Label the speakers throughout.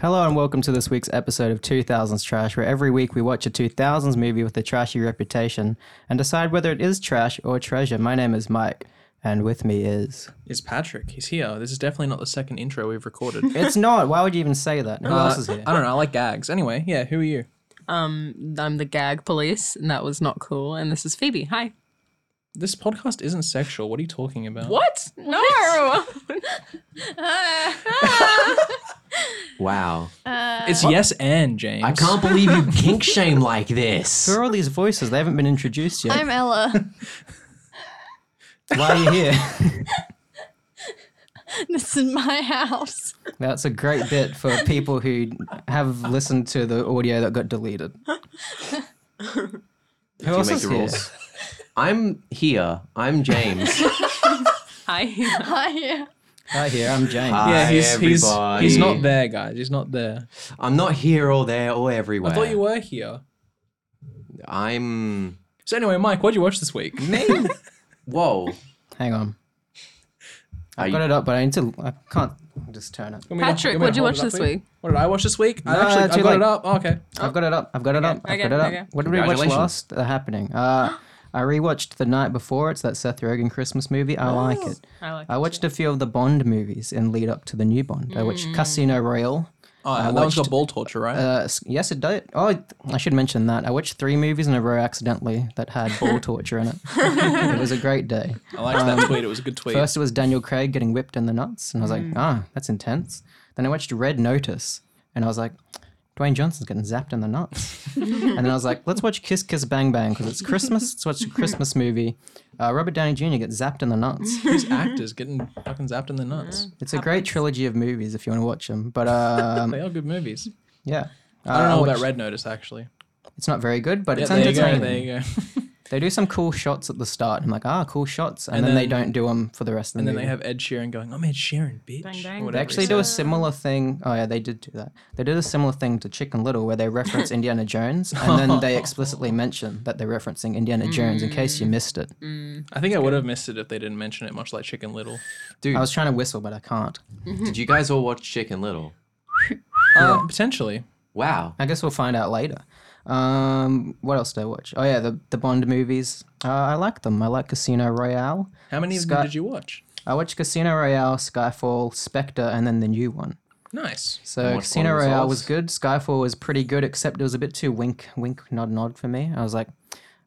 Speaker 1: Hello and welcome to this week's episode of 2000s Trash, where every week we watch a 2000s movie with a trashy reputation and decide whether it is trash or treasure. My name is Mike, and with me is.
Speaker 2: It's Patrick. He's here. This is definitely not the second intro we've recorded. Uh,
Speaker 1: It's not. Why would you even say that? Who else is here?
Speaker 2: I don't know. I like gags. Anyway, yeah. Who are you?
Speaker 3: Um, I'm the gag police, and that was not cool. And this is Phoebe. Hi.
Speaker 2: This podcast isn't sexual. What are you talking about?
Speaker 3: What? No.
Speaker 4: Wow.
Speaker 2: It's yes and James.
Speaker 4: I can't believe you kink shame like this.
Speaker 1: Who are all these voices? They haven't been introduced yet.
Speaker 5: I'm Ella.
Speaker 1: Why are you here?
Speaker 5: this is my house.
Speaker 1: That's a great bit for people who have listened to the audio that got deleted. Who else
Speaker 4: make
Speaker 1: is
Speaker 4: the
Speaker 1: here?
Speaker 4: rules. I'm here. I'm James.
Speaker 3: Hi.
Speaker 5: Hi.
Speaker 1: Hi here, I'm James.
Speaker 2: Yeah,
Speaker 4: Hi,
Speaker 2: he's, he's
Speaker 4: everybody.
Speaker 2: he's not there, guys. He's not there.
Speaker 4: I'm not here or there or everywhere.
Speaker 2: I thought you were here.
Speaker 4: I'm.
Speaker 2: So anyway, Mike, what'd you watch this week?
Speaker 4: Me? Whoa.
Speaker 1: Hang on.
Speaker 4: Are
Speaker 1: I've
Speaker 4: you-
Speaker 1: got it up, but I need to. I can't just turn it.
Speaker 2: You want me to-
Speaker 3: Patrick,
Speaker 2: you want me to hold
Speaker 3: what'd you watch
Speaker 2: it up
Speaker 3: this
Speaker 2: for you?
Speaker 3: week?
Speaker 2: What did I watch this week? I
Speaker 1: No,
Speaker 2: actually
Speaker 1: too
Speaker 2: I got
Speaker 1: late.
Speaker 2: it up. Oh, okay.
Speaker 1: I've got it up. I've got it up. I've
Speaker 3: okay,
Speaker 1: got it up.
Speaker 3: okay.
Speaker 1: What did we watch
Speaker 4: Congratulations.
Speaker 1: last? The happening. Uh, I rewatched The Night Before. It's that Seth Rogen Christmas movie. I like it.
Speaker 3: Oh. I like
Speaker 1: I watched a few of the Bond movies in lead up to the new Bond. I
Speaker 3: Mm.
Speaker 1: watched Casino Royale.
Speaker 2: Oh, that one's got ball torture, right?
Speaker 1: Uh, s- yes, it did. Oh, I- I should mention that. I watched three movies in a row accidentally that had ball torture in it. it was a great day.
Speaker 2: I liked that tweet. It was a good tweet.
Speaker 1: um, First, it was Daniel Craig getting whipped in the nuts, and I was like, ah, that's intense. Then I watched Red Notice, and I was like, Dwayne Johnson's getting zapped in the nuts. and then I was like, let's watch Kiss Kiss Bang Bang because it's Christmas. Let's watch a Christmas movie. Uh, Robert Downey Jr. gets zapped in the nuts.
Speaker 2: These actors getting fucking zapped in the nuts.
Speaker 1: It's a great trilogy of movies if you want to watch them. But um,
Speaker 2: They are good movies.
Speaker 1: yeah,
Speaker 2: I don't
Speaker 1: Uh,
Speaker 2: know about
Speaker 1: watched-
Speaker 2: Red Notice actually.
Speaker 1: It's not very good, but
Speaker 2: Yeah,
Speaker 1: it's
Speaker 2: there you go.
Speaker 1: entertaining.
Speaker 2: There you go.
Speaker 1: They do some cool shots at the start. I'm like, ah, cool shots, and,
Speaker 2: And
Speaker 1: then, they
Speaker 2: then-
Speaker 1: don't do them for the rest of the
Speaker 2: And then
Speaker 1: movie.
Speaker 2: they have Ed Sheeran going, "I'm Ed Sheeran, bitch." or
Speaker 3: Bang, bang. They
Speaker 1: They
Speaker 2: whatever he
Speaker 1: actually do a
Speaker 2: says.
Speaker 1: similar thing. Oh yeah, they did do that. They did a similar thing to Chicken Little, where they reference Indiana Jones, and then they explicitly mention that they're referencing Indiana Jones in case you missed it.
Speaker 2: I think I would have missed it if they didn't mention it, much like Chicken Little.
Speaker 4: Dude,
Speaker 1: I was trying to whistle, but I can't.
Speaker 4: did you guys all watch Chicken Little?
Speaker 2: Uh, potentially.
Speaker 4: Wow.
Speaker 1: I guess we'll find out later. Um, what else did I watch? Oh yeah, the the Bond movies. Uh, I like them. I like Casino Royale.
Speaker 2: How many of
Speaker 1: Scott-
Speaker 2: them did you watch?
Speaker 1: I watched Casino Royale, Skyfall, Spectre, and then the new one.
Speaker 2: Nice.
Speaker 1: So
Speaker 4: what's
Speaker 1: Casino
Speaker 4: one of the
Speaker 1: Royale
Speaker 4: results?
Speaker 1: was good. Skyfall was pretty good, except it was a bit too wink, wink, nod, nod for me. I was like,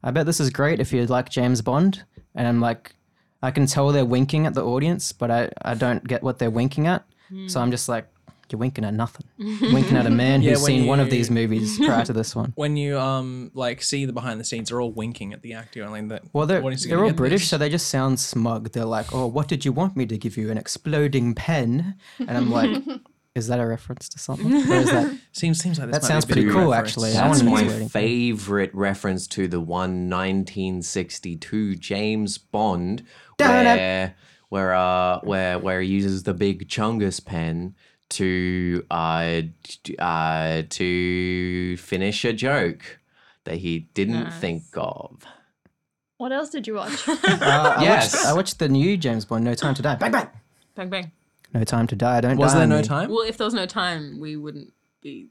Speaker 1: I bet this is great if you like James Bond, and I'm like, I can tell they're winking at the audience, but I, I don't get what they're winking at. So I'm just like, you're winking at nothing. winking at a man
Speaker 2: Yeah,
Speaker 1: who's
Speaker 2: when
Speaker 1: seen one of
Speaker 2: you-
Speaker 1: these movies prior to this one.
Speaker 2: When you um like see the behind the scenes, they're all winking at the actor and like that.
Speaker 1: Well, they're,
Speaker 2: the audience is
Speaker 1: they're
Speaker 2: gonna
Speaker 1: all
Speaker 2: get
Speaker 1: British,
Speaker 2: this.
Speaker 1: so they just sound smug. They're like, oh, what did you want me to give you? An exploding pen? And I'm like, is that a reference to something? Or is that
Speaker 2: Seems seems like this
Speaker 1: That
Speaker 2: might
Speaker 1: sounds
Speaker 2: be a bit of
Speaker 1: pretty
Speaker 2: a
Speaker 1: cool,
Speaker 2: reference.
Speaker 1: actually. I
Speaker 4: That's
Speaker 1: wanna
Speaker 4: my
Speaker 1: know what's
Speaker 4: favorite reference to the one 1962 James Bond,
Speaker 1: Dun-dun.
Speaker 4: where where uh where where he uses the big Chungus pen to uh t- uh to finish a joke that he didn't think of.
Speaker 5: What else did you watch?
Speaker 1: Uh, I, watched,
Speaker 4: Yes.
Speaker 1: I watched the new James Bond, No Time to Die. Bang, bang.
Speaker 3: Bang bang.
Speaker 1: No Time to Die. I don't
Speaker 2: Was
Speaker 1: die
Speaker 2: there
Speaker 1: on
Speaker 2: no
Speaker 1: you.
Speaker 2: time?
Speaker 3: Well, if there was no time, we wouldn't be.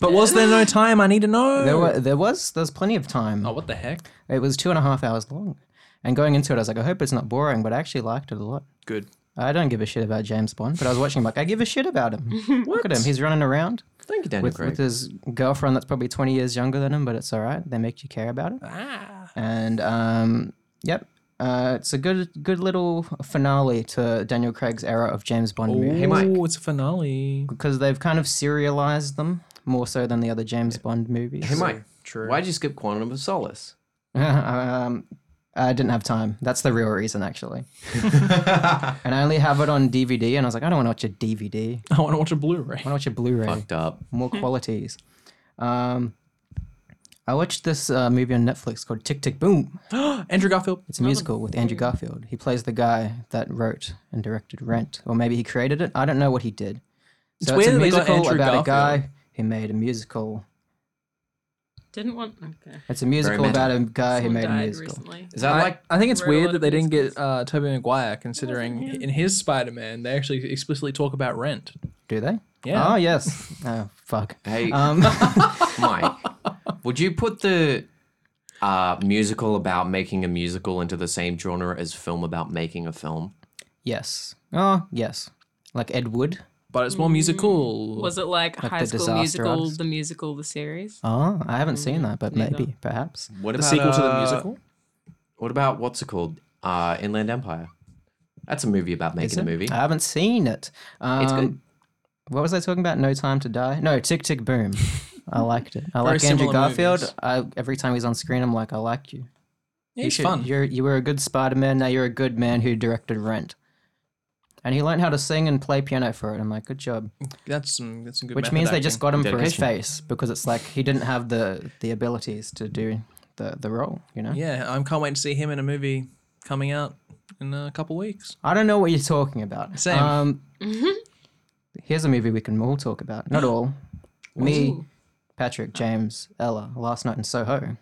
Speaker 2: But was there no time? I need to know.
Speaker 1: There, were, there was there was plenty of time.
Speaker 2: Oh, what the heck?
Speaker 1: It was two and a half hours long. And going into it, I was like, I hope it's not boring, but I actually liked it a lot.
Speaker 2: Good.
Speaker 1: I don't give a shit about James Bond, but I was watching him like, I give a shit about him. Look at him. He's running around
Speaker 4: Thank you, Daniel
Speaker 1: with,
Speaker 4: Craig.
Speaker 1: with his girlfriend that's probably 20 years younger than him, but it's all right. They make you care about it.
Speaker 2: Ah.
Speaker 1: And um, yep. Uh, it's a good good little finale to Daniel Craig's era of James Bond movies.
Speaker 2: Ooh,
Speaker 4: Mike.
Speaker 2: it's a finale.
Speaker 1: because they've kind of serialized them more so than the other James Bond movies.
Speaker 4: hey Mike,
Speaker 2: True.
Speaker 4: why'd you skip Quantum of Solace?
Speaker 1: um, I didn't have time. That's the real reason, actually. and I only have it on DVD, and I was like, I don't want to watch a DVD.
Speaker 2: I want to watch a Blu-ray.
Speaker 1: I want to watch a Blu-ray.
Speaker 4: Fucked up.
Speaker 1: More qualities. Um, I watched this uh, movie on Netflix called Tick Tick Boom.
Speaker 2: Andrew Garfield.
Speaker 1: It's a musical with Andrew Garfield. He plays the guy that wrote and directed Rent, or maybe he created it. I don't know what he did. So it's,
Speaker 2: weird
Speaker 1: a
Speaker 2: that they got
Speaker 1: musical
Speaker 2: Andrew
Speaker 1: about a guy
Speaker 2: Garfield.
Speaker 1: who made a musical.
Speaker 3: Didn't want. Okay.
Speaker 1: It's a musical
Speaker 4: meta.
Speaker 1: about a
Speaker 2: Uh,
Speaker 1: guy who
Speaker 3: Someone
Speaker 1: made a
Speaker 3: died
Speaker 1: musical.
Speaker 3: recently.
Speaker 4: Is that
Speaker 2: I,
Speaker 4: like
Speaker 2: I think it's
Speaker 3: Wrote a lot
Speaker 2: weird that
Speaker 3: of
Speaker 2: they didn't get uh, Tobey Maguire, considering in his Spider-Man they actually explicitly talk about rent.
Speaker 1: Do they?
Speaker 2: Yeah.
Speaker 1: Oh yes. Oh fuck.
Speaker 4: Hey,
Speaker 1: Um,
Speaker 4: Mike, would you put the uh, musical about making a musical into the same genre as film about making a film?
Speaker 1: yes. Oh yes. Like Ed Wood.
Speaker 2: But it's more musical.
Speaker 3: Hmm. Was it like,
Speaker 1: Like
Speaker 3: High
Speaker 1: the
Speaker 3: School
Speaker 1: Disaster
Speaker 3: Musical,
Speaker 1: Artist?
Speaker 3: the musical, the series?
Speaker 1: Oh, I haven't seen that, but
Speaker 3: neither.
Speaker 1: maybe, perhaps.
Speaker 4: What
Speaker 2: the
Speaker 4: about
Speaker 2: sequel to the
Speaker 4: uh,
Speaker 2: musical?
Speaker 4: What about what's it called? Uh, Inland Empire. That's a movie about making a movie.
Speaker 2: Uh.
Speaker 1: I haven't seen it. Um,
Speaker 4: good.
Speaker 1: What was I talking about? No Time to Die. No, Tick Tick Boom. I liked it. I
Speaker 2: Very
Speaker 1: like Andrew
Speaker 2: similar
Speaker 1: Garfield.
Speaker 2: movies.
Speaker 1: I, every time he's on screen, I'm like, I like you.
Speaker 2: Yeah,
Speaker 1: you
Speaker 2: it's fun.
Speaker 1: You're, you were a good Spider Man. Now you're a good man who directed Rent. And he learned how to sing and play piano for it. I'm like, good job.
Speaker 2: That's some that's some good.
Speaker 1: Which
Speaker 2: method
Speaker 1: means they just
Speaker 2: acting.
Speaker 1: got him for his
Speaker 4: Dedication.
Speaker 1: face because it's like he didn't have the the abilities to do the the role. You know.
Speaker 2: Yeah, I can't wait to see him in a movie coming out in a couple weeks.
Speaker 1: I don't know what you're talking about.
Speaker 2: Same.
Speaker 1: Um,
Speaker 3: Mm-hmm.
Speaker 1: Here's a movie we can all talk about. Not all. Me,
Speaker 3: Ooh.
Speaker 1: Patrick, James, Ella, Last Night in Soho.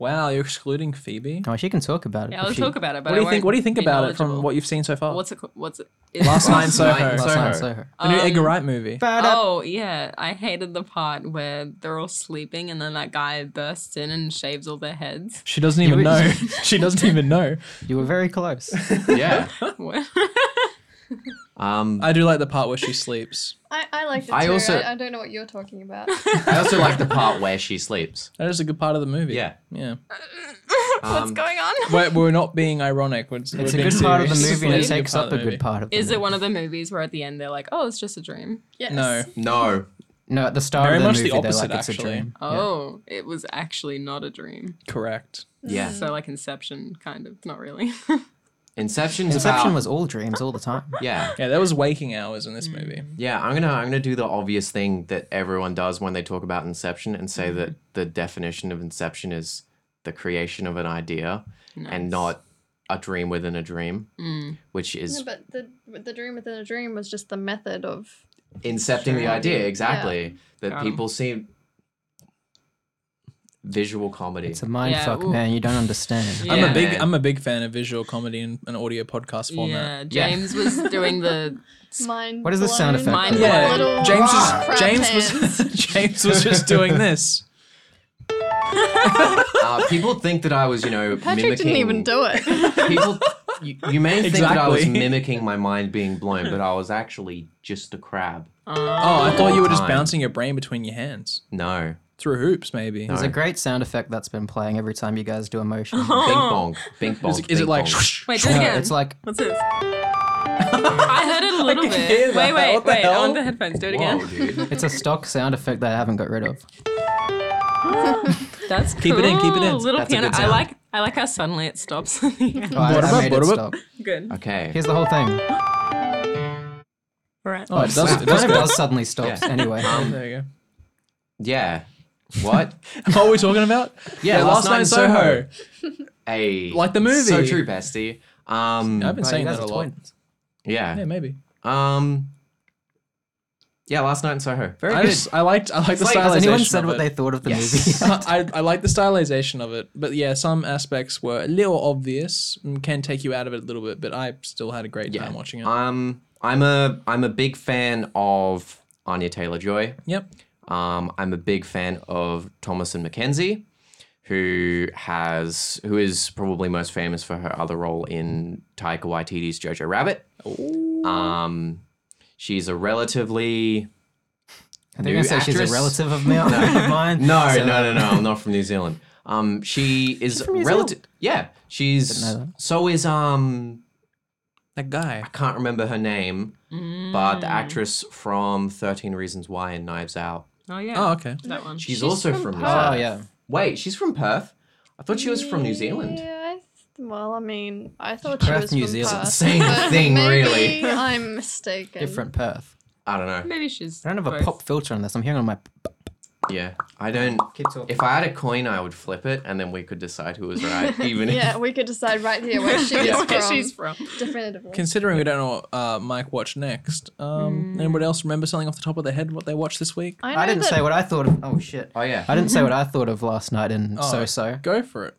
Speaker 2: Wow, you're excluding Phoebe.
Speaker 1: Oh, she can talk about it.
Speaker 3: Yeah,
Speaker 1: if
Speaker 3: I'll
Speaker 1: she-
Speaker 3: talk about it. But
Speaker 2: What do you
Speaker 3: I
Speaker 2: think?
Speaker 3: won't
Speaker 2: What do you think
Speaker 3: be
Speaker 2: about it from
Speaker 3: knowledgeable.
Speaker 2: what you've seen so far?
Speaker 3: What's Um, it? ca- What's it? it's-
Speaker 2: Last Night in Soho.
Speaker 1: Last Night in
Speaker 4: Soho.
Speaker 1: Soho.
Speaker 2: the new Edgar Wright movie.
Speaker 3: Oh yeah, I hated the part where they're all sleeping and then that guy bursts in and shaves all their heads.
Speaker 2: She doesn't even
Speaker 1: were-
Speaker 2: know. she doesn't even know.
Speaker 1: You were very close.
Speaker 4: yeah.
Speaker 3: What?
Speaker 4: Um,
Speaker 2: I do like the part where she sleeps.
Speaker 5: I, I like it
Speaker 4: I
Speaker 5: too.
Speaker 4: also-
Speaker 5: I, I don't know what you're talking about.
Speaker 4: I also like the part where she sleeps.
Speaker 2: That is a good part of the movie.
Speaker 4: Yeah.
Speaker 2: yeah.
Speaker 3: What's
Speaker 4: Um,
Speaker 3: going on?
Speaker 2: We're, we're not being ironic. We're, it's we're
Speaker 1: It's a
Speaker 2: being
Speaker 1: good part of the
Speaker 2: serious.
Speaker 1: movie and
Speaker 2: It
Speaker 1: it
Speaker 2: is a good
Speaker 1: takes
Speaker 2: part
Speaker 1: up
Speaker 2: of
Speaker 1: a
Speaker 2: the
Speaker 1: good
Speaker 2: movie.
Speaker 1: part of the
Speaker 3: Is it
Speaker 1: movie.
Speaker 3: one of the movies where at the end they're like, "Oh, it's just a dream."
Speaker 5: Yes.
Speaker 2: No.
Speaker 4: No.
Speaker 1: No, at the start
Speaker 2: Very
Speaker 1: of the
Speaker 2: much the
Speaker 1: movie, they're
Speaker 2: opposite,
Speaker 1: like, it's a
Speaker 2: actually.
Speaker 1: dream. Yeah.
Speaker 3: Oh, it was actually not a dream.
Speaker 2: Correct.
Speaker 4: Yeah.
Speaker 3: So like Inception, kind of, not really.
Speaker 4: Inception's
Speaker 1: Inception
Speaker 4: about
Speaker 1: was all dreams all the time.
Speaker 4: yeah.
Speaker 2: Yeah, there was waking hours
Speaker 1: Mm.
Speaker 2: in this movie.
Speaker 4: Yeah, I'm gonna I'm gonna do the obvious thing that everyone does when they talk about Inception and
Speaker 2: Mm-hmm.
Speaker 4: say that the definition of Inception is the creation of an idea and
Speaker 3: Nice.
Speaker 4: not a dream within a dream,
Speaker 3: Mm.
Speaker 4: which
Speaker 5: No,
Speaker 4: is
Speaker 5: but the the dream within a dream was just the method of.
Speaker 4: incepting the
Speaker 3: Sure.
Speaker 4: idea exactly that
Speaker 3: Got 'em.
Speaker 4: people see visual comedy.
Speaker 1: It's a mind
Speaker 3: Yeah,
Speaker 1: fuck,
Speaker 3: ooh.
Speaker 1: man. You don't understand.
Speaker 3: Yeah.
Speaker 2: I'm a big
Speaker 4: man.
Speaker 2: I'm a big fan of visual comedy in an audio podcast format.
Speaker 3: Yeah,
Speaker 4: Yeah.
Speaker 3: James was doing the
Speaker 5: Mind
Speaker 1: What is the sound
Speaker 5: blown.
Speaker 1: effect?
Speaker 3: Mind
Speaker 2: Yeah,
Speaker 3: blown.
Speaker 5: Little
Speaker 2: James
Speaker 5: rock
Speaker 2: was
Speaker 5: crab
Speaker 2: James was James was just doing this.
Speaker 4: uh, people think that I was, you know,
Speaker 5: Patrick
Speaker 4: mimicking,
Speaker 5: didn't even do it.
Speaker 4: people. You, you may think that I was
Speaker 2: Exactly.
Speaker 4: mimicking my mind being blown, but I was actually just a crab.
Speaker 2: Oh, I thought you were just
Speaker 4: Time.
Speaker 2: bouncing your brain between your hands
Speaker 4: No,
Speaker 2: through hoops, maybe.
Speaker 1: There's
Speaker 4: No.
Speaker 1: a great sound effect that's been playing every time you guys do a motion.
Speaker 3: Oh,
Speaker 4: bing
Speaker 5: Oh.
Speaker 4: bong, bing bong.
Speaker 2: Is it, is it
Speaker 4: bing
Speaker 2: like?
Speaker 4: bong.
Speaker 3: wait. Do it
Speaker 1: No,
Speaker 3: again.
Speaker 1: it's like
Speaker 3: What's this? I heard it a little
Speaker 2: can hear
Speaker 3: bit.
Speaker 2: that.
Speaker 3: Wait, wait,
Speaker 2: What the
Speaker 3: wait.
Speaker 2: hell?
Speaker 3: On the headphones. Do it again.
Speaker 4: Whoa, Oh, dude.
Speaker 1: it's a stock sound effect that I haven't got rid of.
Speaker 3: That's cool.
Speaker 2: Keep it in, keep it in.
Speaker 3: Little
Speaker 4: That's a
Speaker 3: piano.
Speaker 4: good
Speaker 3: I
Speaker 4: sound.
Speaker 3: like. I like how suddenly it stops.
Speaker 1: Oh, I,
Speaker 2: What
Speaker 1: I
Speaker 2: about-
Speaker 1: made
Speaker 2: what
Speaker 1: it stop.
Speaker 2: about-
Speaker 3: Good.
Speaker 4: Okay.
Speaker 1: Here's the whole thing.
Speaker 3: All right.
Speaker 2: Oh, it does. It
Speaker 1: It kind
Speaker 2: does
Speaker 1: of
Speaker 2: go.
Speaker 1: does suddenly stop.
Speaker 4: Yeah.
Speaker 1: Anyway,
Speaker 2: There you
Speaker 4: Yeah. What?
Speaker 2: go. What are we talking about?
Speaker 4: Yeah, Last Night in Soho. hey.
Speaker 2: Like the movie.
Speaker 4: So true, bestie. Um
Speaker 2: I've been
Speaker 1: Wow,
Speaker 2: saying
Speaker 1: you guys
Speaker 2: that a
Speaker 1: are
Speaker 2: lot.
Speaker 1: twins.
Speaker 2: Yeah,
Speaker 4: yeah.
Speaker 2: maybe.
Speaker 4: Um Yeah, Last Night in Soho. Very
Speaker 2: I
Speaker 4: good.
Speaker 2: just I liked I liked the
Speaker 4: like,
Speaker 1: Has
Speaker 2: stylization.
Speaker 1: anyone said
Speaker 2: of
Speaker 1: what
Speaker 2: it.
Speaker 1: they thought of the
Speaker 4: Yes.
Speaker 1: movie?
Speaker 2: I, I like the stylization of it, but yeah, some aspects were a little obvious and can take you out of it a little bit. But I still had a great
Speaker 4: Yeah.
Speaker 2: time watching it.
Speaker 4: Um I'm a I'm a big fan of Anya Taylor Joy.
Speaker 2: yep.
Speaker 4: Um, I'm a big fan of Thomas and Mackenzie, who has who is probably most famous for her other role in Taika Waititi's Jojo Rabbit. Um, she's a relatively
Speaker 1: I
Speaker 4: new
Speaker 1: think I said she's a
Speaker 4: actress.
Speaker 1: relative of mi- of mine.
Speaker 4: No,
Speaker 1: so-
Speaker 4: no, no, no. I'm not from New Zealand. Um, she is
Speaker 1: from New
Speaker 4: relative. Yeah, she's
Speaker 1: Didn't know
Speaker 4: so is um.
Speaker 2: That guy.
Speaker 4: I can't remember her name,
Speaker 3: Mm.
Speaker 4: but
Speaker 5: Hmm.
Speaker 4: the actress from Thirteen Reasons Why and Knives Out.
Speaker 3: Oh yeah.
Speaker 2: Oh, okay.
Speaker 3: That one.
Speaker 4: She's,
Speaker 5: She's
Speaker 4: also
Speaker 5: from
Speaker 4: from. New
Speaker 5: Perth.
Speaker 4: Zealand.
Speaker 1: Oh yeah.
Speaker 4: Wait, she's from Perth. I thought she was from New Zealand.
Speaker 5: Yeah. I th- well, I mean, I thought she
Speaker 1: Perth,
Speaker 5: was
Speaker 1: New
Speaker 5: from
Speaker 1: Zealand.
Speaker 5: Perth,
Speaker 4: Same
Speaker 5: but
Speaker 4: thing,
Speaker 5: maybe
Speaker 4: really.
Speaker 5: I'm mistaken.
Speaker 1: Different Perth.
Speaker 4: I don't know.
Speaker 3: Maybe she's.
Speaker 1: I don't have a
Speaker 3: both.
Speaker 1: pop filter on this. I'm hearing on my.
Speaker 4: Yeah, I don't.
Speaker 1: Keep talking.
Speaker 4: If I had a coin, I would flip it, and then we could decide who was right. Even
Speaker 5: Yeah,
Speaker 4: if
Speaker 5: we could decide right here where she is
Speaker 4: Yeah.
Speaker 5: from.
Speaker 3: Where she's from.
Speaker 5: Definitively.
Speaker 2: Considering we don't know what uh, Mike watched next,
Speaker 5: Mm.
Speaker 2: um, anybody else remember something off the top of their head what they watched this week?
Speaker 5: I, know
Speaker 1: I didn't
Speaker 5: that
Speaker 1: say what I thought of. Oh shit.
Speaker 4: oh yeah,
Speaker 1: I didn't say what I thought of last night in
Speaker 2: Oh.
Speaker 1: So So.
Speaker 2: Go for it.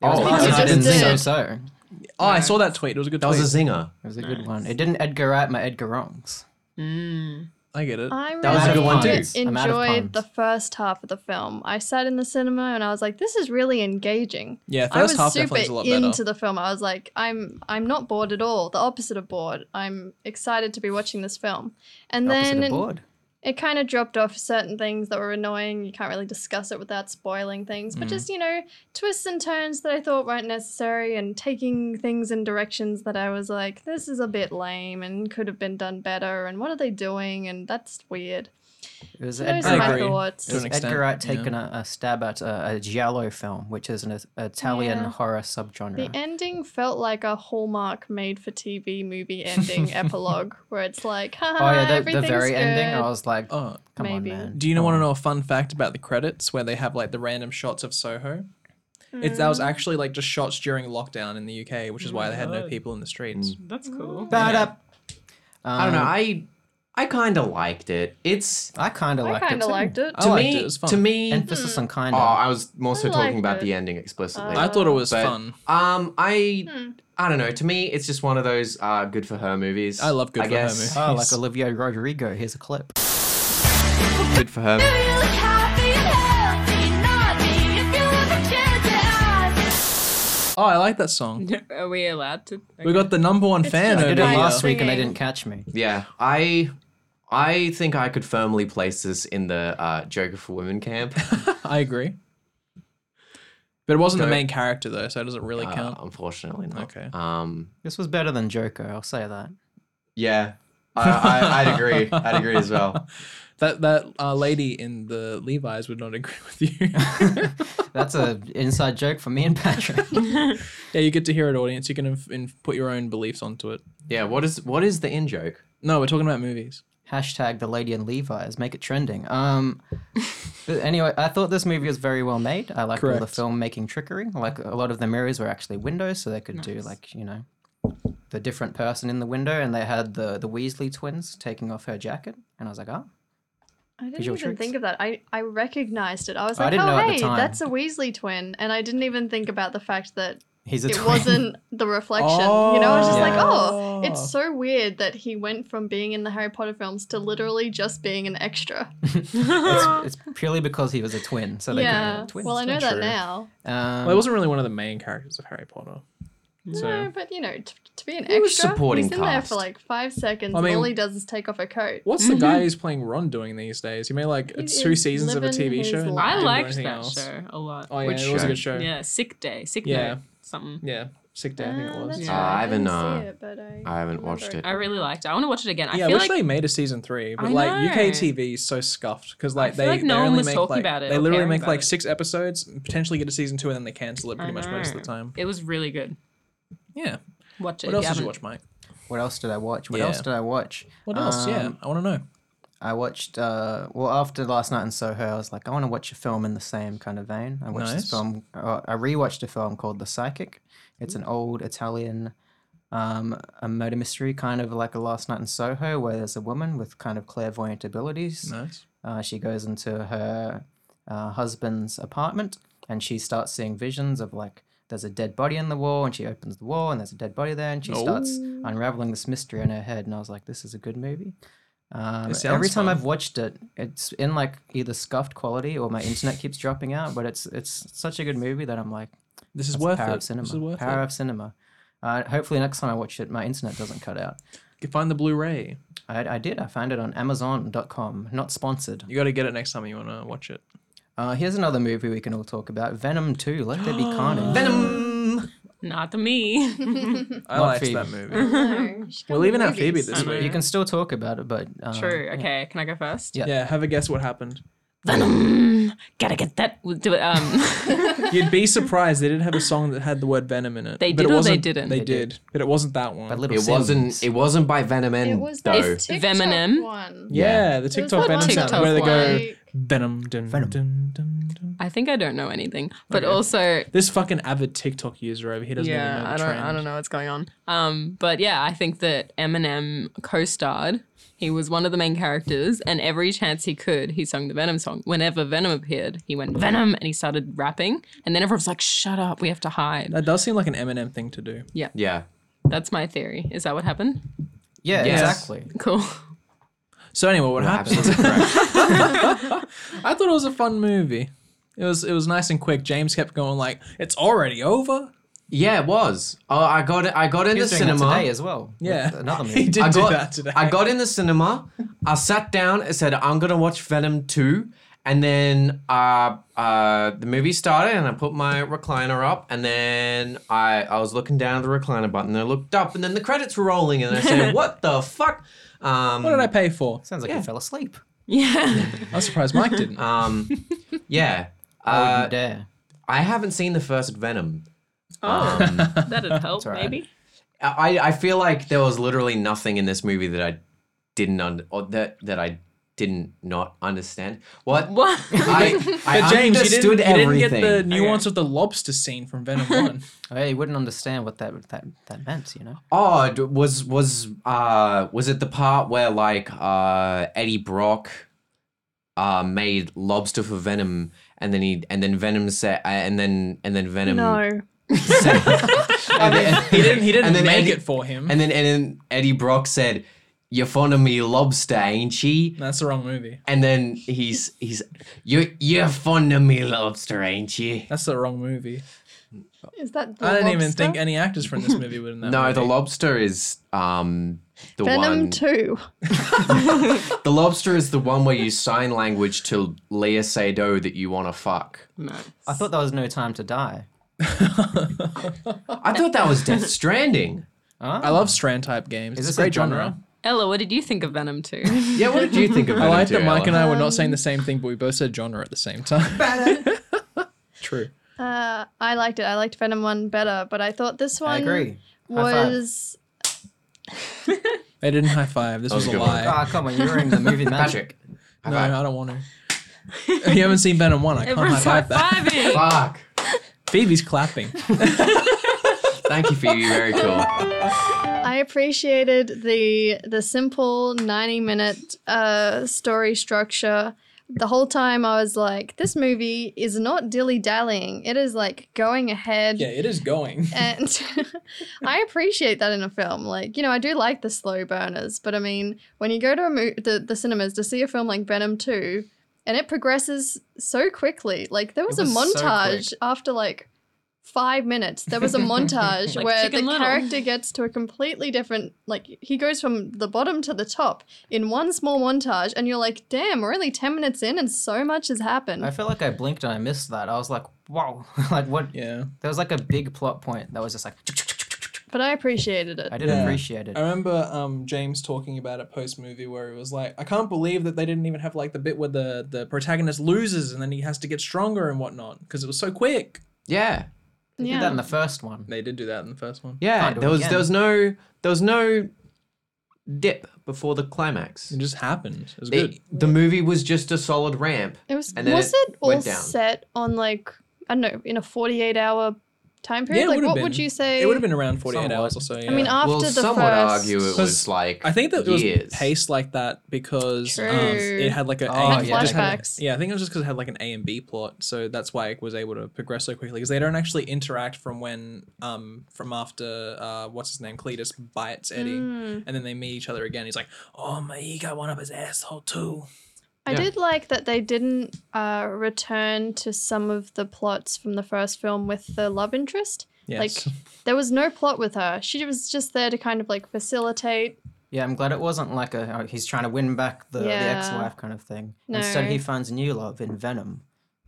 Speaker 4: Oh,
Speaker 1: last
Speaker 5: you
Speaker 1: night
Speaker 5: just
Speaker 1: in
Speaker 5: did.
Speaker 1: So So. It
Speaker 2: Oh, I saw that tweet. It was a good
Speaker 4: that
Speaker 2: tweet.
Speaker 4: was a zinger.
Speaker 1: was a good one. It didn't Edgar Wright my Edgar wrongs.
Speaker 3: Mm.
Speaker 2: I get it.
Speaker 5: I
Speaker 4: That was
Speaker 1: a
Speaker 5: really
Speaker 1: good one too. I'm out of puns.
Speaker 5: enjoyed the first half of the film. I sat in the cinema and I was like, "This is really engaging."
Speaker 2: Yeah,
Speaker 5: I was
Speaker 2: first half
Speaker 5: super
Speaker 2: definitely is a lot
Speaker 5: into
Speaker 2: better.
Speaker 5: the film. I was like, "I'm I'm not bored at all. The opposite of bored. I'm excited to be watching this film." And
Speaker 1: Opposite
Speaker 5: then
Speaker 1: of board.
Speaker 5: it kind of dropped off certain things that were annoying. You can't really discuss it without spoiling things,
Speaker 1: Mm.
Speaker 5: but just, you know, twists and turns that I thought weren't necessary and taking things in directions that I was like, this is a bit lame and could have been done better. And what are they doing? And that's weird.
Speaker 1: It was
Speaker 5: Those
Speaker 1: Edgar
Speaker 5: are
Speaker 2: I
Speaker 5: my
Speaker 1: Wright.
Speaker 2: agree.
Speaker 5: thoughts.
Speaker 1: It was
Speaker 2: an extent,
Speaker 1: Edgar Wright
Speaker 2: yeah.
Speaker 1: taking a, a stab at a, a giallo film, which is an Italian
Speaker 5: Yeah.
Speaker 1: horror subgenre.
Speaker 5: The ending felt like a Hallmark made for TV movie ending epilogue where it's like, haha,
Speaker 1: oh yeah, the, the
Speaker 5: everything's
Speaker 1: very
Speaker 5: good.
Speaker 1: ending. I was like,
Speaker 2: Oh,
Speaker 1: come
Speaker 5: maybe.
Speaker 1: on, man.
Speaker 2: do you know, want to
Speaker 1: Come
Speaker 2: know a fun fact about the credits where they have like the random shots of Soho? It's that was
Speaker 5: Hmm.
Speaker 2: actually like just shots during lockdown in the UK, which is why they had no people in the streets.
Speaker 3: That's cool.
Speaker 1: on. Bad
Speaker 2: Yeah.
Speaker 1: up. Um,
Speaker 4: I don't know.
Speaker 2: Uh-huh.
Speaker 4: I I kind of liked it. It's
Speaker 1: I kind of
Speaker 5: I
Speaker 1: liked it.
Speaker 5: kind of
Speaker 1: too.
Speaker 5: liked Mm-hmm. it.
Speaker 2: I
Speaker 4: to
Speaker 2: liked
Speaker 4: me.
Speaker 2: it, it was fun.
Speaker 4: To me,
Speaker 1: Emphasis on kind
Speaker 4: oh,
Speaker 1: of.
Speaker 4: I was more so
Speaker 5: I
Speaker 4: talking
Speaker 5: liked
Speaker 4: about
Speaker 5: it. Uh,
Speaker 4: the ending explicitly.
Speaker 2: I thought it was
Speaker 4: But-
Speaker 2: fun.
Speaker 4: um, I
Speaker 5: hmm.
Speaker 4: I don't know. To me, it's just one of those uh, good for her movies.
Speaker 2: I love good for her movies.
Speaker 1: Oh, like Olivia Rodrigo. Here's a clip.
Speaker 4: movies. Good for her.
Speaker 2: Oh, I like that song.
Speaker 3: Are we allowed to?
Speaker 2: We got the number one fan
Speaker 5: just
Speaker 1: I
Speaker 2: over
Speaker 1: did it
Speaker 5: Olivia.
Speaker 1: last
Speaker 2: here.
Speaker 1: week and they
Speaker 5: Singing.
Speaker 1: didn't catch me.
Speaker 4: Yeah, I I think I could firmly place this in the uh, Joker for Women camp.
Speaker 2: I agree. But it wasn't the
Speaker 4: Go.
Speaker 2: main character though, so it doesn't really
Speaker 4: Uh,
Speaker 2: count.
Speaker 4: unfortunately, not.
Speaker 2: Okay.
Speaker 4: Um.
Speaker 1: This was better than Joker. I'll say that.
Speaker 4: Yeah. I, I, I'd agree. I'd agree as well.
Speaker 2: That that uh, lady in the Levi's would not agree with you.
Speaker 1: That's a inside joke for me and Patrick.
Speaker 2: yeah, you get to hear it, audience. You can inf- inf- put your own beliefs onto it.
Speaker 4: Yeah. What is what is the in joke?
Speaker 2: No, we're talking about movies.
Speaker 1: Hashtag the lady in Levi's. Make it trending. Um, but anyway, I thought this movie was very well made. I liked all the
Speaker 2: Correct.
Speaker 1: filmmaking trickery. Like a lot of the mirrors were actually windows, so they could do like you know, the different person in the window, and they had the the Weasley twins taking off her jacket, and I was like, oh,
Speaker 5: I didn't
Speaker 1: Visual
Speaker 5: even
Speaker 1: tricks.
Speaker 5: think of that. I, I recognized it. I was
Speaker 1: I
Speaker 5: like,
Speaker 1: didn't know
Speaker 5: oh,
Speaker 1: at the
Speaker 5: hey,
Speaker 1: time."
Speaker 5: that's a Weasley twin. And I didn't even think about the fact that
Speaker 1: he's a
Speaker 5: it
Speaker 1: twin.
Speaker 5: wasn't the reflection. you know, I was just like,
Speaker 2: Oh.
Speaker 5: oh, it's so weird that he went from being in the Harry Potter films to literally just being an extra.
Speaker 1: it's, it's purely because he was a twin, so they couldn't
Speaker 5: yeah.
Speaker 1: have twins.
Speaker 5: Well, I know
Speaker 2: Not
Speaker 5: that
Speaker 2: true.
Speaker 5: now.
Speaker 1: Um,
Speaker 2: well, it wasn't really one of the main characters of Harry Potter. So
Speaker 5: No, but you know, to, to be an
Speaker 4: He was
Speaker 5: extra,
Speaker 4: supporting
Speaker 5: he's in there
Speaker 4: cast.
Speaker 5: for like five seconds.
Speaker 2: I mean-
Speaker 5: and all he does is take off a coat.
Speaker 2: what's
Speaker 1: Mm-hmm.
Speaker 2: the guy who's playing Ron doing these days? He made like
Speaker 5: He
Speaker 2: two
Speaker 5: is
Speaker 2: seasons of a
Speaker 5: living
Speaker 2: TV show.
Speaker 5: his
Speaker 2: and
Speaker 5: life.
Speaker 3: I
Speaker 2: didn't do
Speaker 3: liked
Speaker 2: anything
Speaker 3: that
Speaker 2: else.
Speaker 3: show a lot.
Speaker 2: Oh yeah,
Speaker 4: Which
Speaker 2: it was a
Speaker 4: show?
Speaker 2: good show. Yeah,
Speaker 3: yeah, sick day, sick
Speaker 2: Yeah.
Speaker 3: note, something.
Speaker 2: sick day. I think it
Speaker 5: Ah,
Speaker 2: was.
Speaker 5: that's
Speaker 3: Yeah.
Speaker 5: right.
Speaker 4: Uh, I
Speaker 5: I
Speaker 4: haven't,
Speaker 5: didn't see
Speaker 4: uh,
Speaker 5: it, but I,
Speaker 4: I haven't
Speaker 5: remember
Speaker 4: watched it.
Speaker 3: I really liked it. I want to watch it again. I
Speaker 2: Yeah, I,
Speaker 3: feel
Speaker 2: wish
Speaker 3: like
Speaker 2: they made a season three, but
Speaker 3: I
Speaker 2: like
Speaker 3: know.
Speaker 2: UK TV is so scuffed because like
Speaker 3: feel
Speaker 2: they,
Speaker 3: like no
Speaker 2: they
Speaker 3: one
Speaker 2: only
Speaker 3: was
Speaker 2: make
Speaker 3: talking
Speaker 2: like
Speaker 3: about it
Speaker 2: they
Speaker 3: or
Speaker 2: literally
Speaker 3: caring
Speaker 2: make
Speaker 3: about
Speaker 2: like
Speaker 3: it.
Speaker 2: six episodes, potentially get a season two, and then they cancel it pretty
Speaker 3: I
Speaker 2: much most of
Speaker 3: know.
Speaker 2: the time.
Speaker 3: It was really good.
Speaker 2: Yeah.
Speaker 3: Watch it.
Speaker 2: What else did
Speaker 3: if
Speaker 2: you
Speaker 3: haven't.
Speaker 2: watch, Mike?
Speaker 1: What else did I watch? What
Speaker 2: Yeah.
Speaker 1: else did I watch?
Speaker 2: What else? yeah,
Speaker 1: Um,
Speaker 2: I want to know.
Speaker 1: I watched. Uh, well, after last night in Soho, I was like, I want to watch a film in the same kind of vein. I watched
Speaker 2: Nice.
Speaker 1: this film. Uh, I rewatched a film called The Psychic. It's an old Italian, um, a murder mystery, kind of like a Last Night in Soho, where there's a woman with kind of clairvoyant abilities.
Speaker 2: Nice.
Speaker 1: Uh, she goes into her uh, husband's apartment and she starts seeing visions of like there's a dead body in the wall and she opens the wall and there's a dead body there and she starts
Speaker 2: Oh.
Speaker 1: unraveling this mystery in her head and I was like this is a good movie. Um,
Speaker 2: sounds
Speaker 1: every time
Speaker 2: fun.
Speaker 1: I've watched it, it's in like either scuffed quality or my internet keeps dropping out. But it's it's such a good movie that I'm like,
Speaker 2: This is
Speaker 1: that's
Speaker 2: worth
Speaker 1: the power
Speaker 2: it.
Speaker 1: of cinema.
Speaker 2: This is worth
Speaker 1: power of cinema. Uh, hopefully next time I watch it, my internet doesn't cut out.
Speaker 2: it. You find the Blu-ray.
Speaker 1: I, I did. I found it on Amazon.com. Not sponsored.
Speaker 2: You got to get it next time you want to watch it.
Speaker 1: Uh, here's another movie we can all talk about: Venom Two. Let there be carnage. Mm.
Speaker 4: Venom.
Speaker 3: Not to me.
Speaker 2: I
Speaker 1: Not
Speaker 2: liked
Speaker 1: Phoebe.
Speaker 2: that movie.
Speaker 5: No, she's
Speaker 2: We're
Speaker 5: got
Speaker 2: leaving
Speaker 5: the
Speaker 2: out Phoebe
Speaker 5: movies.
Speaker 2: this
Speaker 3: I know.
Speaker 2: week.
Speaker 1: You can still talk about it, but uh,
Speaker 3: True. Okay, can I go first?
Speaker 1: Yeah.
Speaker 2: Yeah, have a guess what happened.
Speaker 3: Venom. Gotta get that. We'll do it. Um.
Speaker 2: You'd be surprised they didn't have a song that had the word venom in it.
Speaker 3: They
Speaker 2: but
Speaker 3: did
Speaker 2: it
Speaker 3: or they
Speaker 2: wasn't-
Speaker 3: didn't?
Speaker 2: They,
Speaker 3: They
Speaker 2: did.
Speaker 1: did.
Speaker 2: but it wasn't that one.
Speaker 1: But little
Speaker 4: It wasn't.
Speaker 1: Sims.
Speaker 4: It wasn't by Venom
Speaker 5: It
Speaker 4: N
Speaker 5: was that
Speaker 4: though.
Speaker 5: TikTok
Speaker 3: Venomenem.
Speaker 5: one.
Speaker 2: yeah, the
Speaker 5: It was
Speaker 2: TikTok
Speaker 5: that
Speaker 2: venom
Speaker 5: one
Speaker 2: sound
Speaker 5: that
Speaker 2: where they
Speaker 3: was
Speaker 2: go
Speaker 5: like-
Speaker 2: venom dun,
Speaker 1: Venom.
Speaker 2: Dun, dun, dun.
Speaker 3: I think I don't know anything, but also
Speaker 2: This fucking avid TikTok user over here doesn't even know
Speaker 3: yeah,
Speaker 2: the
Speaker 3: I don't
Speaker 2: trend.
Speaker 3: I don't know what's going on. Um, but yeah, I think that Eminem co-starred. He was one of the main characters, and every chance he could, he sung the Venom song. Whenever Venom appeared, he went Venom, and he started rapping, and then everyone's like, "Shut up, we have to hide."
Speaker 2: That does seem like an Eminem thing to do.
Speaker 4: Yeah.
Speaker 3: That's my theory. Is that what happened?
Speaker 1: Yeah,
Speaker 2: Yes.
Speaker 1: exactly.
Speaker 3: Cool.
Speaker 2: So anyway, what
Speaker 4: You're
Speaker 2: happens?
Speaker 4: absolutely
Speaker 2: I thought it was a fun movie. It was it was nice and quick. James kept going like, "It's already over."
Speaker 4: Yeah, it was. Oh, I got it. I got in
Speaker 1: He was
Speaker 4: the
Speaker 1: doing that
Speaker 4: cinema.
Speaker 1: today as well. with
Speaker 2: Yeah,
Speaker 1: Another
Speaker 2: He
Speaker 1: movie.
Speaker 2: did
Speaker 4: I
Speaker 2: do
Speaker 4: got,
Speaker 2: that today.
Speaker 4: I got in the cinema. I sat down. I said, "I'm gonna watch Venom 2. and then uh, uh, the movie started, and I put my recliner up, and then I I was looking down at the recliner button. And I looked up, and then the credits were rolling, and I said, "What the fuck?" Um,
Speaker 2: What did I pay for?
Speaker 1: Sounds like you fell asleep.
Speaker 3: Yeah.
Speaker 2: I was surprised Mike didn't.
Speaker 4: Um, yeah.
Speaker 1: I
Speaker 4: Uh,
Speaker 1: wouldn't dare.
Speaker 4: I haven't seen the first Venom.
Speaker 3: Oh,
Speaker 4: Um,
Speaker 3: that'd help,
Speaker 1: alright.
Speaker 3: maybe.
Speaker 4: I, I feel like there was literally nothing in this movie that I didn't un- or that that I didn't not understand. What?
Speaker 3: What?
Speaker 4: I, I
Speaker 2: But James, you didn't,
Speaker 4: understood
Speaker 2: you didn't
Speaker 4: everything.
Speaker 2: get the nuance
Speaker 3: Okay.
Speaker 2: of the lobster scene from Venom One.
Speaker 1: Oh, yeah, you wouldn't understand what that that that meant, you know.
Speaker 4: Oh, d- was was uh was it the part where like uh Eddie Brock uh made lobster for Venom and then he and then Venom said uh, and then and then Venom
Speaker 5: No.
Speaker 4: said and then,
Speaker 2: he didn't. He didn't
Speaker 4: then
Speaker 2: make
Speaker 4: Eddie-
Speaker 2: it for him.
Speaker 4: and then and then Eddie Brock said you're fond of me lobster ain't she
Speaker 2: That's the wrong movie.
Speaker 4: and then he's he's you you're fond of me lobster ain't you
Speaker 2: That's the wrong movie.
Speaker 5: Is that the
Speaker 2: I don't even
Speaker 5: lobster?
Speaker 2: think any actors from this movie would in that.
Speaker 4: no
Speaker 2: movie.
Speaker 4: the lobster is um the
Speaker 5: Venom
Speaker 4: one
Speaker 5: 2.
Speaker 4: The lobster is the one where you sign language to Leah Sado that you want to fuck.
Speaker 3: No.
Speaker 1: I thought there was no time to die.
Speaker 4: I thought that was Death Stranding.
Speaker 1: Huh?
Speaker 2: I love strand type games.
Speaker 1: Is
Speaker 2: it's
Speaker 1: this
Speaker 2: a
Speaker 1: a
Speaker 2: great
Speaker 1: genre?
Speaker 2: genre.
Speaker 3: Ella, what did you think of Venom 2?
Speaker 4: Yeah, what did you think of
Speaker 2: I
Speaker 4: Venom
Speaker 2: like
Speaker 4: 2,
Speaker 2: that Mike and
Speaker 4: Ella?
Speaker 2: I were not saying the same thing, but we both said genre at the same time. True.
Speaker 5: Uh, I liked it. I liked Venom 1 better, but I thought this one
Speaker 1: I agree. High five.
Speaker 5: was.
Speaker 2: They didn't high five. This
Speaker 4: That
Speaker 2: was,
Speaker 4: was
Speaker 2: a
Speaker 4: a good one.
Speaker 2: lie.
Speaker 1: Ah, come on, you're in the movie magic.
Speaker 4: Patrick.
Speaker 2: No,
Speaker 4: High
Speaker 2: I don't want to. you haven't seen Venom one. I can't high
Speaker 3: Everyone's
Speaker 2: five Oh that.
Speaker 3: high-fiving.
Speaker 4: Fuck.
Speaker 2: Phoebe's clapping.
Speaker 4: Thank you, Phoebe. Very cool.
Speaker 5: I appreciated the the simple 90 minute uh, story structure. The whole time I was like, this movie is not dilly dallying. It is like going ahead.
Speaker 2: Yeah, it is going.
Speaker 5: and I appreciate that in a film. Like, you know, I do like the slow burners, but I mean, when you go to a mo- the the cinemas to see a film like Venom Two, and it progresses so quickly. Like there was,
Speaker 1: was
Speaker 5: a
Speaker 1: so
Speaker 5: montage after like five minutes. There was a montage
Speaker 3: Like
Speaker 5: where the
Speaker 3: Chicken Little.
Speaker 5: character gets to a completely different. Like he goes from the bottom to the top in one small montage, and you're like, damn, we're only ten minutes in, and so much has happened.
Speaker 1: I feel like I blinked and I missed that. I was like, wow, like what?
Speaker 2: Yeah.
Speaker 1: There was like a big plot point that was just like,
Speaker 5: but I appreciated it.
Speaker 1: I did
Speaker 2: Yeah.
Speaker 1: appreciate it.
Speaker 2: I remember um, James talking about it post movie where he was like, I can't believe that they didn't even have like the bit where the, the protagonist loses and then he has to get stronger and whatnot because it was so quick.
Speaker 4: Yeah.
Speaker 1: They did that in the first one.
Speaker 2: They did do that in the first one.
Speaker 4: Yeah.
Speaker 1: Can't do
Speaker 4: There
Speaker 1: it
Speaker 4: was
Speaker 1: again.
Speaker 4: there was no there was no dip before the climax.
Speaker 2: It just happened. It was
Speaker 4: The,
Speaker 2: good.
Speaker 4: the movie was just a solid ramp.
Speaker 5: It was
Speaker 4: And then
Speaker 5: was
Speaker 4: it
Speaker 5: it, all
Speaker 4: went down.
Speaker 5: set on like I don't know in a forty-eight hour time period?
Speaker 2: it
Speaker 5: like
Speaker 2: would've
Speaker 5: what
Speaker 2: been.
Speaker 5: would you say?
Speaker 2: It would have been around 48
Speaker 1: Somewhat.
Speaker 2: hours or so. Yeah.
Speaker 5: I mean, after
Speaker 4: well,
Speaker 5: the
Speaker 4: some would
Speaker 5: first,
Speaker 4: argue it was
Speaker 2: Because
Speaker 4: like
Speaker 2: I think that it was
Speaker 4: years.
Speaker 2: paced like that because um,
Speaker 5: True.
Speaker 2: it had like a
Speaker 1: Oh,
Speaker 2: A-
Speaker 1: Had
Speaker 2: it just had a-
Speaker 5: flashbacks.
Speaker 2: yeah, I think it was just because it had like an A and B plot, so that's why it was able to progress so quickly because they don't actually interact from when um from after uh what's his name Cletus bites Eddie,
Speaker 5: Mm.
Speaker 2: and then they meet each other again. He's like, "Oh, my he got one up his asshole too."
Speaker 5: I
Speaker 4: Yeah.
Speaker 5: did like that they didn't uh, return to some of the plots from the first film with the love interest.
Speaker 2: Yes.
Speaker 5: Like there was no plot with her. She was just there to kind of like facilitate.
Speaker 1: Yeah, I'm glad it wasn't like a oh, he's trying to win back the, the
Speaker 5: Yeah.
Speaker 1: ex-wife kind of thing. Instead, he
Speaker 5: No.
Speaker 1: finds new love in Venom.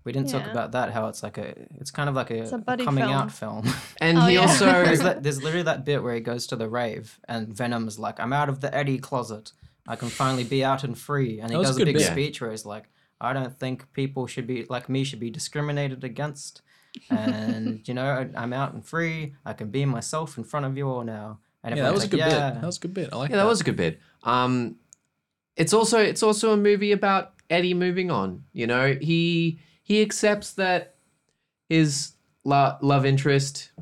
Speaker 1: We didn't talk
Speaker 5: Yeah.
Speaker 1: about that. How it's like a it's kind of like a,
Speaker 5: a buddy
Speaker 1: coming
Speaker 5: film.
Speaker 1: out film.
Speaker 4: and
Speaker 5: Oh,
Speaker 4: he
Speaker 5: yeah.
Speaker 1: there's,
Speaker 4: also
Speaker 1: that, there's literally that bit where he goes to the rave and Venom's like, "I'm out of the Eddie closet. I can finally be out and free." And
Speaker 2: That
Speaker 1: he
Speaker 2: was a
Speaker 1: does a,
Speaker 2: good
Speaker 1: big
Speaker 2: bit.
Speaker 1: speech where he's like, "I don't think people should be like me should be discriminated against." And you know, I- I'm out and free. I can be myself in front of you all now. And
Speaker 2: yeah, that
Speaker 1: everyone's
Speaker 2: was a
Speaker 1: like,
Speaker 2: good
Speaker 1: "Yeah."
Speaker 2: bit. That was a good bit. I like
Speaker 4: Yeah, that was a good bit. Um, it's also it's also a movie about Eddie moving on. You know, he he accepts that his lo- love interest.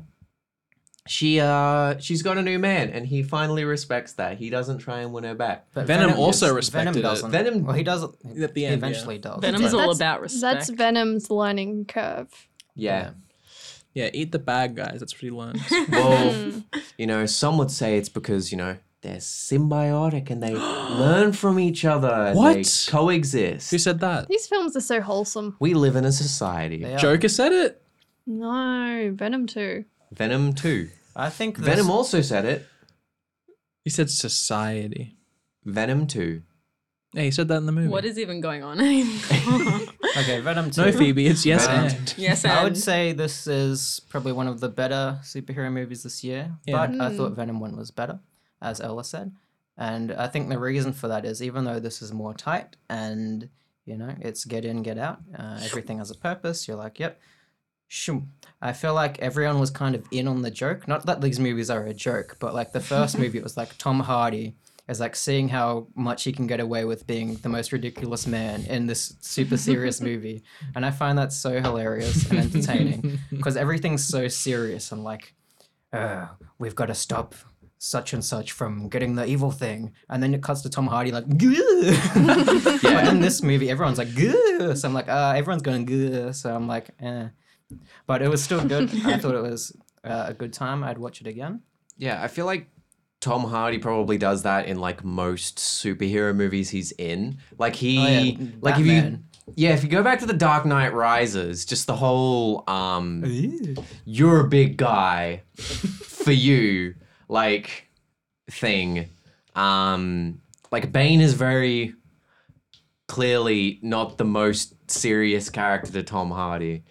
Speaker 4: She uh she's got a new man, and he finally respects that. He doesn't try and win her back.
Speaker 1: But
Speaker 2: Venom also
Speaker 1: does-
Speaker 2: respected
Speaker 1: Venom
Speaker 2: it.
Speaker 1: doesn't.
Speaker 4: Venom-
Speaker 1: well, he does. He
Speaker 2: At the end, yeah.
Speaker 1: eventually does.
Speaker 3: Venom's
Speaker 1: but-
Speaker 3: all
Speaker 5: That's-
Speaker 3: about
Speaker 5: That's
Speaker 3: respect.
Speaker 5: Venom's learning curve.
Speaker 4: Yeah.
Speaker 2: Yeah, eat the bag, guys. That's what he learns.
Speaker 4: Well, you know, some would say it's because you know they're symbiotic and they learn from each other. and They
Speaker 2: What?
Speaker 4: coexist.
Speaker 2: Who said that?
Speaker 5: These films are so wholesome.
Speaker 4: We live in a society.
Speaker 1: They are.
Speaker 2: Joker said it.
Speaker 5: No, Venom 2.
Speaker 4: Venom 2.
Speaker 1: I think this,
Speaker 4: Venom also said it.
Speaker 2: He said society.
Speaker 4: Venom 2.
Speaker 2: Yeah, he said that in the movie.
Speaker 3: What is even going on anymore?
Speaker 1: Okay, Venom two.
Speaker 2: no, Phoebe? It's yes
Speaker 4: Venom.
Speaker 2: and.
Speaker 3: yes,
Speaker 1: I
Speaker 3: and-
Speaker 1: would say this is probably one of the better superhero movies this year,
Speaker 2: Yeah.
Speaker 1: but I thought Venom 1 was better, as Ella said. And I think the reason for that is even though this is more tight and, you know, it's get in, get out, uh, everything has a purpose, you're like, yep. Shoom. I feel like everyone was kind of in on the joke. Not that these movies are a joke, but like the first movie, it was like Tom Hardy is like seeing how much he can get away with being the most ridiculous man in this super serious movie. And I find that so hilarious and entertaining because everything's so serious and like, uh, we've got to stop such and such from getting the evil thing. And then it cuts to Tom Hardy like, yeah. But in this movie, everyone's like, "Gah." so I'm like, uh, everyone's going, Gah. so I'm like, eh. But it was still good. I thought it was uh, a good time. I'd watch it again.
Speaker 4: Yeah, I feel like Tom Hardy probably does that in like most superhero movies he's in. Like he,
Speaker 1: Oh, yeah,
Speaker 4: like
Speaker 1: Batman.
Speaker 4: if you, yeah, if you go back to the Dark Knight Rises, just the whole um, you're a big guy for you, like thing. Um, like Bane is very clearly not the most serious character to Tom Hardy.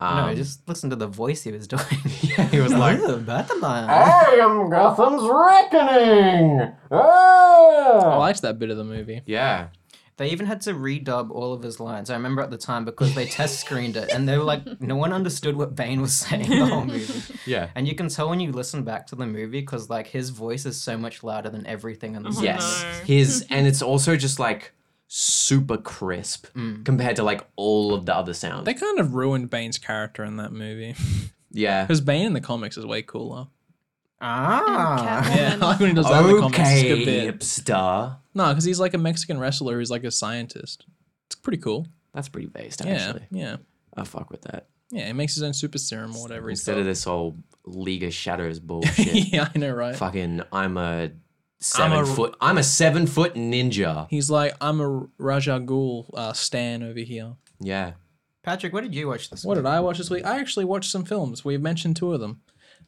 Speaker 4: Um,
Speaker 1: no, just listen to the voice he was doing.
Speaker 4: he was like, "Oh."
Speaker 1: "Ugh, Batman.
Speaker 4: I am Gotham's reckoning. Ah!
Speaker 2: I liked that bit of the movie.
Speaker 4: Oh, Yeah.
Speaker 1: They even had to redub all of his lines. I remember at the time because they test screened it and they were like, no one understood what Bane was saying the whole movie.
Speaker 4: Yeah.
Speaker 1: And you can tell when you listen back to the movie because like his voice is so much louder than everything in the
Speaker 2: Uh-huh.
Speaker 1: movie.
Speaker 4: Yes. His and it's also just like super crisp compared to like all of the other sounds.
Speaker 2: They kind of ruined Bane's character in that movie.
Speaker 4: yeah.
Speaker 2: Because Bane in the comics is way cooler.
Speaker 1: Ah.
Speaker 5: And
Speaker 2: Yeah, I like when he does that in the comics. It's a good
Speaker 4: Okay,
Speaker 2: bit.
Speaker 4: hipster.
Speaker 2: No, because he's like a Mexican wrestler who's like a scientist. It's pretty cool.
Speaker 4: That's pretty based
Speaker 2: Yeah,
Speaker 4: actually.
Speaker 2: yeah.
Speaker 4: I fuck with that.
Speaker 2: Yeah, he makes his own super serum or whatever. he's
Speaker 4: Instead of
Speaker 2: got.
Speaker 4: this whole League of Shadows bullshit.
Speaker 2: yeah, I know, right?
Speaker 4: Fucking I'm a 7
Speaker 2: a-
Speaker 4: foot I'm a seven foot ninja.
Speaker 2: He's like, I'm a Raja Ghul uh, stan over here.
Speaker 4: Yeah.
Speaker 1: Patrick, what did you watch this
Speaker 2: What
Speaker 1: week?
Speaker 2: did I watch this week? I actually watched some films. We've mentioned two of them.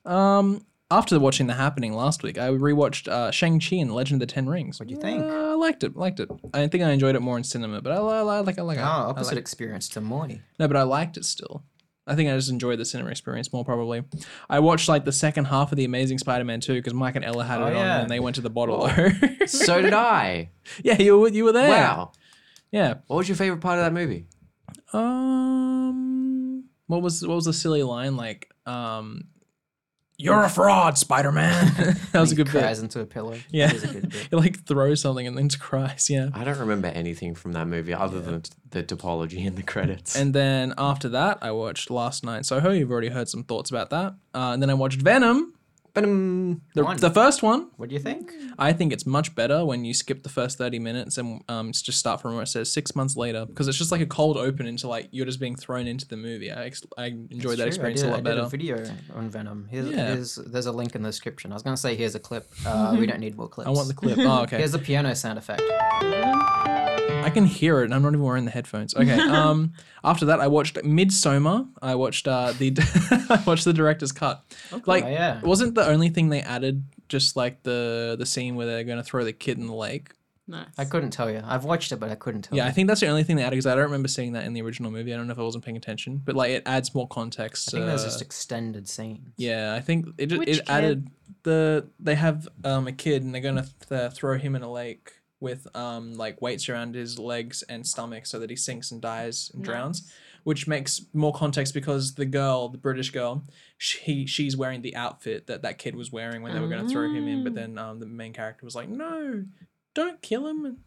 Speaker 2: Um, after watching The Happening last week, I rewatched uh, Shang Chi and the Legend of the Ten Rings. What
Speaker 1: do you think?
Speaker 2: I liked it. Liked it. I think I enjoyed it more in cinema, but I, li- I li- like. I like. it.
Speaker 1: Oh,
Speaker 2: I
Speaker 1: opposite
Speaker 2: like,
Speaker 1: experience to Morty.
Speaker 2: no, but I liked it still. I think I just enjoyed the cinema experience more probably. I watched like the second half of the Amazing Spider-Man 2 because Mike and Ella had
Speaker 1: Oh,
Speaker 2: it
Speaker 1: yeah.
Speaker 2: on and they went to the bottle.
Speaker 4: So did I.
Speaker 2: yeah, you were you were there.
Speaker 4: Wow.
Speaker 2: Yeah.
Speaker 4: What was your favorite part of that movie?
Speaker 2: Um, what was what was the silly line like? Um, you're a fraud, Spider Man. that was a
Speaker 1: He
Speaker 2: good
Speaker 1: cries
Speaker 2: bit.
Speaker 1: into a pillow.
Speaker 2: Yeah.
Speaker 1: It was a good bit.
Speaker 2: He like throws something and then cries. Yeah.
Speaker 4: I don't remember anything from that movie other than t- the topology and the credits.
Speaker 2: And then after that, I watched Last Night in Soho. You've already heard some thoughts about that. Uh, and then I watched Venom,
Speaker 4: Ba-dum.
Speaker 2: the,
Speaker 1: One.
Speaker 2: the first one.
Speaker 1: What do you think?
Speaker 2: I think it's much better when you skip the first 30 minutes and um, it's just start from where it says six months later because it's just like a cold open into like you're just being thrown into the movie. I, ex- I enjoyed that
Speaker 1: It's true, I
Speaker 2: experience
Speaker 1: did-
Speaker 2: a lot
Speaker 1: I did
Speaker 2: better.
Speaker 1: video on Venom. Here's,
Speaker 2: Yeah. Mm-hmm.
Speaker 1: here's- there's a link in the description. I was going to say here's a clip. Uh, we don't need more clips.
Speaker 2: I want the clip. Oh, okay.
Speaker 1: Here's the piano sound effect.
Speaker 2: I can hear it, and I'm not even wearing the headphones. Okay. Um. after that, I watched Midsommar. I watched uh the I watched the director's cut. Like,
Speaker 1: Oh, yeah.
Speaker 2: wasn't the only thing they added just like the the scene where they're gonna throw the kid in the lake?
Speaker 3: Nice.
Speaker 1: I couldn't tell you. I've watched it, but I couldn't tell
Speaker 2: Yeah, I
Speaker 1: you.
Speaker 2: think that's the only thing they added because I don't remember seeing that in the original movie. I don't know if I wasn't paying attention, but like it adds more context.
Speaker 1: I think there's
Speaker 2: uh,
Speaker 1: just extended scene.
Speaker 2: Yeah, I think it ju-
Speaker 5: Which
Speaker 2: it
Speaker 5: kid?
Speaker 2: added the they have um a kid and they're gonna th- uh, throw him in a lake with um like weights around his legs and stomach so that he sinks and dies and drowns, which makes more context because the girl, the British girl, she she's wearing the outfit that that kid was wearing when they were gonna throw him in, but
Speaker 3: Ah.
Speaker 2: then um the main character was like, no, don't kill him,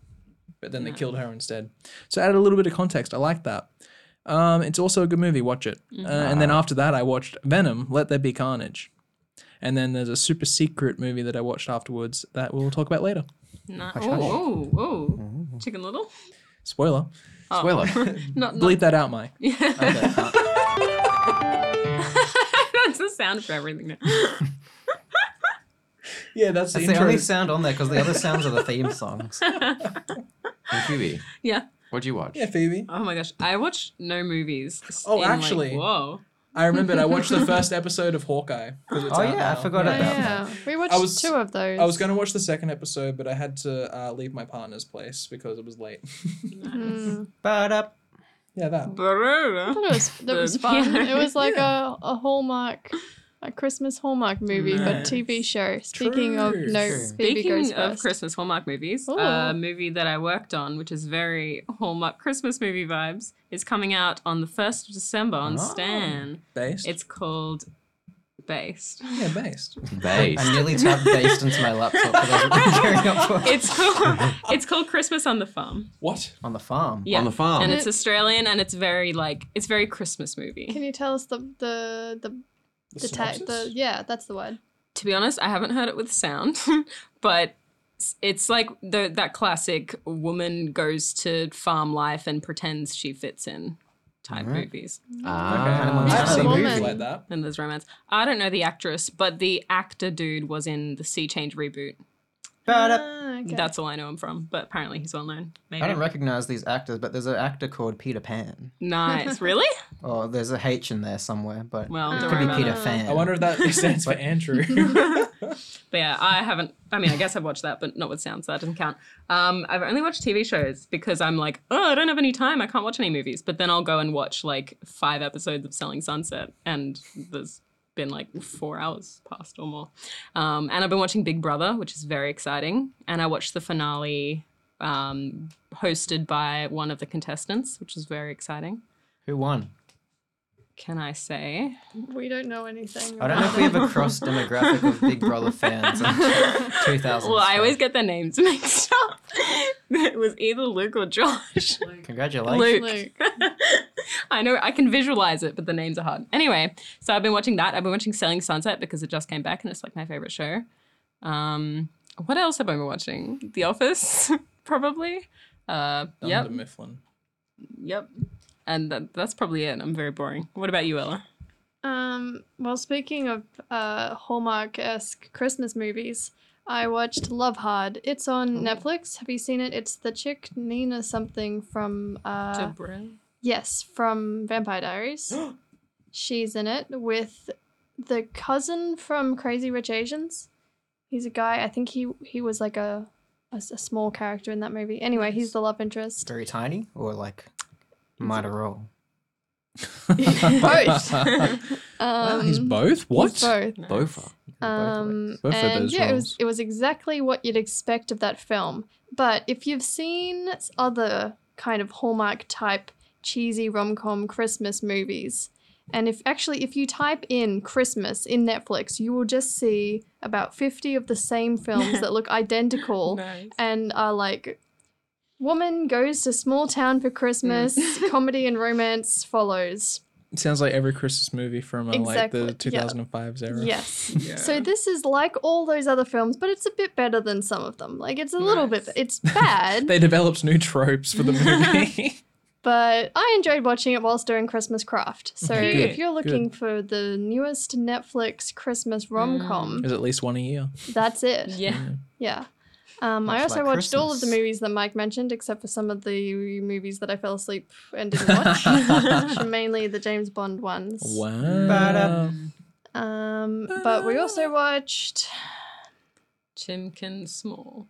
Speaker 2: but then they
Speaker 3: No.
Speaker 2: killed her instead. So it added a little bit of context. I like that. Um, it's also a good movie. Watch it. Uh, and then after that, I watched Venom. Let there be carnage. And then there's a super secret movie that I watched afterwards that we'll talk about later.
Speaker 3: Ni- oh, oh, oh. Chicken Little.
Speaker 2: Spoiler.
Speaker 3: Oh.
Speaker 4: Spoiler.
Speaker 3: Not, not
Speaker 2: Bleep that out, Mike.
Speaker 3: Yeah. That's the sound for everything now.
Speaker 2: Yeah, that's,
Speaker 1: That's
Speaker 2: the
Speaker 1: the
Speaker 2: intro.
Speaker 1: only sound on there because the other sounds are the theme songs.
Speaker 4: Hey, Phoebe,
Speaker 3: yeah.
Speaker 4: what'd you watch?
Speaker 2: yeah, Phoebe.
Speaker 3: Oh my gosh. I watch no movies.
Speaker 2: Oh,
Speaker 3: in, like,
Speaker 2: actually.
Speaker 3: whoa.
Speaker 2: I remembered I watched the first episode of Hawkeye. 'cause it's
Speaker 1: Oh,
Speaker 2: out
Speaker 1: yeah, I
Speaker 2: now.
Speaker 1: forgot
Speaker 5: Oh,
Speaker 1: about
Speaker 5: yeah. We watched
Speaker 2: was-
Speaker 5: two of those.
Speaker 2: I was going to watch the second episode, but I had to uh, leave my partner's place because it was late.
Speaker 5: Mm.
Speaker 1: But up.
Speaker 2: yeah, that.
Speaker 5: I thought it was, that was
Speaker 3: But-
Speaker 5: fun. It was like
Speaker 2: Yeah.
Speaker 5: a, a Hallmark, a Christmas Hallmark movie, but
Speaker 2: Nice.
Speaker 5: TV show. Speaking of,
Speaker 2: True.
Speaker 5: no,
Speaker 1: True.
Speaker 5: Phoebe goes
Speaker 3: Speaking of
Speaker 5: first.
Speaker 3: Christmas Hallmark movies,
Speaker 5: Ooh.
Speaker 3: a movie that I worked on, which is very Hallmark Christmas movie vibes, is coming out on the 1st of December on
Speaker 1: Oh.
Speaker 3: Stan.
Speaker 2: Based?
Speaker 3: It's called Based.
Speaker 2: yeah, based.
Speaker 4: Based.
Speaker 1: I nearly tapped based into my laptop because I was gearing up for
Speaker 3: It's called, it's called Christmas on the Farm.
Speaker 2: What?
Speaker 1: on the farm.
Speaker 3: Yeah.
Speaker 4: On the farm.
Speaker 3: And it's Australian and it's very like, it's very Christmas
Speaker 5: Can
Speaker 3: movie.
Speaker 5: you tell us the the the the, ta-
Speaker 2: synopsis?
Speaker 5: the yeah? That's the word.
Speaker 3: To be honest, I haven't heard it with sound, but it's- it's like the, that classic woman goes to farm life and pretends she fits in type
Speaker 1: Alright.
Speaker 3: movies.
Speaker 4: ah,
Speaker 2: I've seen
Speaker 5: Woman.
Speaker 2: movies like that.
Speaker 3: And there's romance. I don't know the actress, but the actor dude was in the Sea Change reboot.
Speaker 1: But up.
Speaker 5: Ah, okay.
Speaker 3: That's all I know him from, but apparently he's well known. Maybe.
Speaker 1: I don't recognize these actors, but there's an actor called Peter Pan.
Speaker 3: nice. Really?
Speaker 1: Or there's a H in there somewhere, but
Speaker 3: Well,
Speaker 1: it
Speaker 3: don't
Speaker 1: could be
Speaker 3: worry about
Speaker 1: Peter
Speaker 5: it.
Speaker 1: Fan.
Speaker 2: I wonder if that stands for Andrew.
Speaker 3: But yeah, I haven't. I mean, I guess I've watched that, but not with sound, so that doesn't count. Um, I've only watched TV shows because I'm like, oh, I don't have any time. I can't watch any movies. But then I'll go and watch like five episodes of Selling Sunset, and there's been like four hours past or more. Um, and I've been watching Big Brother, which is very exciting. And I watched the finale um, hosted by one of the contestants, which was very exciting.
Speaker 1: Who won?
Speaker 3: Can I say?
Speaker 5: we don't know anything.
Speaker 1: I don't know if we have a cross demographic of Big Brother fans in 2000.
Speaker 3: Well, I always get their names mixed up. it was either Luke or Josh.
Speaker 1: Congratulations.
Speaker 3: Luke.
Speaker 5: Luke.
Speaker 3: I know I can visualize it, but the names are hard. Anyway, so I've been watching that. I've been watching Selling Sunset because it just came back and it's like my favorite show. Um, what else have I been watching? The Office, probably. Uh,
Speaker 2: Dunder
Speaker 3: yep,
Speaker 2: Mifflin.
Speaker 3: yep. And that, that's probably it. I'm very boring. What about you, Ella?
Speaker 5: Um, well, speaking of uh, Hallmark esque Christmas movies, I watched Love Hard. It's on Netflix. Have you seen it? It's the chick Nina something from uh, yes, from Vampire Diaries. She's in it with the cousin from Crazy Rich Asians. He's a guy. I think he he was like a a, s- a small character in that movie. Anyway, he's the love interest.
Speaker 1: Very tiny, or like might a roll.
Speaker 5: Both.
Speaker 2: Wow,
Speaker 5: Um,
Speaker 2: he's both? What?
Speaker 5: He's both.
Speaker 4: Bofa.
Speaker 5: Um,
Speaker 2: Both of
Speaker 5: and
Speaker 2: those
Speaker 5: yeah, it was
Speaker 2: roles.
Speaker 5: it was exactly what you'd expect of that film. But if you've seen s- other kind of Hallmark type cheesy rom com Christmas movies, and if actually if you type in Christmas in Netflix, you will just see about fifty of the same films that look identical
Speaker 3: Nice.
Speaker 5: and are like woman goes to small town for Christmas, comedy and romance follows.
Speaker 2: It sounds like every Christmas movie from uh, like the
Speaker 5: Exactly, yeah.
Speaker 2: 2005s era.
Speaker 5: Yes.
Speaker 3: Yeah.
Speaker 5: So this is like all those other films, but it's a bit better than some of them. Like it's a little bit it's bad,
Speaker 2: They developed new tropes for the movie.
Speaker 5: but I enjoyed watching it whilst doing Christmas craft. So
Speaker 3: Okay,
Speaker 5: if
Speaker 3: good,
Speaker 5: you're looking for the newest Netflix Christmas rom-com,
Speaker 2: There's at least one a year.
Speaker 5: that's it.
Speaker 3: yeah.
Speaker 5: Yeah. Um, I
Speaker 1: Much
Speaker 5: also
Speaker 1: like
Speaker 5: watched all of the
Speaker 1: Christmas.
Speaker 5: movies that Mike mentioned, except for some of the movies that I fell asleep and didn't watch, which are mainly the James Bond ones.
Speaker 2: Wow.
Speaker 5: Um, but we also watched
Speaker 3: Chimkin Small.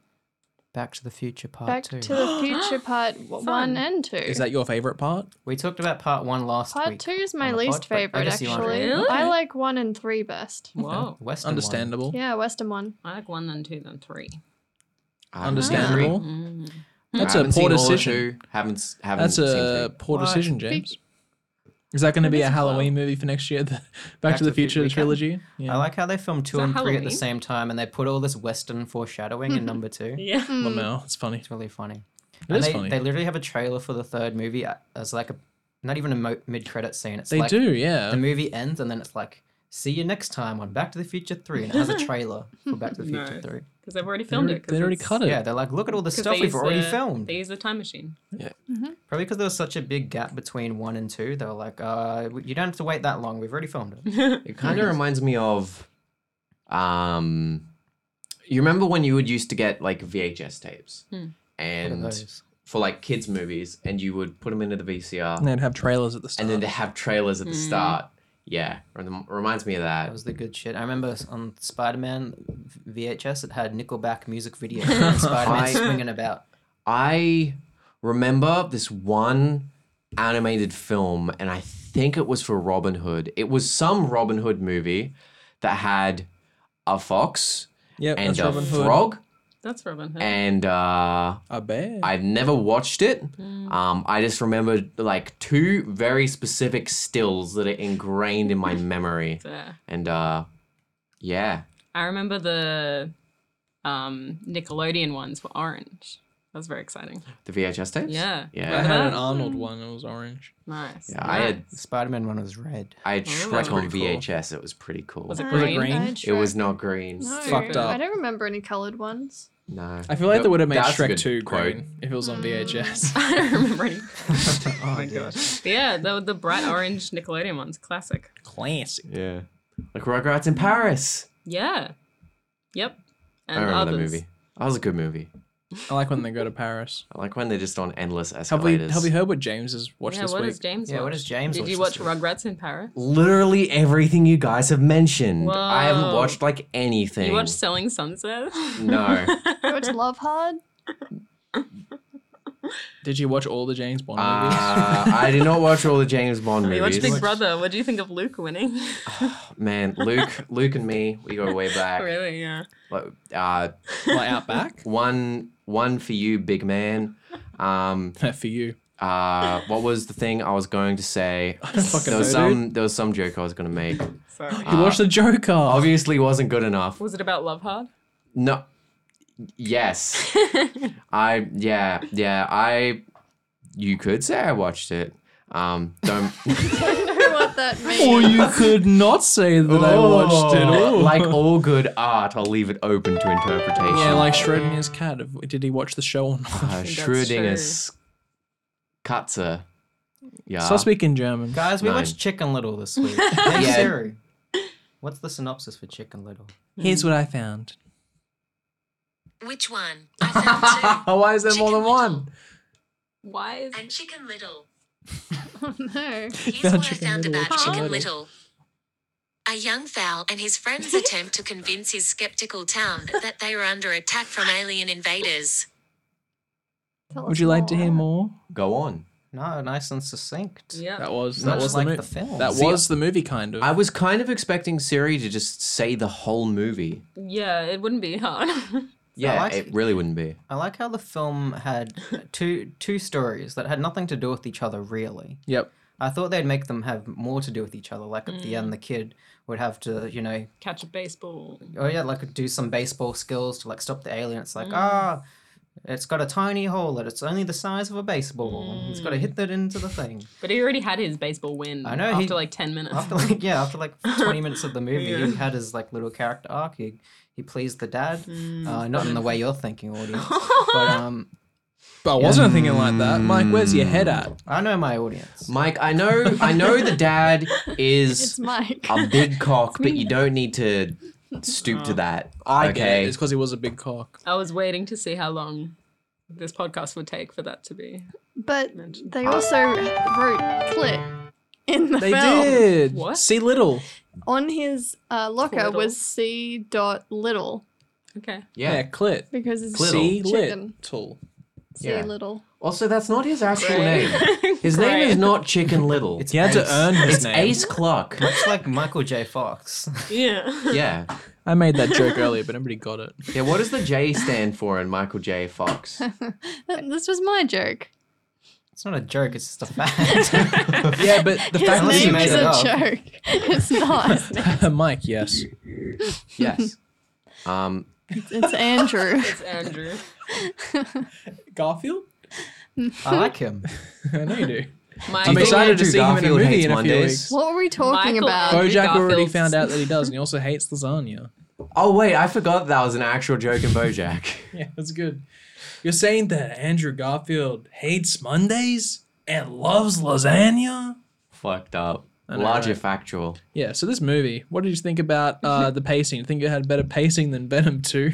Speaker 1: Back to the Future Part
Speaker 5: Back
Speaker 1: Two.
Speaker 5: to the Future Part w-
Speaker 3: Fun.
Speaker 5: One and Two.
Speaker 2: Is that your favorite part?
Speaker 1: we talked about Part One last
Speaker 5: Part
Speaker 1: week.
Speaker 5: two is my
Speaker 1: on the pod,
Speaker 5: least
Speaker 1: but I
Speaker 5: favorite,
Speaker 1: guess you aren't
Speaker 5: actually.
Speaker 3: really.
Speaker 5: I like one and three best.
Speaker 3: Whoa.
Speaker 1: Western one.
Speaker 2: Understandable.
Speaker 5: Yeah, Western one.
Speaker 3: I like one, then two, then three.
Speaker 2: Understandable.
Speaker 3: Mm.
Speaker 2: That's a poor decision.
Speaker 4: Haven't s- haven't
Speaker 2: That's
Speaker 4: seen
Speaker 2: a
Speaker 4: three.
Speaker 2: poor
Speaker 1: Why?
Speaker 2: decision, James. Is that going to be a Halloween movie for next year? The Back, to the Future
Speaker 1: weekend.
Speaker 2: trilogy. Yeah.
Speaker 1: I like how they filmed two
Speaker 3: that
Speaker 1: and three at
Speaker 3: Halloween?
Speaker 1: the same time, and they put all this Western foreshadowing in number two.
Speaker 3: Yeah.
Speaker 5: Mm.
Speaker 2: Lamel. It's funny.
Speaker 1: It's really funny.
Speaker 2: It
Speaker 1: And
Speaker 2: is
Speaker 1: they,
Speaker 2: funny.
Speaker 1: they
Speaker 2: They,
Speaker 1: literally have a trailer for the third movie a- as like a not even a mo- mid-credit scene. It's like
Speaker 2: do. Yeah.
Speaker 1: the movie ends and then it's like see you next time on Back to the Future Three, and it has a trailer for Back to the Future
Speaker 3: Nice.
Speaker 1: Three.
Speaker 3: Because they've already
Speaker 2: They
Speaker 3: filmed
Speaker 2: already,
Speaker 3: it.
Speaker 2: they already cut it.
Speaker 1: Yeah, they're like, look at all the stuff we've already filmed.
Speaker 3: They use the time machine.
Speaker 1: Probably because there was such a big gap between one and two. They were like, uh, w- you don't have to wait that long. We've already filmed it.
Speaker 4: It kind of reminds me of um You remember when you would used to get like VHS tapes
Speaker 3: Hmm.
Speaker 1: What are
Speaker 4: and
Speaker 1: those?
Speaker 4: for like kids movies and you would put them into the VCR
Speaker 2: And they'd have trailers at the start.
Speaker 4: and then to have trailers at the
Speaker 3: Hmm.
Speaker 4: start. Yeah, rem- reminds me of
Speaker 1: That
Speaker 4: that.
Speaker 1: was the good shit. I remember s- on Spider Man VHS, it had Nickelback music video. Spider Man
Speaker 4: I-
Speaker 1: swinging about.
Speaker 4: I remember this one animated film, and I think it was for Robin Hood. It was some Robin Hood movie that had a fox
Speaker 2: yep,
Speaker 4: and
Speaker 2: that's
Speaker 4: a
Speaker 2: Robin Hood.
Speaker 4: frog,
Speaker 3: That's Robin Hood.
Speaker 4: and uh,
Speaker 2: A bear.
Speaker 4: I've never watched it. Um, I just remember like two very specific stills that are ingrained in my memory,
Speaker 3: Fair.
Speaker 4: and uh, yeah,
Speaker 3: I remember the um, Nickelodeon ones were orange. That was very exciting.
Speaker 4: the VHS tapes.
Speaker 3: Yeah.
Speaker 4: yeah.
Speaker 2: I had an Arnold one. It was orange.
Speaker 3: Nice.
Speaker 4: Yeah, I had-
Speaker 3: nice.
Speaker 1: Spider Man one was red.
Speaker 4: I had
Speaker 3: Oh,
Speaker 4: Shrek
Speaker 3: that's
Speaker 4: on
Speaker 2: pretty cool.
Speaker 4: VHS. It was pretty cool.
Speaker 3: Was it
Speaker 5: Uh,
Speaker 3: green?
Speaker 2: green?
Speaker 5: I had
Speaker 4: It was
Speaker 5: Shrek.
Speaker 4: not green.
Speaker 5: No,
Speaker 2: fucked up.
Speaker 5: I don't remember any colored ones.
Speaker 4: No.
Speaker 2: I feel like they would have made
Speaker 4: That's a
Speaker 2: Shrek
Speaker 4: good
Speaker 2: 2
Speaker 4: quote.
Speaker 2: green if it was on VHS.
Speaker 3: I don't remember any. oh my gosh. Yeah, the, the bright orange Nickelodeon ones, classic.
Speaker 2: Classic.
Speaker 4: Yeah. Like Rugrats in Paris.
Speaker 3: Yeah. Yep. And
Speaker 4: I remember
Speaker 3: others.
Speaker 4: that movie. That was a good movie.
Speaker 2: I like when they go to Paris.
Speaker 4: I like when they're just on endless
Speaker 2: Have we,
Speaker 4: escalators.
Speaker 2: have we heard what James has watched
Speaker 3: Yeah,
Speaker 2: this
Speaker 3: what
Speaker 2: week?
Speaker 3: does James
Speaker 1: Yeah,
Speaker 3: watch?
Speaker 1: what does James
Speaker 3: Did
Speaker 1: watch
Speaker 3: you watch
Speaker 1: this week?
Speaker 3: Rugrats in Paris?
Speaker 4: Literally everything you guys have mentioned. I haven't
Speaker 3: Whoa.
Speaker 4: watched like anything.
Speaker 3: You watched Selling Sunset?
Speaker 4: No.
Speaker 5: You watch Oh, Love Hard?
Speaker 2: Did you watch all the James Bond movies?
Speaker 4: Uh, I did not watch all the James Bond
Speaker 3: you watched
Speaker 4: movies.
Speaker 3: Big Brother. What do you think of Luke winning?
Speaker 4: Man, Luke, Luke and me, we go way back.
Speaker 3: really? Yeah.
Speaker 4: Like, Uh,
Speaker 2: like out back?
Speaker 4: one, one for you, big man. Um,
Speaker 2: For you.
Speaker 4: uh, what was the thing I was going to say?
Speaker 2: fucking
Speaker 4: there was
Speaker 2: know, dude.
Speaker 4: some, there was some joke I was going to make.
Speaker 3: Sorry.
Speaker 2: You
Speaker 4: Uh,
Speaker 2: watched the Joker.
Speaker 4: Obviously, wasn't good enough.
Speaker 3: uh, Was it about Love Hard?
Speaker 4: No. Yes. I yeah yeah I. You could say I watched it. Um. Don't.
Speaker 5: I don't know what that means.
Speaker 2: Or you could not say that I watched it.
Speaker 4: Oh,
Speaker 2: Ooh.
Speaker 4: Like all good art, I'll leave it open to interpretation.
Speaker 2: yeah, like Schrodinger's cat. Have- Did he watch the show or not?
Speaker 4: uh,
Speaker 3: that's
Speaker 4: Schrodinger's Katze. Yeah.
Speaker 2: So I speak in German.
Speaker 1: Guys, we
Speaker 4: Nine.
Speaker 1: watched Chicken Little this week. hey,
Speaker 4: Yeah.
Speaker 1: Siri. What's the synopsis for Chicken Little?
Speaker 2: Here's what I found.
Speaker 6: Which one? I found
Speaker 2: Oh, Why is there more than
Speaker 6: Chicken
Speaker 2: one?
Speaker 3: Why is
Speaker 6: two. and Chicken Little.
Speaker 5: Oh, no.
Speaker 6: Here's
Speaker 2: Found
Speaker 6: what I
Speaker 2: Chicken
Speaker 6: found
Speaker 2: Little,
Speaker 6: about
Speaker 2: Chicken
Speaker 6: Chicken
Speaker 2: Little.
Speaker 6: Little. A young fowl and his friends attempt to convince his skeptical town that they are under attack from alien invaders.
Speaker 5: Tell
Speaker 2: Would
Speaker 5: us
Speaker 2: you like to hear
Speaker 5: more.
Speaker 2: more?
Speaker 4: Go on.
Speaker 1: No, nice and succinct.
Speaker 3: yeah?
Speaker 2: That was
Speaker 1: Much
Speaker 2: that was
Speaker 1: like
Speaker 2: the, mo-
Speaker 1: the film.
Speaker 2: That
Speaker 4: See,
Speaker 2: was the movie kind of.
Speaker 4: I was kind of expecting Siri to just say the whole movie.
Speaker 3: Yeah, it wouldn't be hard.
Speaker 4: Yeah,
Speaker 1: like-
Speaker 4: it really wouldn't be.
Speaker 1: I like how the film had two two stories that had nothing to do with each other really.
Speaker 2: yep.
Speaker 1: I thought they'd make them have more to do with each other. Like at the
Speaker 3: Mm.
Speaker 1: end, the kid would have to, you know,
Speaker 3: Catch a baseball.
Speaker 1: oh yeah, like do some baseball skills to like stop the alien. It's like ah, it's got a tiny hole and it's only the size of a baseball. It's got to hit that into the thing.
Speaker 3: But he already had his baseball win
Speaker 1: I know,
Speaker 3: after
Speaker 1: he-
Speaker 3: like 10 minutes.
Speaker 1: After like yeah, after like twenty minutes of the movie,
Speaker 3: Yeah.
Speaker 1: he had his like little character arc. He he pleased the dad, uh, not in the way you're thinking, audience. but um,
Speaker 2: But I wasn't thinking like that. Mike, where's your head at?
Speaker 1: I know my audience.
Speaker 4: Mike, I know, I know the dad
Speaker 5: It's
Speaker 4: is
Speaker 5: Mike.
Speaker 4: a big cock, but you don't need to stoop to that. okay.
Speaker 2: It's because he was a big cock.
Speaker 3: I was waiting to see how long this podcast would take for that to be.
Speaker 5: But they also wrote Clit in the
Speaker 2: They
Speaker 5: film.
Speaker 2: did.
Speaker 3: What?
Speaker 2: See little.
Speaker 5: On his uh, locker
Speaker 3: Clittle.
Speaker 5: was C. Dot Little
Speaker 3: Okay.
Speaker 2: Yeah,
Speaker 4: Yeah.
Speaker 2: clit.
Speaker 5: because it's
Speaker 4: Clittle.
Speaker 2: See
Speaker 5: Chicken.
Speaker 2: little.
Speaker 5: C.
Speaker 4: Yeah.
Speaker 5: Little.
Speaker 4: Also, that's not his actual
Speaker 3: Great.
Speaker 4: name. His name is not Chicken Little.
Speaker 1: It's
Speaker 4: It's
Speaker 2: He had
Speaker 1: Ace.
Speaker 2: to earn his
Speaker 4: it's
Speaker 2: name.
Speaker 4: Ace Clark.
Speaker 1: It's like Michael J. Fox.
Speaker 3: Yeah.
Speaker 4: Yeah.
Speaker 2: I made that joke earlier, but nobody got it.
Speaker 4: Yeah, what does the J stand for in Michael J. Fox?
Speaker 5: Uh, This was my joke.
Speaker 1: It's not a joke. It's just a fact.
Speaker 2: Yeah, but the
Speaker 5: His
Speaker 2: fact
Speaker 1: unless you
Speaker 5: name
Speaker 1: made
Speaker 5: is
Speaker 1: it
Speaker 5: a
Speaker 1: up.
Speaker 5: joke. It's not.
Speaker 2: that Mike, yes.
Speaker 4: Yes. Um,
Speaker 5: It's Andrew.
Speaker 3: It's Andrew.
Speaker 2: Garfield?
Speaker 1: I like him.
Speaker 2: I know you do.
Speaker 3: Mike,
Speaker 2: I'm
Speaker 4: think
Speaker 2: excited to
Speaker 4: Andrew
Speaker 2: see him in a
Speaker 4: Garfield
Speaker 2: movie
Speaker 4: hates
Speaker 2: in a few
Speaker 4: Mondays?
Speaker 2: weeks.
Speaker 5: What were we talking
Speaker 3: Michael
Speaker 5: about?
Speaker 3: Andrew
Speaker 2: Bojack already
Speaker 3: Garfield's-
Speaker 2: found out that he does, and he also hates lasagna.
Speaker 4: oh, wait, I forgot that was an actual joke in Bojack.
Speaker 2: Yeah, that's good. You're saying that Andrew Garfield hates Mondays and loves lasagna?
Speaker 4: Fucked up.
Speaker 2: I know,
Speaker 4: Larger
Speaker 2: right?
Speaker 4: factual.
Speaker 2: Yeah, so this movie, what did you think about uh, the pacing? You think it had better pacing than Venom 2?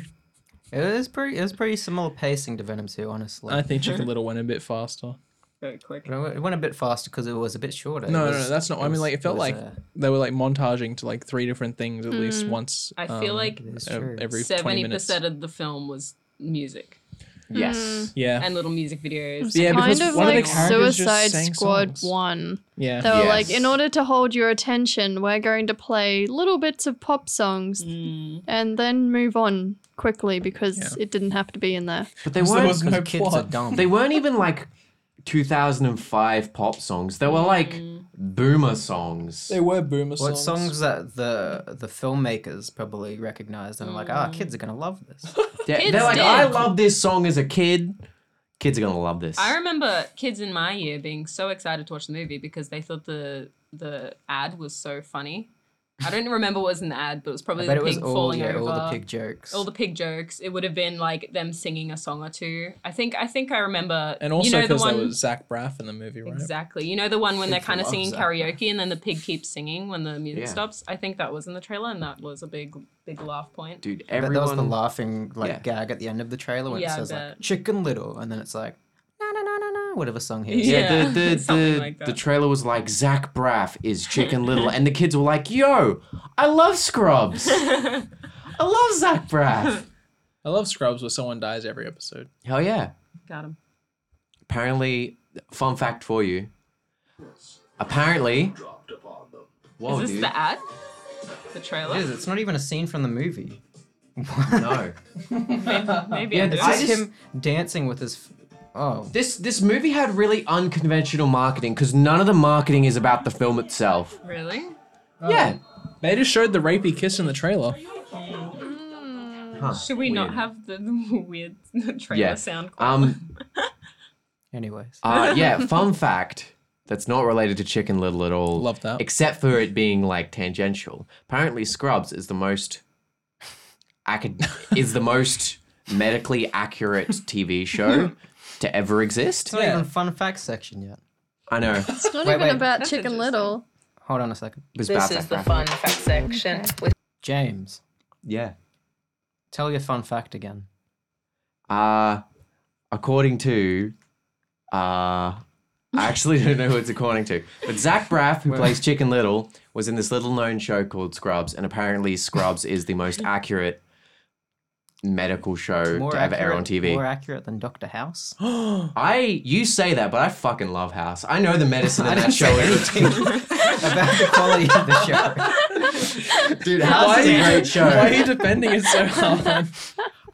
Speaker 1: It was pretty. It was pretty similar pacing to Venom Two, honestly.
Speaker 2: I think Chicken Little went a bit faster.
Speaker 7: Very quick.
Speaker 2: Um,
Speaker 1: But it went- it went a bit faster because it was a bit shorter. It
Speaker 2: No, no,
Speaker 1: was-
Speaker 2: no, that's not. I mean,
Speaker 1: was-
Speaker 2: like it felt
Speaker 1: was,
Speaker 2: like
Speaker 1: uh,
Speaker 2: they were like montaging to like three different things at least
Speaker 3: Mm.
Speaker 2: once.
Speaker 3: I feel like
Speaker 1: it is
Speaker 2: ev-
Speaker 1: true.
Speaker 2: every twenty
Speaker 3: Seventy
Speaker 2: minutes.
Speaker 3: percent of the film was music
Speaker 4: Yes.
Speaker 2: Yeah,
Speaker 3: and little music videos.
Speaker 2: Oh, Yeah, because
Speaker 5: kind of
Speaker 2: one of the
Speaker 5: like
Speaker 2: characters just
Speaker 5: Suicide
Speaker 2: sang
Speaker 5: Squad
Speaker 2: songs.
Speaker 5: One.
Speaker 2: yeah.
Speaker 5: They were like,
Speaker 4: Yes.
Speaker 5: in order to hold your attention, we're going to play little bits of pop songs
Speaker 3: Mm.
Speaker 5: and then move on quickly because
Speaker 2: Yeah.
Speaker 5: it didn't have to be in there.
Speaker 4: But they
Speaker 2: Because there
Speaker 4: weren't.
Speaker 2: was no
Speaker 1: 'cause kids are
Speaker 2: plot.
Speaker 1: dumb.
Speaker 4: They weren't even like 2005 pop songs. They were like
Speaker 3: Hmm.
Speaker 4: boomer songs.
Speaker 2: They were boomer
Speaker 1: what
Speaker 2: songs.
Speaker 1: songs that the the filmmakers probably recognized and were like, ah, kids are gonna love this.
Speaker 4: They're,
Speaker 3: Kids
Speaker 4: they're like,
Speaker 3: did.
Speaker 4: I love this song as a kid. Kids are gonna love this.
Speaker 3: I remember kids in my year being so excited to watch the movie because they thought the the ad was so funny. I don't remember what was in the ad, but it was
Speaker 1: I
Speaker 3: probably
Speaker 1: bet
Speaker 3: the
Speaker 1: it was
Speaker 3: pig
Speaker 1: all
Speaker 3: falling
Speaker 1: yeah,
Speaker 3: over,
Speaker 1: all the pig jokes.
Speaker 3: all the pig jokes. It would have been like them singing a song or two. I think I think I remember.
Speaker 2: and also
Speaker 3: you know, the
Speaker 2: because
Speaker 3: one
Speaker 2: there was Zach Braff in the movie, right?
Speaker 3: exactly. You know the one when they're
Speaker 1: Kids
Speaker 3: kind of
Speaker 1: love
Speaker 3: singing
Speaker 1: that.
Speaker 3: karaoke and then the pig keeps singing when the music
Speaker 4: Yeah.
Speaker 3: stops. I think that was in the trailer and that was a big big laugh point.
Speaker 4: Dude,
Speaker 1: I bet
Speaker 4: everyone.
Speaker 1: that was the laughing like
Speaker 4: Yeah.
Speaker 1: gag at the end of the trailer when
Speaker 3: Yeah, I
Speaker 1: it says like
Speaker 3: bet.
Speaker 1: Chicken Little, and then it's like na na na na na whatever song he is.
Speaker 4: yeah,
Speaker 3: Yeah,
Speaker 4: the the,
Speaker 3: something
Speaker 4: the,
Speaker 3: like
Speaker 4: the
Speaker 3: that.
Speaker 4: trailer was like Zach Braff is Chicken Little, and the kids were like, "Yo, I love Scrubs. I love Zach Braff.
Speaker 2: I love Scrubs where someone dies every episode.
Speaker 4: Hell yeah!"
Speaker 3: Got him.
Speaker 4: Apparently, fun fact for you. Apparently, whoa,
Speaker 3: Is this
Speaker 4: dude,
Speaker 3: the ad? The
Speaker 1: Oh, It is.
Speaker 3: trailer?
Speaker 1: It's not even a scene from the movie.
Speaker 4: no.
Speaker 3: Maybe
Speaker 4: Yeah,
Speaker 3: I do.
Speaker 4: this
Speaker 1: It's just,
Speaker 4: I just-
Speaker 1: him dancing with his. F- oh,
Speaker 4: This this movie had really unconventional marketing because none of the marketing is about the film itself.
Speaker 3: Really? Oh.
Speaker 4: Yeah.
Speaker 2: They just showed the rapey kiss in the trailer.
Speaker 4: Huh,
Speaker 3: Should we not
Speaker 4: weird.
Speaker 3: have the, the weird trailer
Speaker 4: Yeah.
Speaker 3: sound? quality?
Speaker 4: Um.
Speaker 1: anyways.
Speaker 4: Uh. Yeah. Fun fact. That's not related to Chicken Little at all.
Speaker 2: Love that.
Speaker 4: Except for it being like tangential. Apparently, Scrubs is the most. Acad- is the most medically accurate TV show to ever exist.
Speaker 1: It's not
Speaker 2: Yeah.
Speaker 1: even fun fact section yet.
Speaker 4: I know. It
Speaker 5: It's not
Speaker 1: Wait,
Speaker 5: even
Speaker 1: wait.
Speaker 5: about
Speaker 3: That's
Speaker 5: Chicken
Speaker 3: interesting.
Speaker 5: Little.
Speaker 1: Hold on a second.
Speaker 4: was
Speaker 7: This
Speaker 4: about
Speaker 7: is
Speaker 4: that
Speaker 7: the
Speaker 4: graphic.
Speaker 7: fun fact section. With
Speaker 1: James,
Speaker 4: Yeah.
Speaker 1: tell your fun fact again.
Speaker 4: Uh according to uh I actually don't know who it's according to. But Zach Braff, who plays Chicken Little, was in this little known show called Scrubs, and apparently Scrubs is the most accurate medical show to ever air on TV.
Speaker 1: More accurate than Doctor House.
Speaker 4: I you say that, but I fucking love House. I know the medicine in that show is
Speaker 1: about the quality of the show.
Speaker 4: dude, House is a great show.
Speaker 2: Why are you defending it so hard?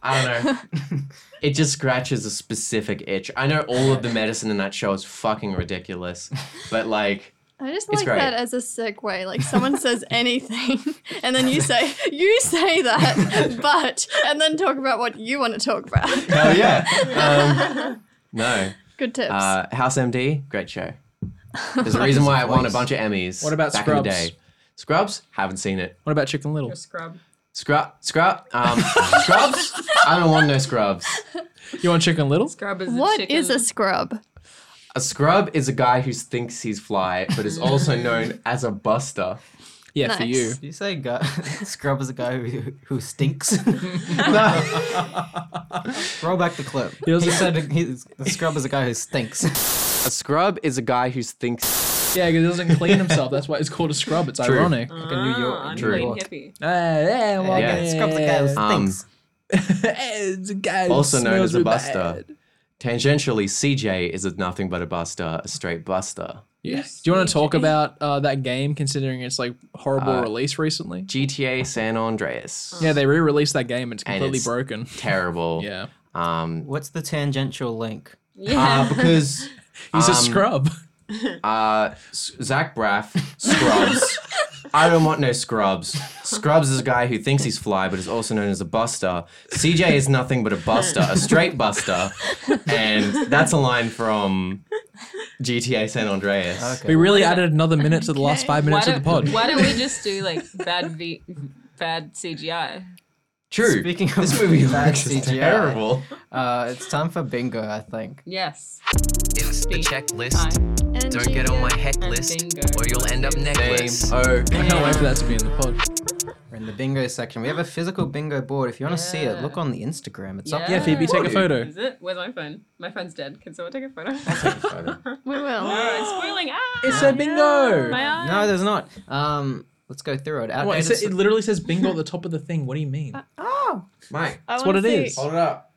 Speaker 4: I don't know. it just scratches a specific itch. I know all of the medicine in that show is fucking ridiculous. But like
Speaker 5: I just
Speaker 4: It's
Speaker 5: like
Speaker 4: great.
Speaker 5: that as a segue. Like someone says anything, and then you say, "You say that," but and then talk about what you want to talk about.
Speaker 4: Hell yeah. Um, no.
Speaker 5: Good tips.
Speaker 4: Uh, House MD, great show. There's a reason why it won a bunch of Emmys.
Speaker 2: What about
Speaker 4: back In the
Speaker 2: Scrubs?
Speaker 4: day. Scrubs? Haven't seen it.
Speaker 2: What about Chicken Little?
Speaker 3: Your scrub.
Speaker 4: Scrub, scrub, um, Scrubs? I don't want no Scrubs.
Speaker 2: You want Chicken Little?
Speaker 3: Scrub is
Speaker 5: what
Speaker 3: a chicken.
Speaker 5: is a scrub?
Speaker 4: A scrub is a guy who thinks he's fly, but is also known as a buster.
Speaker 2: Yeah, for
Speaker 5: Nice.
Speaker 2: you.
Speaker 1: You say guy, Scrub is a guy who, who stinks. Roll back the clip. He,
Speaker 2: was-
Speaker 1: said he's, Scrub is a guy who stinks.
Speaker 4: A scrub is a guy who thinks.
Speaker 2: Yeah, because he doesn't clean himself. That's why it's called a scrub. It's
Speaker 4: True.
Speaker 2: ironic.
Speaker 3: Ah,
Speaker 1: a New York-
Speaker 3: I'm
Speaker 4: True.
Speaker 3: being hippie.
Speaker 2: Uh, yeah, well,
Speaker 4: Yeah. Um,
Speaker 2: yeah,
Speaker 1: Scrub's a guy who stinks.
Speaker 2: it's a guy who
Speaker 4: Also known
Speaker 2: smells
Speaker 4: as a
Speaker 2: really
Speaker 4: buster.
Speaker 2: bad.
Speaker 4: Tangentially, CJ is a nothing but a buster, a straight buster.
Speaker 2: Yes. Do you want to talk about uh, that game considering it's like horrible
Speaker 4: Uh,
Speaker 2: release recently?
Speaker 4: GTA San Andreas.
Speaker 2: Yeah, they re-released that game. It's
Speaker 4: And
Speaker 2: completely
Speaker 4: it's-
Speaker 2: broken.
Speaker 4: Terrible.
Speaker 2: Yeah,
Speaker 4: Um,
Speaker 1: What's the tangential link?
Speaker 3: Yeah.
Speaker 4: uh, because
Speaker 2: Ah, he's a
Speaker 4: Um,
Speaker 2: scrub.
Speaker 4: Uh, S- Zach Braff, Scrubs. I don't want no Scrubs. Scrubs is a guy who thinks he's fly, but is also known as a buster. CJ is nothing but a buster, a straight buster. And that's a line from GTA San Andreas.
Speaker 2: We really added another minute to the last five
Speaker 3: why,
Speaker 2: minutes of the
Speaker 3: don't,
Speaker 2: pod.
Speaker 3: why don't we just do like bad v- bad CGI?
Speaker 4: True.
Speaker 1: Speaking of
Speaker 4: this movie
Speaker 1: bad
Speaker 4: looks
Speaker 1: CGI.
Speaker 4: terrible.
Speaker 1: Uh, it's time for bingo, I think.
Speaker 3: Yes.
Speaker 8: It's the
Speaker 3: Speak.
Speaker 8: checklist. Don't get on my heck
Speaker 3: And
Speaker 8: list,
Speaker 3: bingo.
Speaker 8: or you'll end up necklace.
Speaker 4: Oh,
Speaker 2: I can't wait for that to be in the pod.
Speaker 1: We're in in the bingo section. We have a physical bingo board. If you want to see it, look
Speaker 3: Yeah.
Speaker 1: on the Instagram. It's up.
Speaker 2: Yeah,
Speaker 1: there.
Speaker 2: Phoebe, take a photo.
Speaker 3: Is it? Where's my phone? My phone's dead. Can someone take a photo?
Speaker 4: Oh,
Speaker 5: We will.
Speaker 3: no, it's spoiling. Ah,
Speaker 2: It said bingo.
Speaker 3: my eye.
Speaker 1: No, there's not. Um, let's go through it.
Speaker 2: What, it,
Speaker 1: Outdated
Speaker 2: said- it literally says bingo at the top of the thing. What do you
Speaker 3: Uh,
Speaker 2: mean?
Speaker 1: Oh,
Speaker 4: Mike,
Speaker 5: I
Speaker 2: That's
Speaker 5: wanna
Speaker 2: what it
Speaker 5: see-
Speaker 2: is.
Speaker 4: hold it up.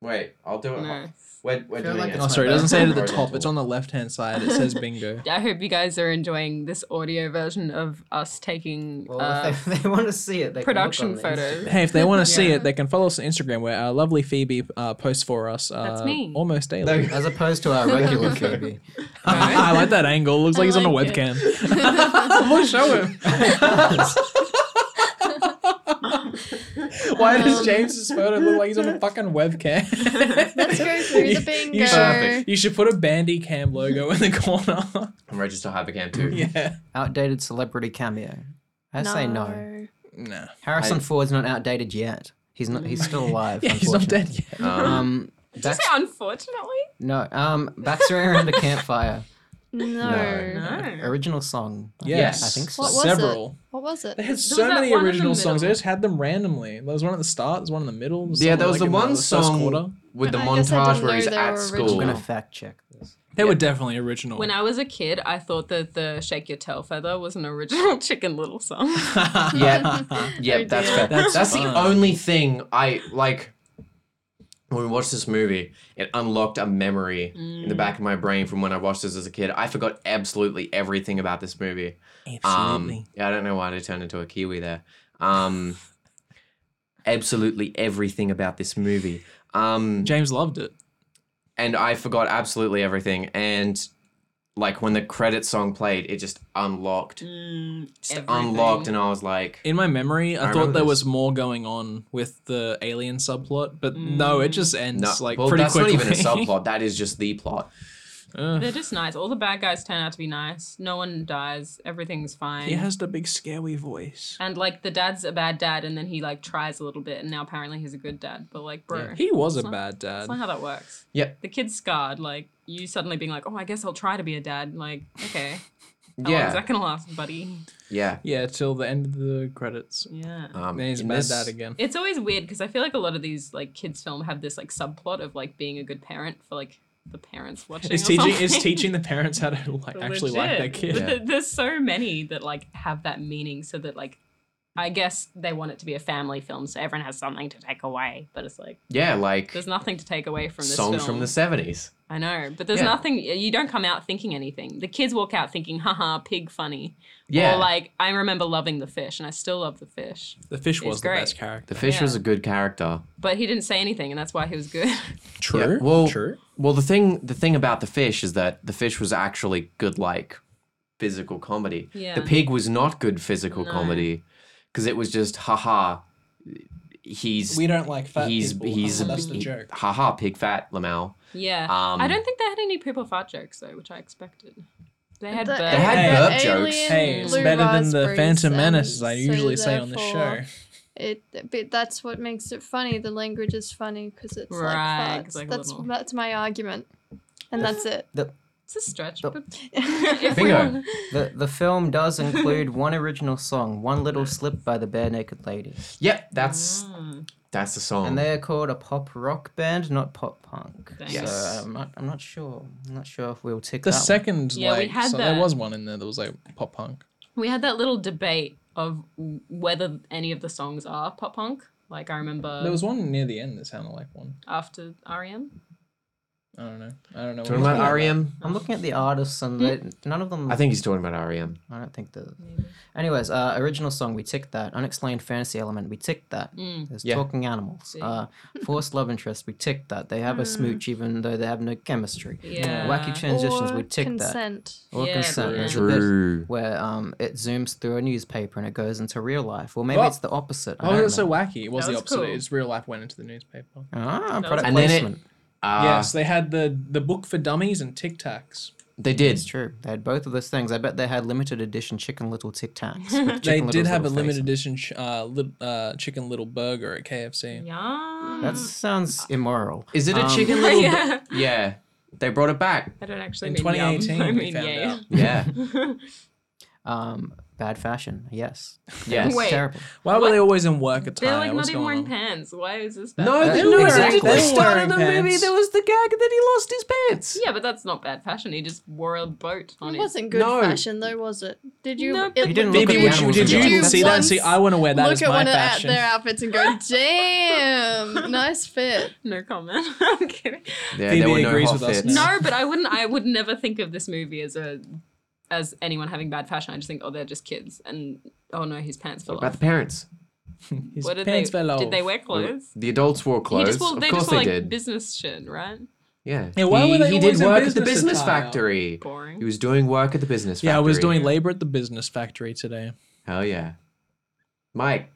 Speaker 4: Wait, I'll do it.
Speaker 3: No.
Speaker 4: We're, we're
Speaker 1: Feel
Speaker 4: doing
Speaker 1: like
Speaker 4: it.
Speaker 1: it's
Speaker 2: Oh, sorry, it doesn't say it at the top. It's on the left hand side. It says bingo.
Speaker 3: I hope you guys are enjoying this audio version of us taking
Speaker 1: well,
Speaker 3: uh,
Speaker 1: if they, they want to see it, they
Speaker 3: production
Speaker 1: can look on the
Speaker 3: photo.
Speaker 2: Hey, if they want to see
Speaker 3: Yeah.
Speaker 2: it, they can follow us on Instagram where our lovely Phoebe uh, posts for us uh,
Speaker 3: That's me.
Speaker 2: almost
Speaker 4: No,
Speaker 2: daily.
Speaker 1: As opposed to our regular Phoebe.
Speaker 2: I like that angle. Looks like
Speaker 5: I
Speaker 2: he's on a
Speaker 5: like it.
Speaker 2: webcam. we'll show him. Why does
Speaker 5: Um.
Speaker 2: James's photo look like he's on a fucking webcam?
Speaker 5: Let's go through the bingo.
Speaker 2: You should,
Speaker 4: Perfect.
Speaker 2: you should put a bandy cam logo in the corner.
Speaker 4: I'm registered hypercam too.
Speaker 2: yeah.
Speaker 1: Outdated celebrity cameo. I say no.
Speaker 2: Nah.
Speaker 1: Harrison
Speaker 4: I-
Speaker 1: Ford's not outdated yet. He's not. He's still alive.
Speaker 2: Yeah, he's not
Speaker 1: unfortunately.
Speaker 2: dead yet.
Speaker 4: Um,
Speaker 1: Um,
Speaker 3: Did you
Speaker 1: Bax-
Speaker 3: say unfortunately?
Speaker 1: no. Um, Baxter around a campfire.
Speaker 5: No.
Speaker 4: No.
Speaker 3: No.
Speaker 1: Original song.
Speaker 2: Yes.
Speaker 1: I think so.
Speaker 5: What was it?
Speaker 2: Several.
Speaker 5: What was it?
Speaker 2: They had
Speaker 3: was
Speaker 2: so
Speaker 3: that
Speaker 2: many
Speaker 3: one in the
Speaker 2: original songs. They
Speaker 3: middle.
Speaker 2: just had them randomly. There was one at the start. There's one in the middle. There was
Speaker 4: yeah,
Speaker 2: some,
Speaker 4: there was
Speaker 2: like,
Speaker 4: the
Speaker 2: in
Speaker 4: one
Speaker 2: first quarter.
Speaker 4: song with the
Speaker 5: I guess I
Speaker 4: montage
Speaker 5: didn't
Speaker 4: where he's
Speaker 5: know they
Speaker 4: at
Speaker 5: were
Speaker 1: I'm
Speaker 4: school.
Speaker 1: gonna fact check this.
Speaker 2: They were definitely original.
Speaker 3: When I was a kid, I thought that the "Shake Your Tail Feather" was an original Chicken Little song.
Speaker 4: Yeah. Yeah,
Speaker 5: Oh,
Speaker 4: that's fair.
Speaker 5: dear.
Speaker 4: That's,
Speaker 2: That's
Speaker 4: the
Speaker 2: fine.
Speaker 4: only thing I like. When we watched this movie, it unlocked a memory
Speaker 3: Mm,
Speaker 4: in the back
Speaker 2: Mm.
Speaker 4: of my brain from when I watched this as a kid. I forgot absolutely everything about this movie. Um, yeah, I don't know why they turned into a Kiwi there. Um, absolutely everything about this movie. Um,
Speaker 2: James loved it.
Speaker 4: and I forgot absolutely everything. And like when the credit song played, it just unlocked,
Speaker 3: Mm,
Speaker 4: just unlocked, and I was like,
Speaker 2: In my memory, I,
Speaker 4: I
Speaker 2: thought
Speaker 4: remember
Speaker 2: there
Speaker 4: this.
Speaker 2: was more going on with the alien subplot, but
Speaker 3: Mm.
Speaker 2: no, it just ends
Speaker 4: no,
Speaker 2: like
Speaker 4: well,
Speaker 2: pretty
Speaker 4: that's
Speaker 2: quickly. Uh,
Speaker 4: not even a subplot. That is just the plot.
Speaker 2: Ugh.
Speaker 3: They're just nice. All the bad guys turn out to be nice. No one dies. Everything's fine.
Speaker 2: He has the big scary voice.
Speaker 3: And like the dad's a bad dad, and then he like tries a little bit, and now apparently he's a good dad. But like, bro,
Speaker 2: He was a
Speaker 3: not-
Speaker 2: bad dad.
Speaker 3: that's not how that works.
Speaker 4: Yeah.
Speaker 3: The kid's scarred. Like you suddenly being like, oh, I guess I'll try to be a dad. Like, okay,
Speaker 2: Oh,
Speaker 3: how long
Speaker 4: yeah,
Speaker 3: is that gonna last, buddy?
Speaker 4: yeah.
Speaker 2: Yeah, till the end of the credits.
Speaker 3: Yeah.
Speaker 4: Um,
Speaker 2: Then he's a
Speaker 4: in
Speaker 2: bad
Speaker 4: this-
Speaker 2: dad again.
Speaker 3: It's always weird because I feel like a lot of these like kids film have this like subplot of like being a good parent for like the parents watching.
Speaker 2: It's
Speaker 3: or
Speaker 2: teaching. It's
Speaker 3: something.
Speaker 2: teaching the parents how to like actually like their
Speaker 3: Legit.
Speaker 2: kid.
Speaker 4: Yeah.
Speaker 3: There's so many that like have that meaning, so that like, I guess they want it to be a family film, so everyone has something to take away. But it's like
Speaker 4: Yeah, like
Speaker 3: there's nothing to take away from this
Speaker 4: songs
Speaker 3: film.
Speaker 4: from the seventies.
Speaker 3: I know, but there's
Speaker 4: Yeah.
Speaker 3: nothing. You don't come out thinking anything. The kids walk out thinking, "Haha, pig funny."
Speaker 4: Yeah,
Speaker 3: Or like, I remember loving the fish, and I still love the fish.
Speaker 2: The fish was the
Speaker 3: great.
Speaker 2: best character.
Speaker 4: the fish
Speaker 3: yeah.
Speaker 4: was a good character.
Speaker 3: But he didn't say anything, and that's why he was good.
Speaker 2: True.
Speaker 4: Yeah, well-
Speaker 2: true.
Speaker 4: Well, the thing the thing about the fish is that the fish was actually good like physical comedy.
Speaker 3: Yeah.
Speaker 4: The pig was not good physical
Speaker 3: No.
Speaker 4: comedy because it was just haha. He's
Speaker 2: We don't like fat
Speaker 4: he's
Speaker 2: people.
Speaker 4: he's
Speaker 2: Oh, that's the
Speaker 4: he-
Speaker 2: joke.
Speaker 4: haha pig fat Lamel.
Speaker 3: yeah.
Speaker 4: Um,
Speaker 3: I don't think they had any people fart jokes though, which I expected. They had
Speaker 5: The-
Speaker 3: birds.
Speaker 4: had
Speaker 5: the
Speaker 4: burp
Speaker 5: alien
Speaker 4: jokes.
Speaker 2: Hey, it's
Speaker 5: blue
Speaker 2: better than the
Speaker 5: raspberries
Speaker 2: Phantom
Speaker 5: and
Speaker 2: Menace, as I
Speaker 5: so
Speaker 2: usually say on the show.
Speaker 5: therefore It, but that's what makes it funny. The language is funny because it's
Speaker 3: Right,
Speaker 5: like
Speaker 3: 'cause
Speaker 5: farts.
Speaker 3: like a
Speaker 5: that's
Speaker 3: little-
Speaker 5: that's my argument, and that's it.
Speaker 3: It's a stretch,
Speaker 4: Oh.
Speaker 1: The-
Speaker 3: but if we
Speaker 4: Bingo.
Speaker 3: were-
Speaker 1: The the film does include one original song, "One Little Slip" by the Bare Naked Ladies,
Speaker 4: Yep, that's
Speaker 3: Mm,
Speaker 4: that's the song.
Speaker 1: and they are called a pop rock band, not pop punk.
Speaker 3: Dang.
Speaker 4: Yes.
Speaker 1: So I'm not, I'm not sure. I'm not sure if we'll tick
Speaker 2: The
Speaker 1: that one.
Speaker 2: second,
Speaker 3: Yeah, we
Speaker 2: like,
Speaker 3: had
Speaker 2: so there
Speaker 3: that.
Speaker 2: was one in there that was like pop punk.
Speaker 3: we had that little debate of w- whether any of the songs are pop punk. Like I remember
Speaker 2: There was one near the end that sounded like one.
Speaker 3: after E REM.
Speaker 2: I don't know. I don't know.
Speaker 4: talking
Speaker 2: what
Speaker 4: about
Speaker 1: E
Speaker 2: it was.
Speaker 4: REM.
Speaker 1: I'm looking at the artists,
Speaker 3: Hmm?
Speaker 1: and they, none of them.
Speaker 4: I think he's talking about E REM.
Speaker 1: I don't think the. Anyways, uh, original song we ticked that. Unexplained fantasy element we ticked that.
Speaker 3: Mm.
Speaker 1: There's
Speaker 4: Yeah.
Speaker 1: talking animals.
Speaker 3: See. Hmm.
Speaker 1: Uh, forced love interest we ticked that. They have a smooch even though they have no chemistry.
Speaker 3: Yeah.
Speaker 1: Wacky transitions
Speaker 5: or
Speaker 1: we ticked that.
Speaker 5: consent.
Speaker 1: Or
Speaker 3: Yeah,
Speaker 1: consent.
Speaker 3: but uh,
Speaker 1: It's a
Speaker 3: then-
Speaker 1: bit
Speaker 4: True.
Speaker 1: where um it zooms through a newspaper and it goes into real life. Or maybe
Speaker 2: Oh.
Speaker 1: it's the opposite. I
Speaker 2: Why
Speaker 1: don't
Speaker 2: was it so
Speaker 1: know.
Speaker 2: wacky? It was the
Speaker 3: That was
Speaker 2: opposite.
Speaker 3: cool.
Speaker 2: It's real life went into the newspaper.
Speaker 1: Ah,
Speaker 3: was
Speaker 1: product
Speaker 4: And then it-
Speaker 1: placement. Ah.
Speaker 4: Uh,
Speaker 2: yes, they had the the book for dummies and Tic Tacs.
Speaker 4: they did.
Speaker 1: It's true. They had both of those things. I bet they had limited edition Chicken Little Tic Tacs. with
Speaker 2: They
Speaker 1: Chicken
Speaker 2: did
Speaker 1: Little's
Speaker 2: have a
Speaker 1: little
Speaker 2: limited
Speaker 1: face on it.
Speaker 2: edition ch- uh, li- uh, chicken little burger at KFC.
Speaker 3: Yum.
Speaker 1: That sounds immoral.
Speaker 4: Is it a
Speaker 1: Um,
Speaker 4: chicken little?
Speaker 3: yeah.
Speaker 4: yeah, they brought it back.
Speaker 3: I don't actually
Speaker 2: In
Speaker 3: mean
Speaker 2: 2018,
Speaker 3: yum. I
Speaker 2: we
Speaker 3: mean
Speaker 2: found
Speaker 3: yay.
Speaker 2: out.
Speaker 4: Yeah,
Speaker 1: Um, bad fashion. Yes.
Speaker 4: Yes.
Speaker 3: Wait.
Speaker 1: Terrible.
Speaker 2: Why were
Speaker 3: What?
Speaker 2: they always in work attire?
Speaker 3: They're like
Speaker 2: What's
Speaker 3: not even
Speaker 2: going
Speaker 3: wearing
Speaker 2: on?
Speaker 3: pants. Why is this bad?
Speaker 4: No,
Speaker 3: fashion?
Speaker 4: they no,
Speaker 2: Exactly.
Speaker 4: exactly. at the start of the
Speaker 2: Wearing
Speaker 4: movie,
Speaker 2: pants.
Speaker 4: there was the gag that he lost his pants.
Speaker 3: Yeah, but that's not bad fashion. He just wore a boat on
Speaker 5: It
Speaker 3: his.
Speaker 5: wasn't good
Speaker 4: No.
Speaker 5: fashion though, was it? Did you?
Speaker 3: No,
Speaker 5: it-
Speaker 3: but-
Speaker 1: He didn't look
Speaker 2: Phoebe,
Speaker 1: at the
Speaker 2: would you,
Speaker 1: animals.
Speaker 2: did
Speaker 1: in the
Speaker 2: you
Speaker 5: Did
Speaker 1: box.
Speaker 2: see that?
Speaker 5: once
Speaker 2: See, I want to wear that
Speaker 5: look
Speaker 2: as
Speaker 5: at
Speaker 2: my
Speaker 5: one
Speaker 2: fashion.
Speaker 5: of their outfits and go, "Damn, nice fit."
Speaker 3: No comment. I'm kidding.
Speaker 4: Yeah,
Speaker 2: Phoebe
Speaker 4: there were no
Speaker 2: agrees
Speaker 4: hot
Speaker 2: with us
Speaker 4: fits.
Speaker 2: now.
Speaker 3: No, but I wouldn't. I would never think of this movie as a as anyone having bad fashion. I just think, oh, they're just kids, and oh no, his pants fell
Speaker 4: What about
Speaker 3: off.
Speaker 4: the parents?
Speaker 2: His
Speaker 3: What did
Speaker 2: pants
Speaker 3: they?
Speaker 2: fell off.
Speaker 3: Did they wear clothes?
Speaker 4: The adults wore
Speaker 3: He
Speaker 4: clothes.
Speaker 3: just wore,
Speaker 4: of
Speaker 3: they
Speaker 4: course
Speaker 3: just wore
Speaker 4: they
Speaker 3: like
Speaker 4: did.
Speaker 3: business shit, right?
Speaker 4: Yeah.
Speaker 2: Yeah, why
Speaker 4: he,
Speaker 2: were they
Speaker 4: he
Speaker 2: always
Speaker 4: did
Speaker 2: in
Speaker 4: work at the
Speaker 2: business
Speaker 4: business
Speaker 2: attire?
Speaker 4: factory. He
Speaker 3: Boring.
Speaker 4: was doing work at the business factory.
Speaker 2: Yeah, I was doing labor at the business factory today.
Speaker 4: Hell yeah. Mike.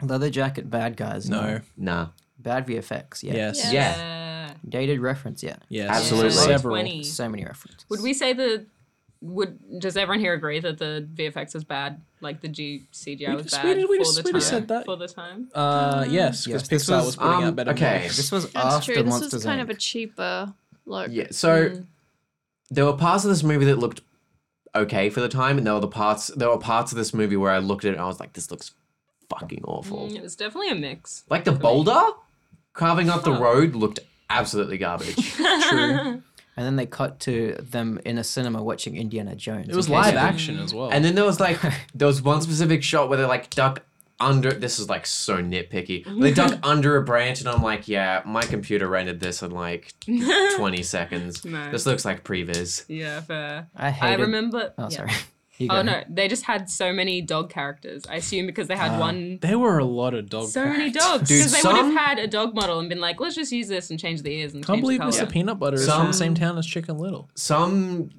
Speaker 1: Leather jacket, bad guys.
Speaker 2: No.
Speaker 4: Nah.
Speaker 1: Bad VFX. Yeah.
Speaker 2: Yes.
Speaker 4: Yeah.
Speaker 3: Yeah.
Speaker 1: Dated reference. Yeah.
Speaker 2: Yes.
Speaker 4: Absolutely.
Speaker 2: Several.
Speaker 3: 20.
Speaker 1: So many references.
Speaker 3: Would we say the? Would does everyone here agree that the VFX was bad? Like the G CGI
Speaker 2: We
Speaker 3: was
Speaker 2: just-
Speaker 3: bad
Speaker 2: we just- we
Speaker 3: for
Speaker 2: just-
Speaker 3: the
Speaker 2: we
Speaker 3: time.
Speaker 2: just said that.
Speaker 3: For the time.
Speaker 2: Uh, yes, because
Speaker 1: Yes, this
Speaker 2: Pixar
Speaker 1: was-
Speaker 2: was putting
Speaker 4: um,
Speaker 2: out better.
Speaker 4: okay.
Speaker 2: movies.
Speaker 1: This was
Speaker 5: That's
Speaker 1: after
Speaker 5: true. This
Speaker 1: Monsters
Speaker 5: was kind
Speaker 1: Inc.
Speaker 5: of a cheaper look.
Speaker 4: Yeah. So
Speaker 3: Mm.
Speaker 4: there were parts of this movie that looked okay for the time, and there were the parts there were parts of this movie where I looked at it and I was like, this looks fucking awful.
Speaker 3: Mm, it was definitely a mix.
Speaker 4: Like the
Speaker 3: for me.
Speaker 4: boulder carving up the
Speaker 3: Huh.
Speaker 4: road looked absolutely garbage.
Speaker 2: True.
Speaker 1: and then they cut to them in a cinema watching Indiana Jones.
Speaker 2: It was
Speaker 1: in case
Speaker 2: live
Speaker 1: you-
Speaker 2: action as well.
Speaker 4: and then there was like there was one specific shot where they like duck under this is like so nitpicky. They duck under a branch and I'm like, yeah, my computer rendered this in like twenty seconds.
Speaker 3: No.
Speaker 4: This looks like previs.
Speaker 3: yeah, fair.
Speaker 1: I hated.
Speaker 3: I remember.
Speaker 1: Oh,
Speaker 3: yeah.
Speaker 1: sorry. You
Speaker 3: Oh
Speaker 1: go.
Speaker 3: no, they just had so many dog characters. I assume because they had
Speaker 1: Ah.
Speaker 3: one.
Speaker 2: there were a lot of dog.
Speaker 3: So many
Speaker 2: characters.
Speaker 3: dogs.
Speaker 4: Dude,
Speaker 3: Because they would have
Speaker 4: some-
Speaker 3: had a dog model and been like, let's just use this and change the ears and
Speaker 2: Can't
Speaker 3: change
Speaker 2: believe
Speaker 3: the
Speaker 2: Mr.
Speaker 3: color.
Speaker 2: Peanut Butter is from the same
Speaker 4: Some-
Speaker 2: town as Chicken Little.
Speaker 4: some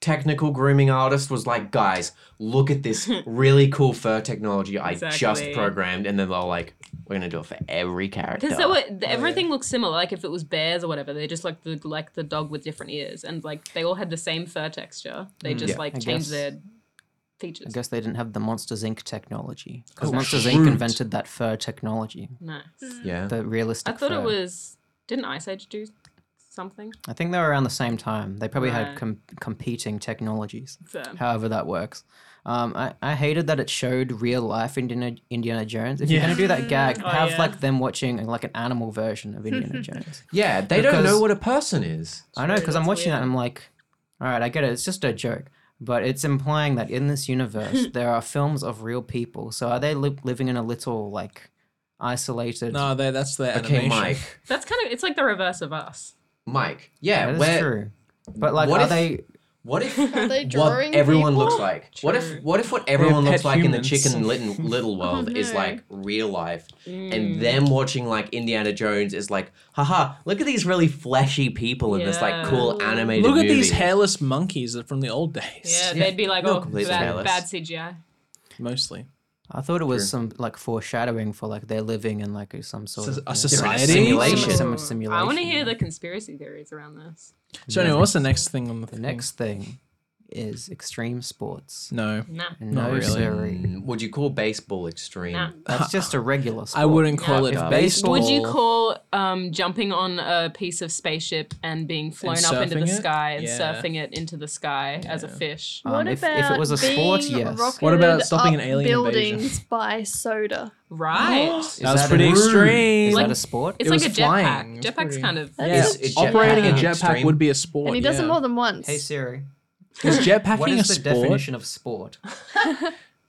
Speaker 4: technical grooming artist was like, guys, look at this really cool fur technology I just
Speaker 3: Exactly.
Speaker 4: programmed. And then they're like, we're going to do it for every character.
Speaker 3: Because
Speaker 1: Oh,
Speaker 3: everything looked similar. Like if it was bears or whatever, they just like the like the dog with different ears, and like they all had the same fur texture. They just
Speaker 4: Yeah.
Speaker 3: like
Speaker 1: Hmm. I guess.
Speaker 3: changed their
Speaker 1: I
Speaker 3: features.
Speaker 1: guess they didn't have the Monsters Inc. technology because
Speaker 4: Oh,
Speaker 1: Monsters
Speaker 4: shoot.
Speaker 1: Inc. invented that fur technology,
Speaker 3: Nice.
Speaker 4: yeah.
Speaker 1: the realistic.
Speaker 3: I thought
Speaker 1: fur.
Speaker 3: it was. Didn't Ice Age do something?
Speaker 1: I think they were around the same time. They probably
Speaker 3: Right.
Speaker 1: had com- competing technologies.
Speaker 3: So,
Speaker 1: However, that works. Um, I, I hated that it showed real life Indiana Indiana Jones. If you're
Speaker 2: Yeah.
Speaker 1: gonna do that gag,
Speaker 3: Oh,
Speaker 1: have
Speaker 3: yeah.
Speaker 1: like them watching like an animal version of Indiana Jones.
Speaker 4: Yeah. They don't
Speaker 1: Because-
Speaker 4: know what a person is.
Speaker 1: I know
Speaker 3: True,
Speaker 1: because I'm
Speaker 3: that's
Speaker 1: watching that
Speaker 3: weird.
Speaker 1: and I'm like, all right, I get it. It's just a joke, but it's implying that in this universe there are films of real people. So are they li- living in a little like isolated?
Speaker 2: No, they, that's their
Speaker 4: Okay,
Speaker 2: animation.
Speaker 4: Mike.
Speaker 3: that's kind of it's like the reverse of us.
Speaker 4: Mike. Yeah.
Speaker 1: that's
Speaker 4: where,
Speaker 1: true. But like,
Speaker 4: What
Speaker 1: are
Speaker 4: if-
Speaker 1: they?
Speaker 4: What if.
Speaker 5: Are they
Speaker 4: What
Speaker 5: drawing
Speaker 4: everyone
Speaker 5: people?
Speaker 4: looks like. What
Speaker 3: True.
Speaker 4: if what if what everyone
Speaker 2: pet
Speaker 4: looks like in the
Speaker 2: humans.
Speaker 4: Chicken Little, little
Speaker 3: Oh,
Speaker 4: world is
Speaker 5: no.
Speaker 4: like real life,
Speaker 3: Mm.
Speaker 4: and them watching like Indiana Jones is like, haha, look at these really fleshy people in this like
Speaker 3: Yeah.
Speaker 4: cool animated.
Speaker 2: Look at
Speaker 4: movie.
Speaker 2: these hairless monkeys that from the old days.
Speaker 3: Yeah, they'd be like,
Speaker 4: Not
Speaker 3: oh,
Speaker 4: completely
Speaker 3: bad,
Speaker 4: hairless.
Speaker 3: bad CGI.
Speaker 2: Mostly.
Speaker 1: I thought it was
Speaker 4: True.
Speaker 1: some like foreshadowing for like they're living in like some sort
Speaker 2: So-
Speaker 1: of
Speaker 2: a
Speaker 1: you know,
Speaker 2: society?
Speaker 1: simulation.
Speaker 4: Some
Speaker 1: Some
Speaker 3: Ooh.
Speaker 1: simulation.
Speaker 3: I want to hear the conspiracy theories around this.
Speaker 2: So anyway, what's the next thing on the,
Speaker 1: The
Speaker 2: thing?
Speaker 1: next thing is extreme sports.
Speaker 2: No,
Speaker 3: Nah.
Speaker 1: No,
Speaker 2: really.
Speaker 1: sorry.
Speaker 4: Mm, Would you call baseball extreme?
Speaker 3: Nah.
Speaker 1: That's just a regular sport.
Speaker 2: I wouldn't call
Speaker 4: Yeah.
Speaker 2: it
Speaker 4: If
Speaker 2: baseball.
Speaker 3: Would you call um, jumping on a piece of spaceship and being flown up into
Speaker 2: surfing
Speaker 3: the
Speaker 2: it?
Speaker 3: sky and
Speaker 2: Yeah.
Speaker 3: surfing it into the sky as a
Speaker 2: Yeah.
Speaker 3: fish?
Speaker 1: Um,
Speaker 5: What
Speaker 1: if,
Speaker 5: about
Speaker 1: if it was a sport,
Speaker 5: being
Speaker 1: yes.
Speaker 2: What about
Speaker 5: rocketed
Speaker 2: stopping an
Speaker 5: up
Speaker 2: alien invasion?
Speaker 5: buildings by soda?
Speaker 3: Right.
Speaker 1: Is
Speaker 2: That was
Speaker 1: that
Speaker 2: pretty
Speaker 1: a-
Speaker 2: extreme.
Speaker 1: Is
Speaker 3: Like-
Speaker 1: that a sport?
Speaker 3: it's
Speaker 2: It
Speaker 3: like
Speaker 2: was
Speaker 3: a
Speaker 2: flying.
Speaker 3: jetpack.
Speaker 2: It's
Speaker 3: Jetpack's
Speaker 2: pretty-
Speaker 3: kind of.
Speaker 5: That
Speaker 2: Yeah,
Speaker 5: is
Speaker 4: Is
Speaker 2: operating a
Speaker 4: jetpacking
Speaker 2: jetpack
Speaker 4: extreme?
Speaker 2: would be a sport.
Speaker 5: And he does
Speaker 2: yeah.
Speaker 5: it more than once.
Speaker 1: Hey Siri,
Speaker 2: Is jetpacking
Speaker 1: what
Speaker 2: a
Speaker 1: is the
Speaker 2: sport?
Speaker 1: definition of sport?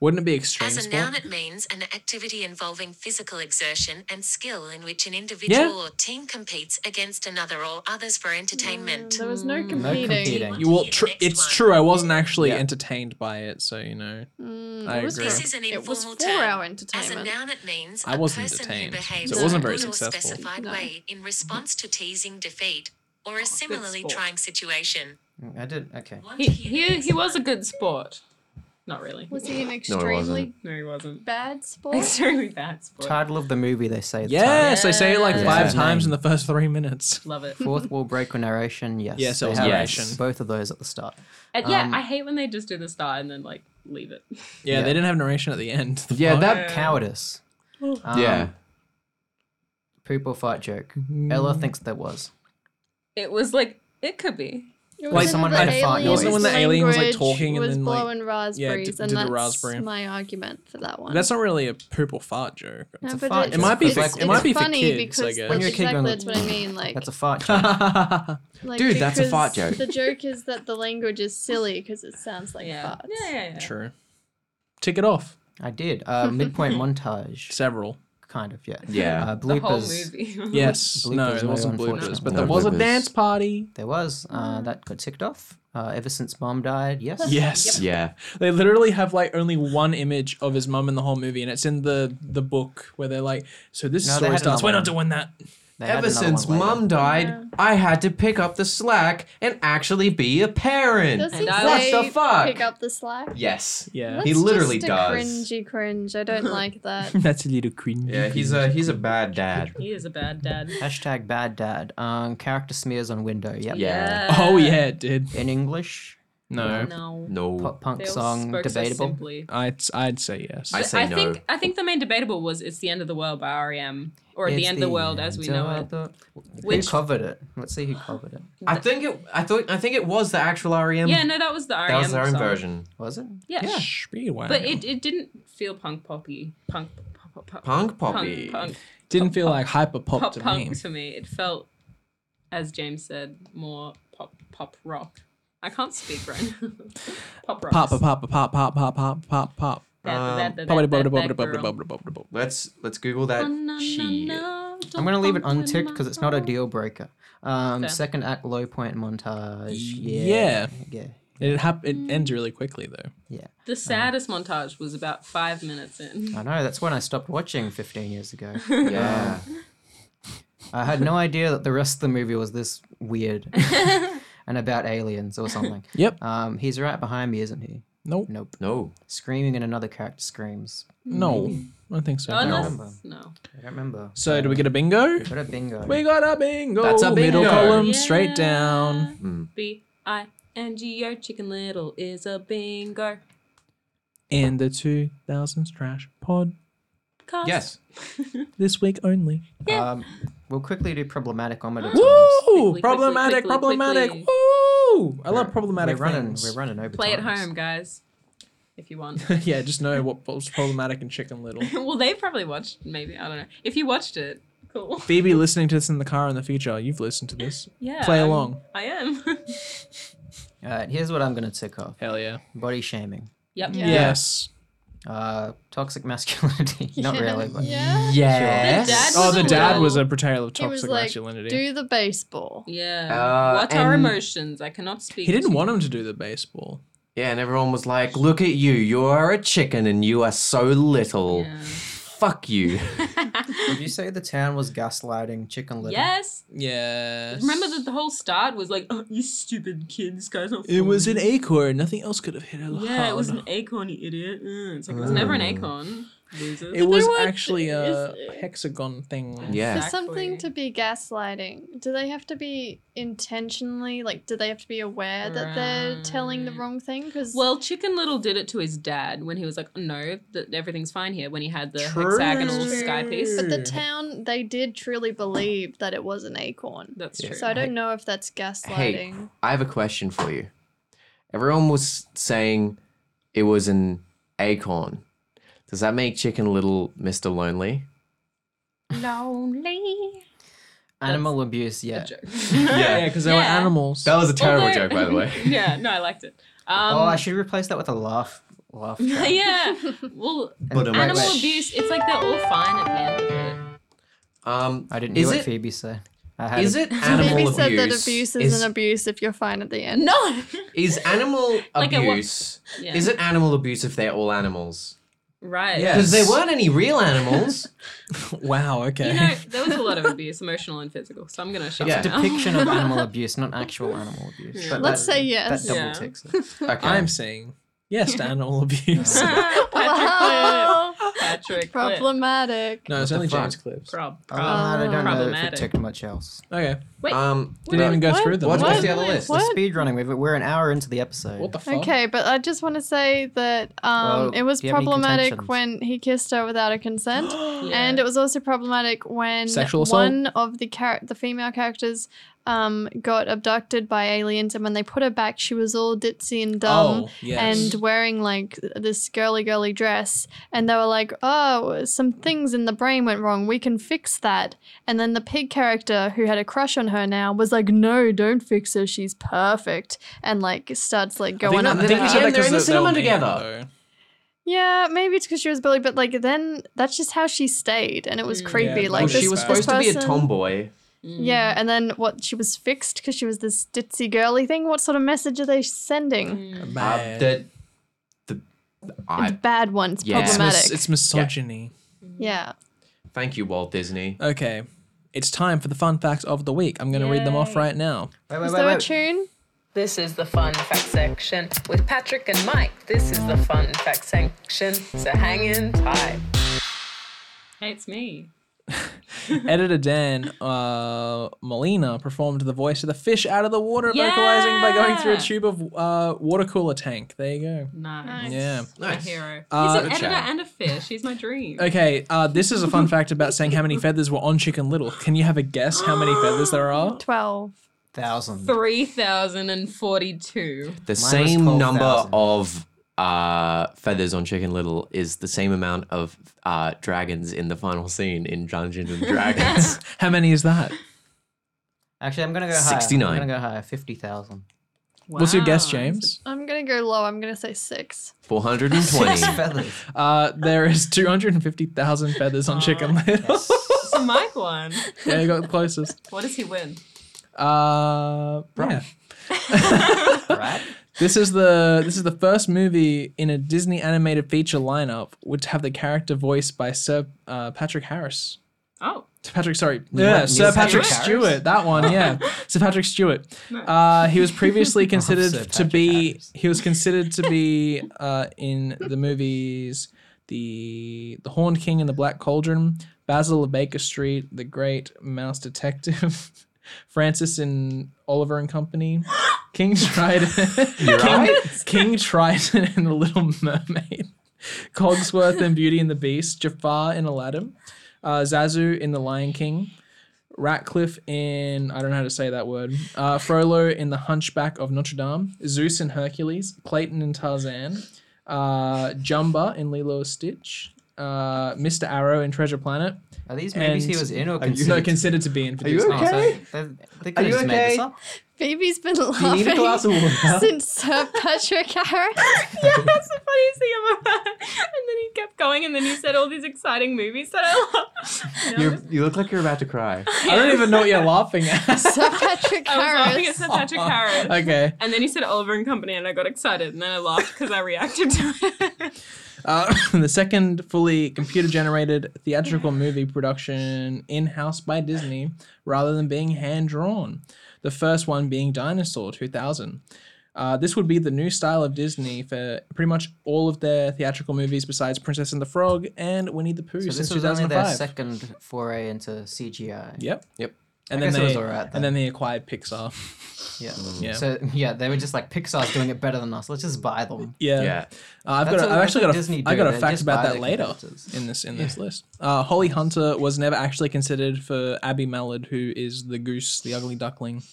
Speaker 2: Wouldn't it be extreme
Speaker 6: As a
Speaker 2: sport?
Speaker 6: noun, it means an activity involving physical exertion and skill in which an individual or team competes against another or others for
Speaker 2: Mm,
Speaker 6: entertainment.
Speaker 5: There was no competing.
Speaker 1: competing.
Speaker 2: You will.
Speaker 6: Here's
Speaker 2: Tr-
Speaker 6: the next
Speaker 2: it's
Speaker 6: one.
Speaker 2: true. I wasn't actually
Speaker 1: Yeah.
Speaker 2: entertained by it, so you know.
Speaker 5: Mm,
Speaker 2: I
Speaker 5: it was
Speaker 2: agree.
Speaker 5: for-
Speaker 6: This is an
Speaker 5: it was
Speaker 6: informal
Speaker 5: for
Speaker 6: term.
Speaker 5: our
Speaker 6: As a
Speaker 5: entertainment.
Speaker 6: noun, it means
Speaker 2: I
Speaker 6: a
Speaker 2: wasn't
Speaker 6: person
Speaker 2: entertained,
Speaker 6: who behaves
Speaker 2: so
Speaker 5: it wasn't
Speaker 6: in
Speaker 5: very
Speaker 6: a
Speaker 2: successful.
Speaker 6: specified
Speaker 5: No.
Speaker 6: way in response to teasing defeat or a similarly
Speaker 3: sport.
Speaker 6: trying situation.
Speaker 1: I did. Okay.
Speaker 6: Want
Speaker 3: He,
Speaker 6: to hear the
Speaker 3: he,
Speaker 6: next
Speaker 3: he was a good sport. Not really.
Speaker 5: Was he an
Speaker 4: No, it
Speaker 5: extremely
Speaker 4: wasn't.
Speaker 3: No, he wasn't.
Speaker 5: bad sport?
Speaker 3: Extremely bad sport.
Speaker 1: Title of the movie they say. the title.
Speaker 2: Yes, they say it like
Speaker 3: Yeah.
Speaker 2: five
Speaker 1: Yeah.
Speaker 2: times in the first three minutes.
Speaker 3: Love it.
Speaker 1: Fourth wall break or narration. Yes.
Speaker 2: Yes, it
Speaker 1: they
Speaker 2: was
Speaker 1: have
Speaker 2: narration.
Speaker 1: Both of those at the start.
Speaker 3: And yeah,
Speaker 1: Um,
Speaker 3: I hate when they just do the star and then like leave it.
Speaker 2: Yeah,
Speaker 1: Yeah.
Speaker 2: they didn't have narration at the end. The
Speaker 4: Yeah,
Speaker 2: fuck?
Speaker 4: that.
Speaker 1: Cowardice.
Speaker 3: Oh.
Speaker 1: Um,
Speaker 4: yeah. Mm.
Speaker 1: Poop or fart joke. Ella thinks there was.
Speaker 3: It was like it could be.
Speaker 5: It
Speaker 1: Like
Speaker 5: in
Speaker 1: someone
Speaker 5: the
Speaker 1: had a fart
Speaker 5: aliens
Speaker 1: noise. Wasn't it
Speaker 2: when the alien was, like,
Speaker 5: language
Speaker 2: talking and
Speaker 5: was
Speaker 2: then, like-
Speaker 5: blowing raspberries,
Speaker 2: did
Speaker 5: and
Speaker 2: a
Speaker 5: that's
Speaker 2: raspberry.
Speaker 5: my argument for that one.
Speaker 2: That's not really a poop or fart joke.
Speaker 5: no,
Speaker 1: a
Speaker 5: but
Speaker 1: fart
Speaker 5: it's-
Speaker 1: joke. It might be
Speaker 5: it's-
Speaker 1: for- it
Speaker 5: it's
Speaker 2: might be for
Speaker 5: funny
Speaker 2: kids, I
Speaker 5: because
Speaker 2: guess.
Speaker 5: that's
Speaker 1: When you're a kid
Speaker 5: exactly
Speaker 1: going like,
Speaker 5: that's what I mean. Like,
Speaker 1: That's a fart joke.
Speaker 2: It's
Speaker 5: like,
Speaker 4: Dude, that's a
Speaker 5: because
Speaker 4: fart joke.
Speaker 5: The joke is that the language is silly because it sounds like
Speaker 3: yeah.
Speaker 5: farts.
Speaker 3: yeah, yeah, yeah.
Speaker 2: True. Tick it off.
Speaker 1: I did. Uh, midpoint montage.
Speaker 2: Several.
Speaker 1: Kind of, yeah.
Speaker 4: Yeah.
Speaker 1: Uh,
Speaker 3: The whole
Speaker 1: bloopers.
Speaker 3: movie.
Speaker 2: Yes. no,
Speaker 1: Bloopers,
Speaker 2: there wasn't
Speaker 1: no,
Speaker 2: bloopers, but
Speaker 1: unfortunately.
Speaker 2: there
Speaker 4: No
Speaker 2: was a
Speaker 4: bloopers.
Speaker 2: dance party.
Speaker 1: There was. Uh, that got ticked off. Uh, ever since mom died, yes.
Speaker 2: Yes.
Speaker 4: Yeah.
Speaker 2: They literally have like only one image of his mum in the whole movie, and it's in the the book where they're like, "So this
Speaker 1: No, they
Speaker 2: story
Speaker 1: had
Speaker 2: starts. We're
Speaker 1: another
Speaker 2: not doing that."
Speaker 1: They had
Speaker 4: Ever
Speaker 1: another
Speaker 4: since
Speaker 1: one later.
Speaker 4: mum died, I had to pick up the slack and actually be a parent.
Speaker 5: Does he
Speaker 3: And I
Speaker 5: say
Speaker 4: what the fuck?
Speaker 5: pick up the slack?
Speaker 4: yes.
Speaker 2: Yeah.
Speaker 5: That's
Speaker 4: He literally
Speaker 5: just a
Speaker 4: does.
Speaker 5: Cringy, cringe. I don't like that.
Speaker 2: That's a little cringy.
Speaker 4: Yeah, he's a he's a bad dad.
Speaker 3: He is a bad dad.
Speaker 1: Hashtag bad dad. Um, character smears on window. Yep.
Speaker 4: Yeah.
Speaker 2: Oh yeah, dude.
Speaker 1: In English,
Speaker 2: No,
Speaker 3: No.
Speaker 4: No.
Speaker 1: pop punk
Speaker 3: They all
Speaker 1: song,
Speaker 3: spoke so
Speaker 1: debatable.
Speaker 3: simply.
Speaker 2: I'd I'd say yes.
Speaker 4: I
Speaker 3: I,
Speaker 4: say no.
Speaker 3: think I think the main debatable was "It's the End of the World" by REM, or "At the
Speaker 1: It's
Speaker 3: End of the World" as we
Speaker 1: end
Speaker 3: know
Speaker 1: of
Speaker 3: it.
Speaker 1: the-
Speaker 3: Which-
Speaker 1: who covered it? Let's see who covered it.
Speaker 4: I think it I thought I think it was the actual E REM.
Speaker 3: Yeah, no, that was the REM.
Speaker 4: that was their own
Speaker 3: song.
Speaker 4: version.
Speaker 1: Was it?
Speaker 3: Yeah,
Speaker 2: Yeah, Speedwagon.
Speaker 3: but it, it didn't feel punk poppy, punk pop, pop, punk,
Speaker 4: Punk poppy.
Speaker 3: punk,
Speaker 2: didn't feel like hyper pop
Speaker 3: pop
Speaker 2: to
Speaker 3: punk
Speaker 2: me.
Speaker 3: to me. It felt, as James said, more pop pop rock. I can't speak right now. pop rock.
Speaker 2: Pop, pop, pop, pop, pop, pop, pop, pop, pop.
Speaker 4: Let's let's Google that shit.
Speaker 1: I'm gonna leave it unticked because it's not a deal breaker. Um, second act, low point montage. Yeah. Yeah.
Speaker 2: It hap- it ends really quickly though.
Speaker 3: The saddest montage was about five minutes in.
Speaker 1: I know. That's when I stopped watching 15 years ago.
Speaker 4: Yeah.
Speaker 1: I had no idea that the rest of the movie was this weird and about aliens or something.
Speaker 2: Yep.
Speaker 1: Um, he's right behind me, isn't he?
Speaker 2: Nope.
Speaker 1: Nope.
Speaker 4: No.
Speaker 1: Screaming and another character screams.
Speaker 2: No. I don't think so.
Speaker 3: Oh,
Speaker 1: no.
Speaker 3: no. no.
Speaker 1: I don't remember.
Speaker 2: So do we get a bingo?
Speaker 1: What a bingo.
Speaker 2: We got a bingo.
Speaker 4: That's a
Speaker 2: Middle
Speaker 4: bingo.
Speaker 2: column,
Speaker 3: Yeah.
Speaker 2: straight down.
Speaker 3: B I N G O. Chicken Little is a bingo.
Speaker 2: In the 2000s trash pod.
Speaker 3: Cause
Speaker 4: Yes.
Speaker 2: This week only.
Speaker 1: Um, we'll quickly do problematic on times.
Speaker 2: Woo!
Speaker 3: quickly,
Speaker 2: Problematic,
Speaker 3: quickly,
Speaker 2: problematic.
Speaker 3: quickly.
Speaker 2: Woo! I love
Speaker 1: We're
Speaker 2: problematic
Speaker 1: running.
Speaker 2: things.
Speaker 1: We're running over.
Speaker 3: Play at
Speaker 1: times.
Speaker 3: home, guys, if you want.
Speaker 2: yeah, just know what what was problematic in Chicken Little.
Speaker 3: well, they probably watched. Maybe I don't know. If you watched it, cool.
Speaker 2: Phoebe, listening to this in the car in the future, you've listened to this.
Speaker 3: Yeah.
Speaker 2: Play
Speaker 3: I'm-
Speaker 2: along.
Speaker 3: I am.
Speaker 1: All right. Here's what I'm gonna tick off:
Speaker 2: Hell yeah.
Speaker 1: body shaming,
Speaker 3: yep.
Speaker 5: Yeah.
Speaker 2: Yes.
Speaker 1: uh, toxic masculinity. Not really, but
Speaker 5: yeah.
Speaker 4: Yes.
Speaker 2: Oh,
Speaker 3: Sure.
Speaker 2: the
Speaker 3: Wasn't
Speaker 2: dad
Speaker 3: well-
Speaker 2: was a portrayal of
Speaker 5: He was
Speaker 2: toxic
Speaker 5: like,
Speaker 2: masculinity.
Speaker 5: do the baseball.
Speaker 3: Yeah.
Speaker 4: Uh,
Speaker 3: what are
Speaker 4: and-
Speaker 3: emotions? I cannot speak.
Speaker 2: he didn't
Speaker 3: to-
Speaker 2: want him to do the baseball.
Speaker 4: Yeah, and everyone was like, "Look at you! You are a chicken, and you are so little.
Speaker 3: Yeah.
Speaker 4: Fuck you!"
Speaker 1: Did you say the town was gaslighting Chicken Little?
Speaker 3: Yes.
Speaker 2: Yes.
Speaker 3: Remember that the whole start was like, oh, you stupid kid, this guy's not.
Speaker 2: It was
Speaker 3: fooling
Speaker 2: an acorn. Nothing else could have hit her.
Speaker 3: you." Yeah, it
Speaker 2: hard.
Speaker 3: was an acorn, you idiot. Uh, It's like, it was never an acorn. Losers.
Speaker 2: It was
Speaker 3: There were-
Speaker 2: actually a
Speaker 3: it's-
Speaker 2: hexagon thing.
Speaker 4: Yeah.
Speaker 5: For
Speaker 3: Exactly.
Speaker 5: something to be gaslighting, do they have to be intentionally like? Do they have to be aware that they're telling the
Speaker 3: Right.
Speaker 5: wrong thing? Because
Speaker 3: Well, Chicken Little did it to his dad when he was like, "No, that everything's fine here." When he had the
Speaker 2: True.
Speaker 3: hexagonal sky piece.
Speaker 5: but the
Speaker 2: True.
Speaker 5: town they did truly believe that it was an acorn.
Speaker 3: That's
Speaker 2: Yeah.
Speaker 3: true.
Speaker 5: So I
Speaker 4: Hey-
Speaker 5: don't know if that's
Speaker 4: Hey,
Speaker 5: gaslighting.
Speaker 4: I have a question for you. Everyone was saying it was an acorn. Does that make Chicken Little Mr. Lonely?
Speaker 3: Lonely.
Speaker 1: Animal abuse. Yeah.
Speaker 2: yeah, because they were
Speaker 3: Yeah.
Speaker 2: animals.
Speaker 4: That was a terrible
Speaker 3: Although-
Speaker 4: joke, by the way.
Speaker 3: yeah, no, I liked it. Um,
Speaker 1: oh, I should replace that with a laugh. Laugh. Track.
Speaker 3: yeah. Well,
Speaker 1: And-
Speaker 4: But, um,
Speaker 3: animal
Speaker 1: wait, wait.
Speaker 3: abuse. It's like they're all fine at the end of it.
Speaker 4: Um,
Speaker 1: I didn't
Speaker 4: is
Speaker 1: hear what
Speaker 4: it-
Speaker 1: Phoebe said. I had
Speaker 4: Is
Speaker 1: a-
Speaker 4: it animal
Speaker 5: Maybe
Speaker 4: abuse?
Speaker 5: said that abuse is,
Speaker 4: is,
Speaker 5: an abuse if you're fine at the end.
Speaker 3: No.
Speaker 4: is animal
Speaker 3: Like at what-
Speaker 4: abuse?
Speaker 3: Yeah.
Speaker 4: Is it animal abuse if they're all animals?
Speaker 3: right?
Speaker 2: Yeah.
Speaker 4: Because
Speaker 2: Yes.
Speaker 4: there weren't any real animals.
Speaker 2: wow. Okay.
Speaker 3: You know, there was a lot of abuse, emotional and physical. So I'm gonna shut
Speaker 4: Yeah.
Speaker 3: yeah. down.
Speaker 1: Depiction of animal abuse, not actual animal abuse.
Speaker 3: Yeah.
Speaker 1: But
Speaker 5: Let's
Speaker 1: that,
Speaker 5: say yes.
Speaker 1: that double
Speaker 3: Yeah.
Speaker 1: ticks. it. Uh,
Speaker 4: okay.
Speaker 2: I'm saying yes to animal abuse.
Speaker 3: Patrick.
Speaker 5: Wow.
Speaker 3: Patrick. Problem.
Speaker 5: Problematic.
Speaker 2: no, it's only
Speaker 4: the fuck?
Speaker 2: James clips.
Speaker 3: Prob.
Speaker 1: Other than that, I don't know if it
Speaker 3: Problematic.
Speaker 1: ticked much else.
Speaker 2: Okay.
Speaker 3: Wait.
Speaker 4: um,
Speaker 2: Didn't even go
Speaker 5: What?
Speaker 2: through them.
Speaker 4: What?
Speaker 2: What,
Speaker 4: What's the other list?
Speaker 1: The
Speaker 5: What?
Speaker 1: speed running with it. We're an hour into the episode.
Speaker 2: the fuck?
Speaker 5: Okay, but I just want to say that um,
Speaker 1: Well,
Speaker 5: it was
Speaker 1: do you have any
Speaker 5: problematic
Speaker 1: contentions?
Speaker 5: when he kissed her without her consent,
Speaker 3: Yeah.
Speaker 5: and it was also problematic when
Speaker 2: Sexual assault?
Speaker 5: one of the char- the female characters um, got abducted by aliens, and when they put her back, she was all ditzy and dumb.
Speaker 2: oh, yes.
Speaker 5: And wearing like this girly girly dress, and they were like, "Oh, some things in the brain went wrong. We can fix that." And then the pig character, who had a crush on her now, was like, "No, don't fix her. She's perfect." And like starts like going
Speaker 4: that-
Speaker 5: up.
Speaker 4: I think
Speaker 5: the-
Speaker 4: we said that
Speaker 2: they're
Speaker 4: 'cause
Speaker 2: in the
Speaker 4: they- they were
Speaker 2: cinema
Speaker 4: mean,
Speaker 2: together.
Speaker 5: Yeah, maybe it's because she was bullied, but like then that's just how she stayed, and it was
Speaker 3: Mm.
Speaker 5: creepy.
Speaker 2: Yeah,
Speaker 5: like
Speaker 4: well,
Speaker 5: this,
Speaker 4: she was
Speaker 5: this
Speaker 4: supposed to be a
Speaker 5: person-
Speaker 4: tomboy.
Speaker 5: Yeah, and then what? She was fixed because she was this ditzy girly thing. What sort of message are they sending?
Speaker 4: Uh,
Speaker 2: Bad.
Speaker 4: the, the,
Speaker 5: it's
Speaker 4: I
Speaker 5: bad one. It's
Speaker 4: Yeah.
Speaker 2: it's, mis-
Speaker 5: problematic.
Speaker 2: it's misogyny.
Speaker 5: yeah.
Speaker 4: thank you, Walt Disney.
Speaker 2: Okay. It's time for the fun facts of the week. I'm going to read them off right now.
Speaker 1: Wait, wait,
Speaker 5: Is
Speaker 1: wait,
Speaker 5: there a
Speaker 1: wait.
Speaker 5: tune?
Speaker 8: This is the fun fact section with Patrick and Mike. This is the fun fact section. So hang in tight.
Speaker 3: Hey, it's me.
Speaker 2: Editor Dan uh, Molina performed the voice of the fish out of the water at vocalizing by going through a
Speaker 3: Yeah.
Speaker 2: tube of uh, water cooler tank. There you go.
Speaker 3: Nice.
Speaker 2: Yeah.
Speaker 3: My
Speaker 4: Nice.
Speaker 3: hero.
Speaker 2: Uh,
Speaker 3: He's an
Speaker 4: good
Speaker 3: editor
Speaker 4: shout.
Speaker 3: and a fish. He's my dream.
Speaker 2: Okay, uh, this is a fun fact about saying how many feathers were on Chicken Little. Can you have a guess how many feathers there are?
Speaker 5: 12.
Speaker 1: Thousand.
Speaker 3: 3,042.
Speaker 4: The
Speaker 1: was
Speaker 4: same number
Speaker 1: 12,000.
Speaker 4: of uh, feathers on Chicken Little is the same amount of uh, dragons in the final scene in Dungeons and Dragons.
Speaker 2: How many is that?
Speaker 1: Actually, I'm gonna go higher.
Speaker 4: 69.
Speaker 1: I'm gonna go higher. Fifty thousand.
Speaker 2: What's your guess,
Speaker 3: Wow.
Speaker 2: James?
Speaker 5: I'm going to go low. I'm going to say six.
Speaker 4: 420.
Speaker 1: feathers.
Speaker 2: Uh, there is 250,000 feathers on Chicken Little.
Speaker 3: It's a Mike one.
Speaker 2: yeah, you got the closest.
Speaker 3: What does he win?
Speaker 2: Uh, yeah.
Speaker 1: right?
Speaker 2: This is the this is the first movie in a Disney animated feature lineup which have the character voiced by Sir uh, Patrick Harris.
Speaker 3: Oh,
Speaker 2: Patrick, sorry,
Speaker 1: Neil-
Speaker 2: yeah,
Speaker 1: Neil
Speaker 2: Sir Patrick
Speaker 1: Patrick Harris?
Speaker 2: Stewart. That one, yeah, Sir Patrick Stewart. Uh, he was previously considered
Speaker 1: Sir
Speaker 2: to
Speaker 1: Patrick
Speaker 2: be.
Speaker 1: Harris.
Speaker 2: He was considered to be uh, in the movies the the Horned King and the Black Cauldron, Basil of Baker Street, The Great Mouse Detective, Francis and Oliver and Company, King Triton, King, King Triton and the Little Mermaid, Cogsworth and Beauty and the Beast, Jafar in Aladdin, uh, Zazu in The Lion King. Ratcliffe in I don't know how to say that word. Uh, Frollo in The Hunchback of Notre Dame. Zeus in Hercules. Clayton in Tarzan. Uh, Jumba in Lilo and Stitch. Uh, Mr. Arrow in Treasure Planet.
Speaker 1: Are these movies he
Speaker 2: And-
Speaker 1: was in or
Speaker 2: You know,
Speaker 1: considered?
Speaker 2: considered to be in. For
Speaker 4: Are you
Speaker 2: Disney.
Speaker 1: Oh, so
Speaker 4: Okay.
Speaker 1: they, they could
Speaker 4: you
Speaker 1: have just made this
Speaker 4: okay?
Speaker 1: up.
Speaker 5: Phoebe's been
Speaker 4: Do you need a glass
Speaker 5: laughing
Speaker 4: of water?
Speaker 5: since Sir Patrick Harris.
Speaker 3: yeah, that's the funniest thing I've ever heard. And then he kept going, and then he said all these exciting movies that I love. No,
Speaker 4: You- you look like you're about to cry.
Speaker 2: I don't even know what you're laughing at.
Speaker 5: Sir Patrick
Speaker 3: I was laughing at
Speaker 5: Harris.
Speaker 3: Sir Patrick Harris.
Speaker 2: okay.
Speaker 3: And then he said Oliver and Company, and I got excited, and then I laughed because I reacted to it.
Speaker 2: Uh, the second fully computer generated theatrical movie production in house by Disney rather than being hand drawn. The first one being Dinosaur 2000. Uh, this would be the new style of Disney for pretty much all of their theatrical movies besides Princess and the Frog and Winnie the Pooh
Speaker 1: So
Speaker 2: since
Speaker 1: this was only
Speaker 2: 2005.
Speaker 1: their second foray into CGI.
Speaker 2: Yep.
Speaker 4: Yep.
Speaker 2: And
Speaker 1: I
Speaker 2: then
Speaker 1: guess it was
Speaker 2: they
Speaker 1: alright then.
Speaker 2: and then they acquired Pixar.
Speaker 1: Yeah.
Speaker 2: Yeah.
Speaker 1: So yeah, they were just like Pixar's doing it better than us. Let's just buy them.
Speaker 2: Yeah.
Speaker 4: Yeah.
Speaker 2: Uh, I've
Speaker 1: That's
Speaker 2: got. A,
Speaker 1: what- that's
Speaker 2: I've actually
Speaker 1: what
Speaker 2: got. A,
Speaker 1: Disney
Speaker 2: I
Speaker 1: do.
Speaker 2: got a
Speaker 1: They
Speaker 2: fact
Speaker 1: just
Speaker 2: about
Speaker 1: buy
Speaker 2: that
Speaker 1: the
Speaker 2: later
Speaker 1: competitors.
Speaker 2: in this in this list. Uh, Holly Hunter was never actually considered for Abby Mallard, who is the goose, the ugly duckling.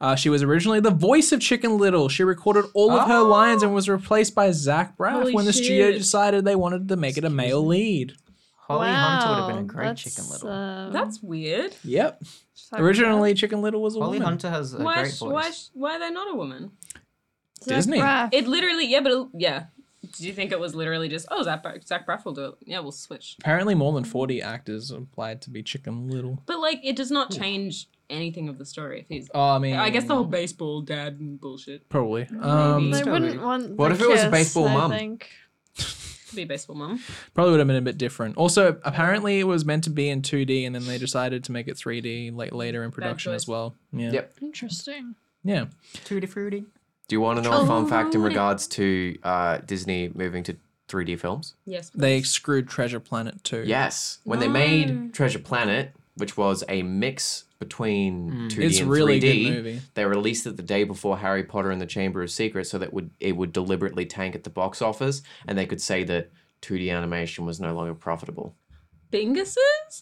Speaker 2: Uh, she was originally the voice of Chicken Little. She recorded all of her lines and was replaced by Zach Braff
Speaker 3: Holy
Speaker 2: when the studio
Speaker 3: shit.
Speaker 2: decided they wanted to make it a male lead.
Speaker 1: Holly Hunter would have been a
Speaker 5: Wow,
Speaker 1: great Chicken
Speaker 5: that's,
Speaker 1: Little.
Speaker 3: uh,
Speaker 5: um,
Speaker 3: That's weird.
Speaker 2: Yep.
Speaker 5: fucked
Speaker 2: Originally, Chicken Little was a
Speaker 1: Holly
Speaker 2: woman.
Speaker 1: Hunter has a
Speaker 3: Why?
Speaker 1: great
Speaker 3: sh-
Speaker 1: voice.
Speaker 3: why? sh- Why are they not a woman?
Speaker 5: up. Zach
Speaker 2: Disney.
Speaker 5: Braff.
Speaker 3: It literally. Yeah, but it, yeah. Do you think it was literally just oh Zach Braff, Zach Braff will do it? Yeah, we'll switch.
Speaker 2: Apparently, more than forty actors applied to be Chicken Little.
Speaker 3: But like, it does not change anything of the story if he's.
Speaker 2: Oh, I mean,
Speaker 3: I guess the whole baseball dad and bullshit
Speaker 2: probably. Um,
Speaker 5: They
Speaker 1: Maybe.
Speaker 5: wouldn't want
Speaker 4: What
Speaker 5: the
Speaker 4: if it was a
Speaker 5: kiss,
Speaker 4: baseball
Speaker 5: I
Speaker 4: mum?
Speaker 5: think.
Speaker 3: could be baseball mom.
Speaker 2: Probably would have been a bit different. Also, apparently it was meant to be in 2D and then they decided to make it 3D late, later in production
Speaker 3: choice.
Speaker 2: as well. Yeah.
Speaker 4: Yep.
Speaker 5: Interesting.
Speaker 2: Yeah.
Speaker 1: Tutti Frutti.
Speaker 4: Do you want to
Speaker 3: Oh,
Speaker 4: know a fun fact in
Speaker 3: Alright.
Speaker 4: regards to uh, Disney moving to 3D films?
Speaker 3: Yes.
Speaker 2: They
Speaker 3: please.
Speaker 2: screwed Treasure Planet too.
Speaker 4: Yes. When they
Speaker 3: No.
Speaker 4: made Treasure Planet, which was a mix between 2D
Speaker 2: Mm. It's
Speaker 4: and
Speaker 2: really
Speaker 4: 3D,
Speaker 2: good movie.
Speaker 4: they released it the day before Harry Potter and the Chamber of Secrets so that would it would deliberately tank at the box office and they could say that 2D animation was no longer profitable.
Speaker 3: Binguses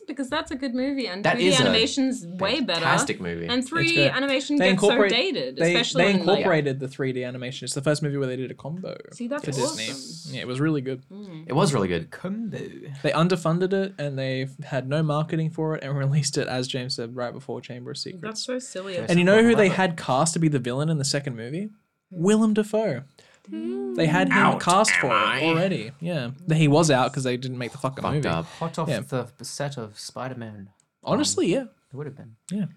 Speaker 3: because that's a good movie and
Speaker 4: That
Speaker 3: 3D
Speaker 4: is a
Speaker 3: animation's way better.
Speaker 4: Fantastic movie.
Speaker 3: And
Speaker 2: It's
Speaker 3: 3D
Speaker 2: good.
Speaker 3: animation
Speaker 2: They
Speaker 3: gets so
Speaker 2: incorporate-
Speaker 3: dated,
Speaker 2: They,
Speaker 3: especially
Speaker 2: they
Speaker 3: in like
Speaker 2: incorporated the 3D animation. It's the first movie where they did a combo
Speaker 3: See, that's
Speaker 2: for
Speaker 3: awesome.
Speaker 2: Disney. Yeah, it was really good.
Speaker 4: it was really good.
Speaker 1: Combo.
Speaker 2: They underfunded it and they had no marketing for it and released it as James said right before Chamber of Secrets.
Speaker 3: that's so silly.
Speaker 2: and you know who they had cast to be the villain in the second movie? Willem Dafoe.
Speaker 1: Mm.
Speaker 2: They had him cast for it already. Yeah, he was out because they didn't make the fucking
Speaker 4: Fucked
Speaker 2: movie.
Speaker 4: up.
Speaker 1: Hot off
Speaker 2: Yeah.
Speaker 1: the set of Spider Man.
Speaker 2: Honestly, yeah.
Speaker 1: It would have been.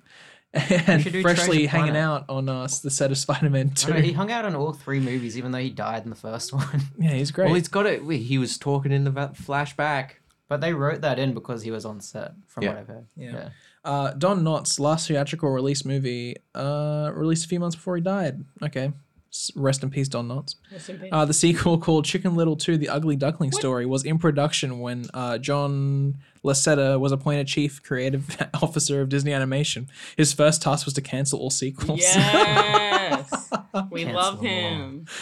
Speaker 2: And
Speaker 1: should do
Speaker 2: freshly
Speaker 1: Treasure
Speaker 2: hanging
Speaker 1: Planet.
Speaker 2: out on uh, the set of Spider-Man
Speaker 1: I know, he
Speaker 2: Two.
Speaker 1: hung out on all three movies, even though he died in the first one.
Speaker 2: Yeah, he's great.
Speaker 4: Well, he's got it. wait, He was talking in the va- flashback.
Speaker 1: But they wrote that in because he was on set, from
Speaker 4: Yeah.
Speaker 1: what I've heard.
Speaker 2: Yeah. Uh, Don Knott's last theatrical release movie uh, released a few months before he died. Okay. S- Rest in peace, Don Knotts. Uh, the sequel called Chicken Little 2 The Ugly Duckling Story was in production when uh, John Lasseter was appointed Chief Creative Officer of Disney Animation. His first task was to cancel all sequels.
Speaker 7: Yes. We
Speaker 1: Cancel
Speaker 7: love
Speaker 1: them all.
Speaker 7: him.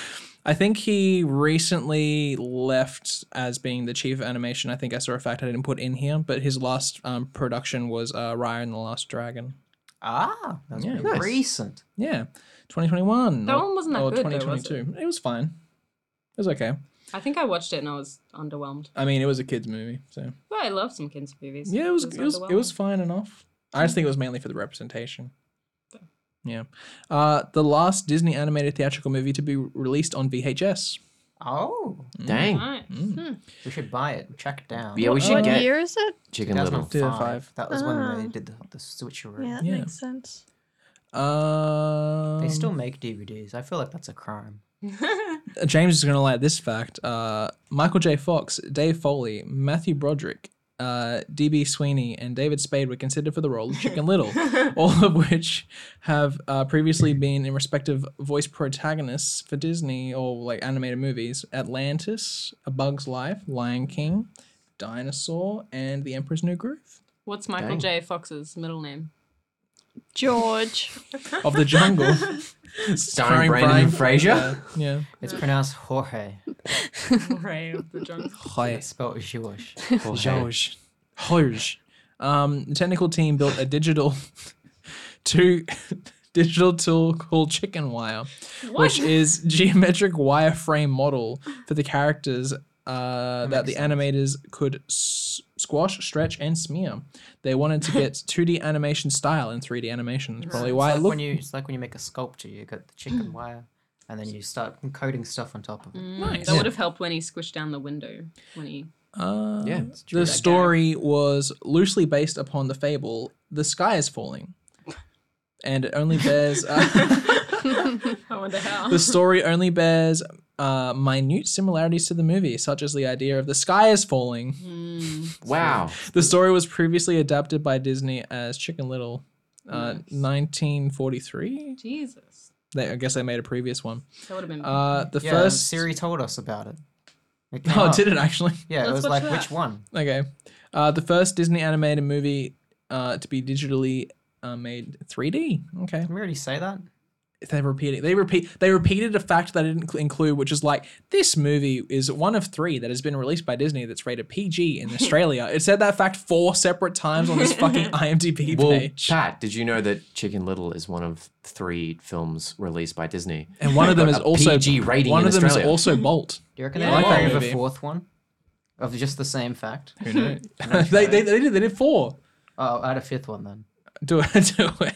Speaker 2: I think he recently left as being the chief of animation. I think I saw a fact I didn't put in here, but his last um, production was uh, Raya and the Last Dragon.
Speaker 1: Ah, that was
Speaker 2: Yeah.
Speaker 1: pretty recent.
Speaker 2: Yeah, 2021.
Speaker 3: That
Speaker 2: or-
Speaker 3: one wasn't that
Speaker 2: or
Speaker 3: good though, was it?
Speaker 2: it was fine. It was okay.
Speaker 3: I think I watched it and I was underwhelmed.
Speaker 2: I mean, it was a kids movie, so
Speaker 3: But I love some kids movies.
Speaker 2: yeah, it was it was, it was fine enough. I just think it was mainly for the representation. Yeah, uh, the last Disney animated theatrical movie to be released on VHS.
Speaker 1: Oh,
Speaker 2: Mm.
Speaker 4: Dang.
Speaker 3: Right.
Speaker 1: we should buy it. Check it down.
Speaker 4: Yeah, we should
Speaker 5: What
Speaker 4: get
Speaker 5: year is it?
Speaker 4: Chicken Little.
Speaker 1: 2005.
Speaker 2: Five.
Speaker 1: That was when they
Speaker 5: Ah.
Speaker 1: did the, the switcheroo.
Speaker 5: Yeah, that
Speaker 2: Yeah.
Speaker 5: makes sense.
Speaker 2: Um,
Speaker 1: They still make DVDs. I feel like that's a crime.
Speaker 2: James is going to like this fact. Uh, Michael J. Fox, Dave Foley, Matthew Broderick, uh, D.B. Sweeney, and David Spade were considered for the role of Chicken Little, all of which have uh, previously been in respective voice protagonists for Disney or like animated movies Atlantis, A Bug's Life, Lion King, Dinosaur, and The Emperor's New Groove.
Speaker 3: What's Michael
Speaker 4: Dang.
Speaker 3: J. Fox's middle name?
Speaker 5: George.
Speaker 2: Of the Jungle.
Speaker 4: Starring Brendan Fraser.
Speaker 2: Yeah.
Speaker 1: It's pronounced Jorge.
Speaker 3: Ray of the Jungle.
Speaker 2: Hi.
Speaker 1: It's spelled Jewish.
Speaker 2: Jorge. Jorge. Um, the technical team built a digital two digital tool called Chicken Wire, which is geometric wireframe model for the characters uh, that the animators could s- squash, stretch, and smear. They wanted to get 2D animation style in 3D animation. That's probably why
Speaker 1: It's
Speaker 2: it
Speaker 1: like
Speaker 2: looked.
Speaker 1: when you it's like when you make a sculpture, you got the
Speaker 3: Mm.
Speaker 1: chicken wire, and then you start coating stuff on top of it.
Speaker 3: That would have helped when he squished down the window when he
Speaker 2: Uh,
Speaker 4: Yeah.
Speaker 2: the story was loosely based upon the fable "The Sky Is Falling," and it only bears. Uh,
Speaker 3: I wonder how.
Speaker 2: the story only bears uh, minute similarities to the movie, such as the idea of the sky is falling.
Speaker 3: Mm.
Speaker 4: Wow.
Speaker 2: The story was previously adapted by Disney as Chicken Little, uh, 1943.
Speaker 3: Jesus.
Speaker 2: They, I guess they made a previous one.
Speaker 3: That would have been
Speaker 2: Uh, the
Speaker 1: Yeah,
Speaker 2: first.
Speaker 1: Siri told us about it. it came
Speaker 2: Oh,
Speaker 1: up.
Speaker 2: did it actually?
Speaker 1: Yeah, it was
Speaker 3: Let's watch
Speaker 1: like
Speaker 3: that.
Speaker 1: which one?
Speaker 2: Okay. Uh, the first Disney animated movie uh, to be digitally uh, made 3D. Okay.
Speaker 1: Can we already say that?
Speaker 2: They repeated. They repeat. They repeated a fact that I didn't cl- include, which is like this movie is one of three that has been released by Disney that's rated PG in Australia. it said that fact four separate times on this fucking IMDb
Speaker 4: Well,
Speaker 2: page,
Speaker 4: Pat, did you know that Chicken Little is one of three films released by Disney?
Speaker 2: and one of them is
Speaker 4: A
Speaker 2: also
Speaker 4: PG rating
Speaker 2: One
Speaker 4: in
Speaker 2: of them
Speaker 4: Australia.
Speaker 2: is also Bolt.
Speaker 1: Do you reckon
Speaker 3: Yeah.
Speaker 1: they
Speaker 2: I like
Speaker 1: like
Speaker 2: that
Speaker 1: of a
Speaker 2: movie.
Speaker 1: fourth one? Of just the same fact?
Speaker 2: Who knows? they, they, they did they did four.
Speaker 1: Oh, I had a fifth one then.
Speaker 2: Do it. Do it.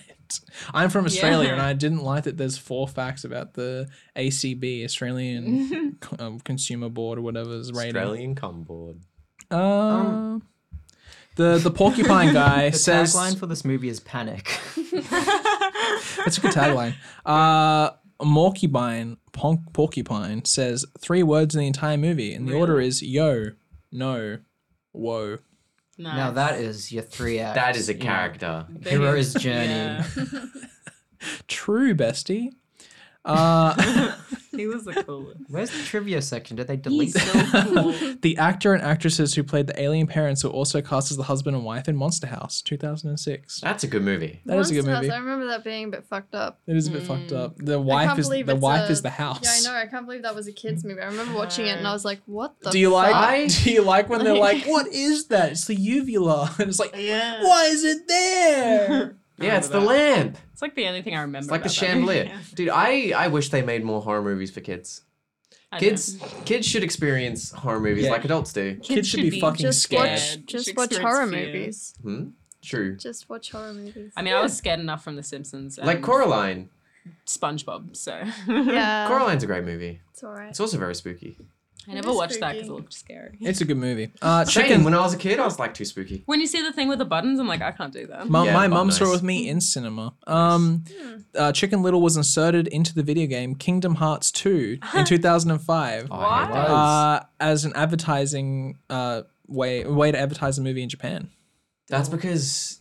Speaker 2: I'm from Australia, and I didn't like that. There's four facts about the ACB, Australian Co- um, Consumer Board, or whatever's rating.
Speaker 4: Australian come board.
Speaker 2: Uh,
Speaker 5: Um,
Speaker 2: the the porcupine guy
Speaker 1: The
Speaker 2: says
Speaker 1: tagline for this movie is panic.
Speaker 2: That's a good tagline. Uh, Morcubine, Ponk, Porcupine says three words in the entire movie, and the order is yo, no, whoa.
Speaker 7: Nice.
Speaker 1: now that is your three act.
Speaker 4: That is a
Speaker 1: you know,
Speaker 4: character.
Speaker 1: hero's journey.
Speaker 7: Yeah.
Speaker 2: True, bestie. Uh,
Speaker 7: He was the coolest.
Speaker 1: Where's the trivia section? Did they
Speaker 7: He's
Speaker 1: delete that?
Speaker 7: so cool.
Speaker 2: The actor and actresses who played the alien parents were also cast as the husband and wife in Monster House 2006.
Speaker 4: That's a good movie.
Speaker 2: That is a good
Speaker 5: Monster House,
Speaker 2: movie.
Speaker 5: I remember that being a bit fucked up.
Speaker 2: It is a bit fucked up. The
Speaker 5: Hmm. I
Speaker 2: wife
Speaker 5: can't
Speaker 2: is
Speaker 5: believe
Speaker 2: the
Speaker 5: it's
Speaker 2: wife
Speaker 5: a-
Speaker 2: is the house.
Speaker 5: Yeah, I know. I can't believe that was a kids movie. I remember watching it and I was like, "What the?"
Speaker 2: Do you like?
Speaker 5: fuck?
Speaker 2: Do you like when they're like, "What is that? It's the uvula," and it's like,
Speaker 7: Yeah.
Speaker 2: "Why is it there?"
Speaker 4: Yeah, it's the lamp.
Speaker 3: It's like the only thing I remember.
Speaker 4: It's like the
Speaker 3: about that
Speaker 4: chandelier.
Speaker 3: movie.
Speaker 4: Dude, I, I wish they made more horror movies for kids.
Speaker 3: I know.
Speaker 4: Kids kids should experience horror movies
Speaker 2: Yeah.
Speaker 4: like adults do.
Speaker 2: Kids should be fucking
Speaker 5: Just
Speaker 2: scared.
Speaker 5: watch, just
Speaker 7: Just
Speaker 5: watch
Speaker 7: experience
Speaker 5: horror
Speaker 7: fear.
Speaker 5: movies.
Speaker 4: Hmm? True.
Speaker 5: Just watch horror movies.
Speaker 3: I mean, I was scared enough from The Simpsons. And
Speaker 4: Like Coraline.
Speaker 3: SpongeBob. So
Speaker 5: yeah,
Speaker 4: Coraline's a great movie.
Speaker 5: it's alright.
Speaker 4: It's also very spooky.
Speaker 3: I
Speaker 5: It
Speaker 3: never
Speaker 5: is
Speaker 3: watched that 'cause that because
Speaker 5: spooky.
Speaker 3: it looked scary.
Speaker 2: It's a good movie. Uh,
Speaker 4: Chicken.
Speaker 2: chicken.
Speaker 4: When I was a kid, I was like too spooky.
Speaker 3: When you see the thing with the buttons, I'm like, I can't do that.
Speaker 2: My,
Speaker 4: Yeah,
Speaker 2: my
Speaker 4: but
Speaker 2: mum saw it
Speaker 4: nice.
Speaker 2: with me in cinema. Um, uh, Chicken Little was inserted into the video game Kingdom Hearts 2 in 2005
Speaker 4: Oh, I hate
Speaker 3: Why?
Speaker 4: those.
Speaker 2: uh, as an advertising uh, way way to advertise the movie in Japan.
Speaker 4: That's because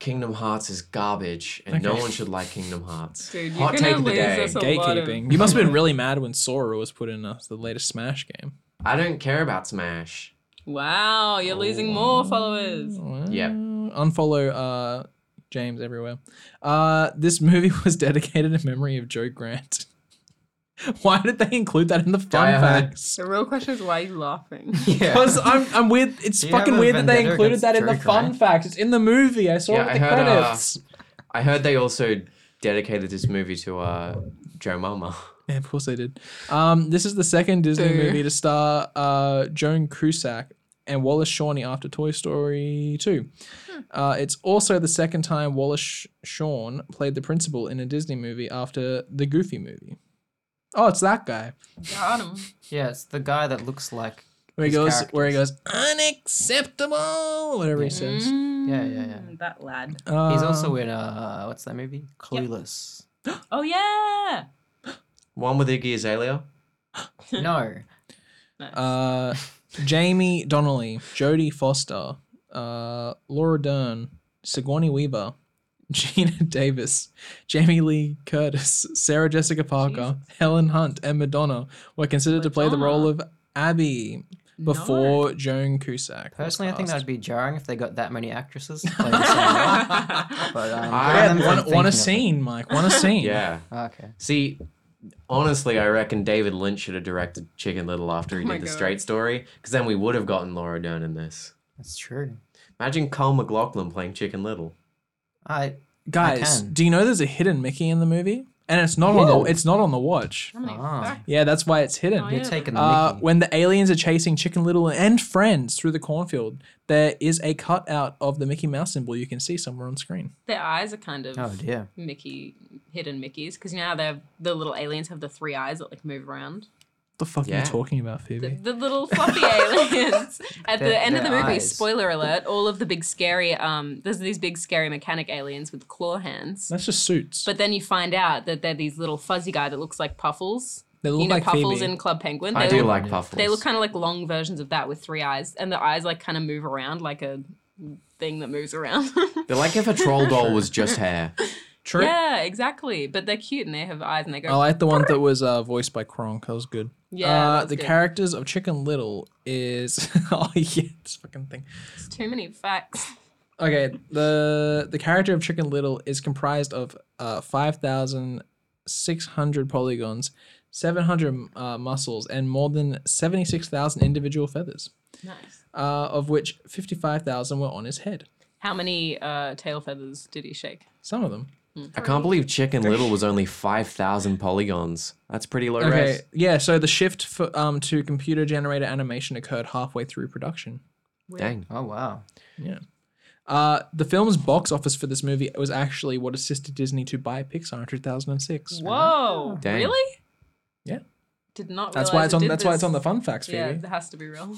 Speaker 4: Kingdom Hearts is garbage and no
Speaker 2: Okay.
Speaker 4: one should like Kingdom Hearts.
Speaker 3: Dude, you're
Speaker 4: Hot
Speaker 3: gonna
Speaker 4: take of the
Speaker 3: lose
Speaker 4: day.
Speaker 3: us a lot of-
Speaker 2: Gatekeeping. You must have been really mad when Sora was put in uh, the latest Smash game.
Speaker 4: I don't care about Smash.
Speaker 3: Wow, you're losing more followers.
Speaker 4: Yeah.
Speaker 2: Mm, Unfollow uh, James everywhere. Uh, this movie was dedicated in memory of Joe Grant. Why did they include that in the fun
Speaker 4: Die Hard.
Speaker 2: facts?
Speaker 3: The real question is why are you laughing?
Speaker 4: Yeah.
Speaker 2: Because I'm, I'm weird. It's
Speaker 1: Do you
Speaker 2: fucking
Speaker 1: have a
Speaker 2: weird that they
Speaker 1: vendetta
Speaker 2: included
Speaker 1: against
Speaker 2: that in the
Speaker 1: Joe
Speaker 2: fun
Speaker 1: Grant?
Speaker 2: facts. It's in the movie. I saw
Speaker 4: Yeah,
Speaker 2: it
Speaker 4: I
Speaker 2: with the
Speaker 4: heard, uh,
Speaker 2: credits.
Speaker 4: I heard they also dedicated this movie to uh, Joe Mama.
Speaker 2: Yeah, of course they did. Um, this is the second Disney
Speaker 3: Boo.
Speaker 2: movie to star uh, Joan Cusack and Wallace Shawnee after Toy Story 2.
Speaker 1: Hmm.
Speaker 2: Uh, it's also the second time Wallace Sh- Shawn played the principal in a Disney movie after the Goofy movie. Oh, it's that guy.
Speaker 3: Got him.
Speaker 1: Yeah, it's the guy that looks like.
Speaker 2: Where he
Speaker 1: His
Speaker 2: goes, where he goes, unacceptable, whatever he says.
Speaker 1: Yeah, yeah, yeah.
Speaker 3: Mm, That lad.
Speaker 2: Uh,
Speaker 1: Mm-hmm. He's
Speaker 4: Um,
Speaker 1: also in uh, what's that movie? Clueless.
Speaker 3: Oh yeah.
Speaker 4: One with Iggy Azalea.
Speaker 1: no,
Speaker 2: uh, Jamie Donnelly, Jodie Foster, uh, Laura Dern, Sigourney Weaver, Gina Davis, Jamie Lee Curtis, Sarah Jessica Parker, Helen Hunt, and Madonna were considered to play the role of Abby before Joan Cusack. was
Speaker 1: personally, I think
Speaker 2: cast.
Speaker 1: that'd be jarring if they got that many actresses. playing the same role. but um,
Speaker 4: I
Speaker 1: good on them for
Speaker 2: Want- want
Speaker 1: thinking
Speaker 2: a
Speaker 1: of it.
Speaker 2: scene, Mike? Want a scene?
Speaker 4: Yeah.
Speaker 1: Okay.
Speaker 4: See, honestly, I reckon David Lynch should have directed Chicken Little
Speaker 3: Oh
Speaker 4: after he did The Straight Story, because then we would have gotten Laura Dern in this.
Speaker 1: That's true.
Speaker 4: Imagine Cole McLaughlin playing Chicken Little.
Speaker 1: I
Speaker 2: Guys,
Speaker 1: can.
Speaker 2: do you know there's a hidden Mickey in the movie? And it's not on the it's not on the watch.
Speaker 1: ah,
Speaker 2: Yeah, that's why it's hidden.
Speaker 1: you're taking the
Speaker 2: Uh,
Speaker 1: Mickey.
Speaker 2: when the aliens are chasing Chicken Little and friends through the cornfield, there is a cutout of the Mickey Mouse symbol you can see somewhere on screen.
Speaker 3: Their eyes are kind of
Speaker 1: Oh dear.
Speaker 3: Mickey hidden Mickeys because you know how they have the little aliens have the three eyes that like move around.
Speaker 2: What the fuck are
Speaker 4: Yeah.
Speaker 2: you talking about,
Speaker 3: The,
Speaker 2: Phoebe?
Speaker 3: the little floppy aliens at the
Speaker 1: Their-
Speaker 3: end of the
Speaker 1: their
Speaker 3: movie.
Speaker 1: eyes.
Speaker 3: Spoiler alert! All of the big scary um, there's these big scary mechanic aliens with claw hands.
Speaker 2: That's just suits.
Speaker 3: But then you find out that they're these little fuzzy guy that looks like Puffles.
Speaker 2: they look
Speaker 3: You know
Speaker 2: like
Speaker 3: Puffles
Speaker 2: Phoebe.
Speaker 3: in Club Penguin.
Speaker 4: I
Speaker 3: They
Speaker 4: do
Speaker 3: look-
Speaker 4: like Puffles.
Speaker 3: They look kind of like long versions of that with three eyes, and the eyes like kind of move around like a thing that moves around.
Speaker 4: They're like if a troll doll was just hair.
Speaker 2: True.
Speaker 3: yeah, exactly. But they're cute and they have eyes and they go.
Speaker 2: I like the one that was uh, voiced by Kronk. That was good.
Speaker 3: yeah,
Speaker 2: Uh,
Speaker 3: that's
Speaker 2: the
Speaker 3: good.
Speaker 2: characters of Chicken Little is oh yeah, this fucking thing.
Speaker 3: It's too many facts.
Speaker 2: Okay, the the character of Chicken Little is comprised of uh, five thousand six hundred polygons, seven hundred uh, muscles, and more than seventy six thousand individual feathers,
Speaker 3: Nice.
Speaker 2: uh, of which fifty five thousand were on his head.
Speaker 3: How many uh, tail feathers did he shake?
Speaker 2: Some of them.
Speaker 4: I can't believe Chicken Little was only 5,000 polygons. That's pretty low
Speaker 2: Okay,
Speaker 4: res.
Speaker 2: yeah. So the shift for, um, to computer generated animation occurred halfway through production.
Speaker 4: Dang.
Speaker 1: Oh wow.
Speaker 2: Uh, the film's box office for this movie was actually what assisted Disney to buy Pixar in two thousand and six.
Speaker 3: Whoa!
Speaker 4: Dang.
Speaker 3: Really?
Speaker 2: Yeah.
Speaker 3: Did not.
Speaker 2: That's
Speaker 3: realize
Speaker 2: why it's
Speaker 3: it
Speaker 2: on.
Speaker 3: did
Speaker 2: That's why
Speaker 3: this.
Speaker 2: it's on the fun facts, Phoebe.
Speaker 3: Yeah, it has to be real.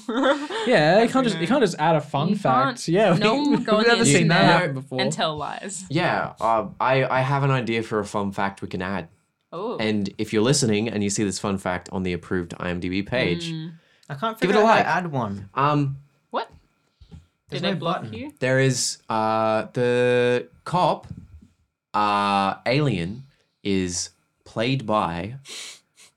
Speaker 2: Yeah, you can't just you
Speaker 7: night.
Speaker 2: can't just add a fun
Speaker 3: You
Speaker 2: fact.
Speaker 3: can't-
Speaker 2: Yeah,
Speaker 3: no one would go on
Speaker 2: we've
Speaker 3: the
Speaker 2: never seen that
Speaker 3: internet
Speaker 2: happen before.
Speaker 3: and tell lies.
Speaker 4: Yeah, uh, I, I have an idea for a fun fact we can add.
Speaker 3: Oh.
Speaker 4: And if you're listening and you see this fun fact on the approved IMDb page,
Speaker 1: I can't
Speaker 4: Give it
Speaker 1: figure out
Speaker 4: a
Speaker 1: how
Speaker 4: like.
Speaker 1: to add one.
Speaker 4: um,
Speaker 3: what?
Speaker 1: There's
Speaker 3: did I
Speaker 1: no
Speaker 3: block
Speaker 1: button.
Speaker 3: you?
Speaker 4: there is uh, the cop, uh, alien, is played by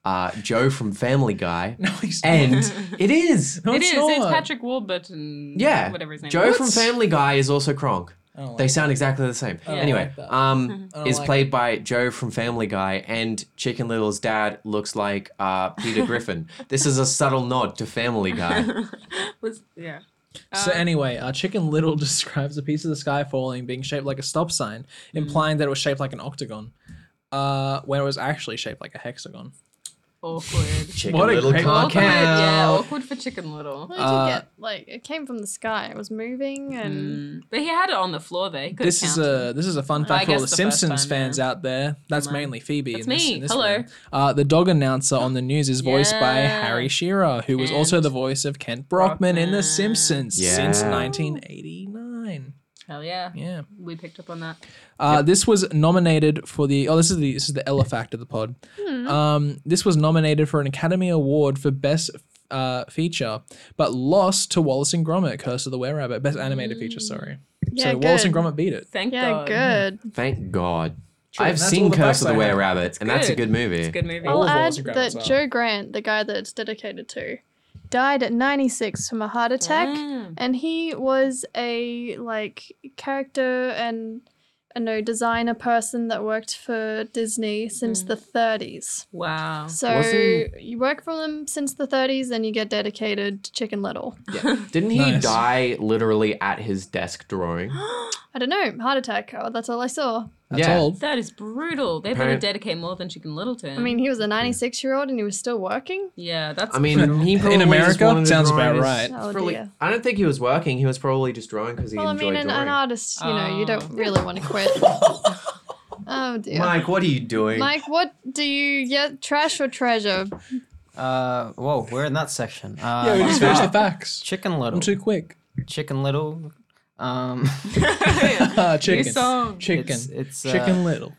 Speaker 4: uh, Joe from Family Guy.
Speaker 2: No, he's not.
Speaker 4: And it is.
Speaker 2: No,
Speaker 3: it
Speaker 2: it's
Speaker 3: is.
Speaker 2: Not.
Speaker 3: It's Patrick Warburton.
Speaker 4: Yeah.
Speaker 3: Whatever his name
Speaker 4: Joe
Speaker 3: is.
Speaker 4: from Family Guy is also Kronk.
Speaker 2: I don't like
Speaker 4: They
Speaker 2: it.
Speaker 4: sound exactly the same.
Speaker 2: don't
Speaker 4: anyway,
Speaker 2: like that.
Speaker 4: um,
Speaker 2: I don't
Speaker 4: is
Speaker 2: like
Speaker 4: played by Joe from Family Guy, and Chicken Little's dad looks like uh, Peter Griffin. this is a subtle nod to Family Guy.
Speaker 3: was, yeah.
Speaker 2: So
Speaker 3: Um,
Speaker 2: anyway, uh, Chicken Little describes a piece of the sky falling being shaped like a stop sign,
Speaker 3: Hmm.
Speaker 2: implying that it was shaped like an octagon, uh, when it was actually shaped like a hexagon.
Speaker 3: Awkward.
Speaker 4: Chicken
Speaker 2: What a
Speaker 4: Little
Speaker 2: great
Speaker 4: can't
Speaker 3: Awkward,
Speaker 4: count.
Speaker 3: yeah, awkward for Chicken Little.
Speaker 5: Where did
Speaker 2: Uh, Hmm.
Speaker 5: you get? Like it came from the sky. It was moving, and
Speaker 3: Mm. But he had it on the floor there. He could
Speaker 2: This is a this is a fun
Speaker 3: Well, I
Speaker 2: fact for all the
Speaker 3: guess the first
Speaker 2: Simpsons
Speaker 3: time,
Speaker 2: fans
Speaker 3: yeah.
Speaker 2: out there. That's
Speaker 3: Come on.
Speaker 2: mainly Phoebe.
Speaker 3: That's
Speaker 2: in this,
Speaker 3: me.
Speaker 2: In this
Speaker 3: Hello.
Speaker 2: one. Uh, the dog announcer on the news is voiced by
Speaker 3: Yeah.
Speaker 2: Harry Shearer, who was also
Speaker 3: Kent
Speaker 2: the voice of Kent Brockman, in The
Speaker 3: Brockman.
Speaker 2: Simpsons since
Speaker 4: Yeah.
Speaker 2: 1989.
Speaker 3: Hell yeah.
Speaker 2: Yeah.
Speaker 3: We picked up on that.
Speaker 2: Uh, This was nominated for the oh this is the this is the Ella fact of the pod. Um, this was nominated for an Academy Award for best uh, feature, but lost to Wallace and Gromit: Curse of the Were Rabbit, best animated feature. Sorry,
Speaker 5: yeah,
Speaker 2: so
Speaker 5: good.
Speaker 2: Wallace and Uh, Gromit beat it.
Speaker 3: Thank
Speaker 5: Yeah,
Speaker 3: God.
Speaker 5: good.
Speaker 4: Thank God.
Speaker 2: True,
Speaker 4: I've
Speaker 2: that's
Speaker 4: seen
Speaker 2: all the
Speaker 4: Curse
Speaker 2: facts
Speaker 4: of the
Speaker 2: I have.
Speaker 4: Were Rabbit, and that's a
Speaker 3: good.
Speaker 4: good movie.
Speaker 3: It's a good movie.
Speaker 2: All
Speaker 5: I'll
Speaker 2: of
Speaker 5: add
Speaker 2: Wallace and Gromit's
Speaker 5: that
Speaker 2: are.
Speaker 5: Joe Grant, the guy that it's dedicated to, died at 96 from a heart attack,
Speaker 3: Mm.
Speaker 5: and he was a like character and I know designer person that worked for Disney since
Speaker 2: Hmm.
Speaker 5: the 30s.
Speaker 2: Oh.
Speaker 3: Wow.
Speaker 5: So
Speaker 4: Wasn't-
Speaker 5: you work for them since the 30s, and you get dedicated to Chicken Little.
Speaker 4: Didn't he
Speaker 2: Nice.
Speaker 4: die literally at his desk drawing?
Speaker 5: I don't know, heart attack. Oh, that's all I saw.
Speaker 2: That's
Speaker 4: Yeah.
Speaker 2: old.
Speaker 3: That is brutal. They're going to
Speaker 4: Apparent-
Speaker 3: dedicate more than Chicken Little to him.
Speaker 5: I mean, he was a 96 year old and he was still working.
Speaker 3: yeah, that's.
Speaker 4: I mean, he probably just
Speaker 2: America?
Speaker 4: wanted to
Speaker 2: Sounds
Speaker 4: draw
Speaker 2: about
Speaker 4: his-
Speaker 2: right.
Speaker 5: Oh,
Speaker 4: probably-
Speaker 5: dear.
Speaker 4: I don't think he was working. He was probably just drawing because he
Speaker 5: Well, I
Speaker 4: enjoyed
Speaker 5: mean, an,
Speaker 4: drawing.
Speaker 5: an artist, you know, you
Speaker 3: Oh.
Speaker 5: don't really want to quit. oh dear.
Speaker 4: Mike, what are you doing?
Speaker 5: Mike, what do you get? Trash or treasure?
Speaker 1: Uh, whoa, we're in that section. Uh,
Speaker 2: Yeah, we just finished the
Speaker 1: uh,
Speaker 2: facts.
Speaker 1: Chicken Little.
Speaker 2: I'm too quick.
Speaker 1: Chicken Little. Um,
Speaker 2: Ah, chicken,
Speaker 3: song.
Speaker 2: chicken,
Speaker 1: It's, it's uh,
Speaker 2: chicken little.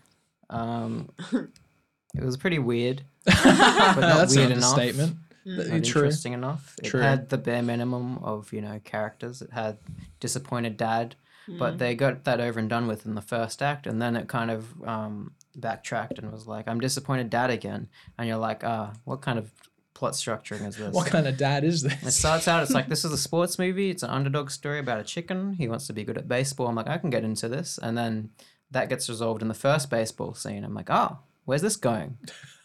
Speaker 1: Um, it was pretty weird, but not
Speaker 2: That's
Speaker 1: weird
Speaker 2: not a
Speaker 1: enough.
Speaker 2: statement.
Speaker 1: Not
Speaker 2: True.
Speaker 1: interesting enough. It
Speaker 2: True.
Speaker 1: had the bare minimum of you know characters. It had disappointed dad, but they got that over and done with in the first act, and then it kind of um, backtracked and was like, "I'm disappointed, dad again," and you're like, "Ah, what kind of plot structuring is this?"
Speaker 2: What kind of dad is
Speaker 1: It
Speaker 2: this?
Speaker 1: starts out, it's like, this is a sports movie. It's an underdog story about a chicken. He wants to be good at baseball. I'm like, I can get into this. And then that gets resolved in the first baseball scene. I'm like, oh, where's this going?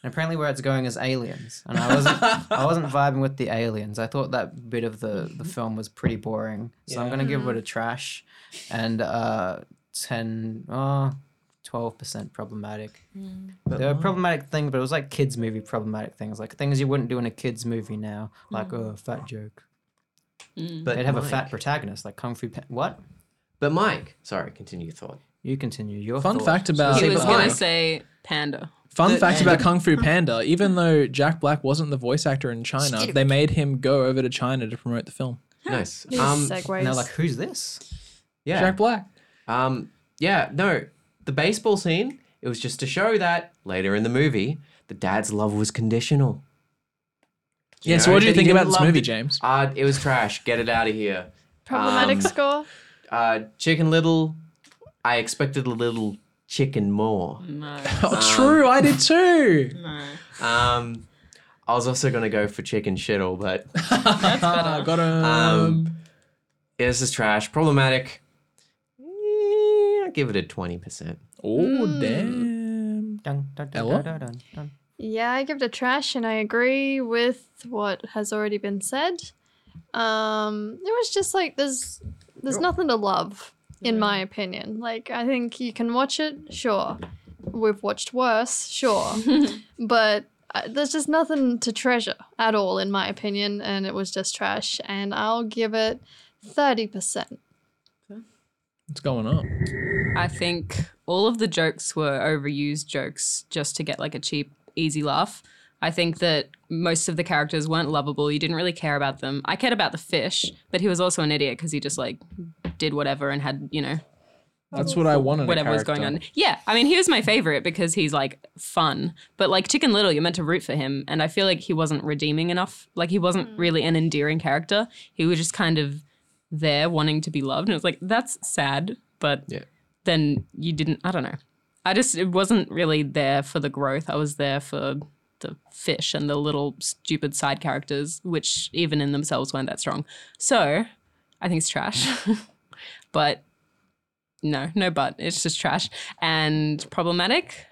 Speaker 1: And apparently, where it's going is aliens. And I wasn't, I wasn't vibing with the aliens. I thought that bit of the, the film was pretty boring. So I'm
Speaker 2: Yeah.
Speaker 1: going to give it a trash and uh, 10, oh, 12% problematic. There were problematic things, but it was like kids' movie problematic things, like things you wouldn't do in a kids' movie now, like oh, fat joke.
Speaker 4: But
Speaker 1: They'd have a
Speaker 4: Mike-
Speaker 1: fat protagonist, like Kung Fu. Pa- what?
Speaker 4: But Mike, sorry, continue your thought.
Speaker 1: You continue. Your
Speaker 2: Fun
Speaker 1: thought.
Speaker 2: fact about
Speaker 3: he was
Speaker 2: uh,
Speaker 3: going to say panda.
Speaker 2: Fun
Speaker 4: The-
Speaker 2: fact
Speaker 4: and-
Speaker 2: about Kung Fu Panda: even though Jack Black wasn't the voice actor in China, they made him go over to China to promote the film.
Speaker 4: Nice.
Speaker 5: These
Speaker 4: Um,
Speaker 5: segues.
Speaker 1: And they're like, who's this?
Speaker 4: yeah.
Speaker 2: Jack Black.
Speaker 4: Um, yeah, no, the baseball scene, it was just to show that later in the movie, the dad's love was conditional.
Speaker 2: Yeah. so
Speaker 4: know,
Speaker 2: what do you
Speaker 4: that he
Speaker 2: think about
Speaker 4: didn't
Speaker 2: this
Speaker 4: love
Speaker 2: movie,
Speaker 4: the-
Speaker 2: James?
Speaker 4: Uh, it was trash. Get it out of here.
Speaker 5: Problematic
Speaker 4: um,
Speaker 5: score?
Speaker 4: Uh, chicken Little, I expected a little chicken more.
Speaker 3: No.
Speaker 2: Oh, true. I did too.
Speaker 3: No.
Speaker 4: Um, I was also going to go for chicken shittle, but
Speaker 2: Ah, Got him.
Speaker 4: um, yeah, this is trash. Problematic. Yeah, I'll give it a 20%.
Speaker 2: oh damn.
Speaker 1: Dun, dun, dun, dun,
Speaker 2: Ella?
Speaker 1: dun, dun, dun.
Speaker 5: Yeah, I give it a trash and I agree with what has already been said. Um, it was just like there's there's nothing to love, in my opinion. Like I think you can watch it, sure. We've watched worse, sure. but uh, there's just nothing to treasure at all, in my opinion, and it was just trash. And I'll give it thirty percent.
Speaker 2: What's going on?
Speaker 3: I think all of the jokes were overused jokes just to get like a cheap, easy laugh. I think that most of the characters weren't lovable. You didn't really care about them. I cared about the fish, but he was also an idiot because he just like did whatever and had, you know,
Speaker 2: That's what I wanted.
Speaker 3: whatever was going on. Yeah, I mean, he was my favorite because he's like fun, but like Chicken Little, you're meant to root for him, and I feel like he wasn't redeeming enough. Like he wasn't really an endearing character. He was just kind of there wanting to be loved, and it was like that's sad, but
Speaker 4: Yeah.
Speaker 3: then you didn't. I don't know. I just it wasn't really there for the growth. I was there for the fish and the little stupid side characters, which even in themselves weren't that strong. So I think it's trash. but no, no but. It's just trash. And problematic.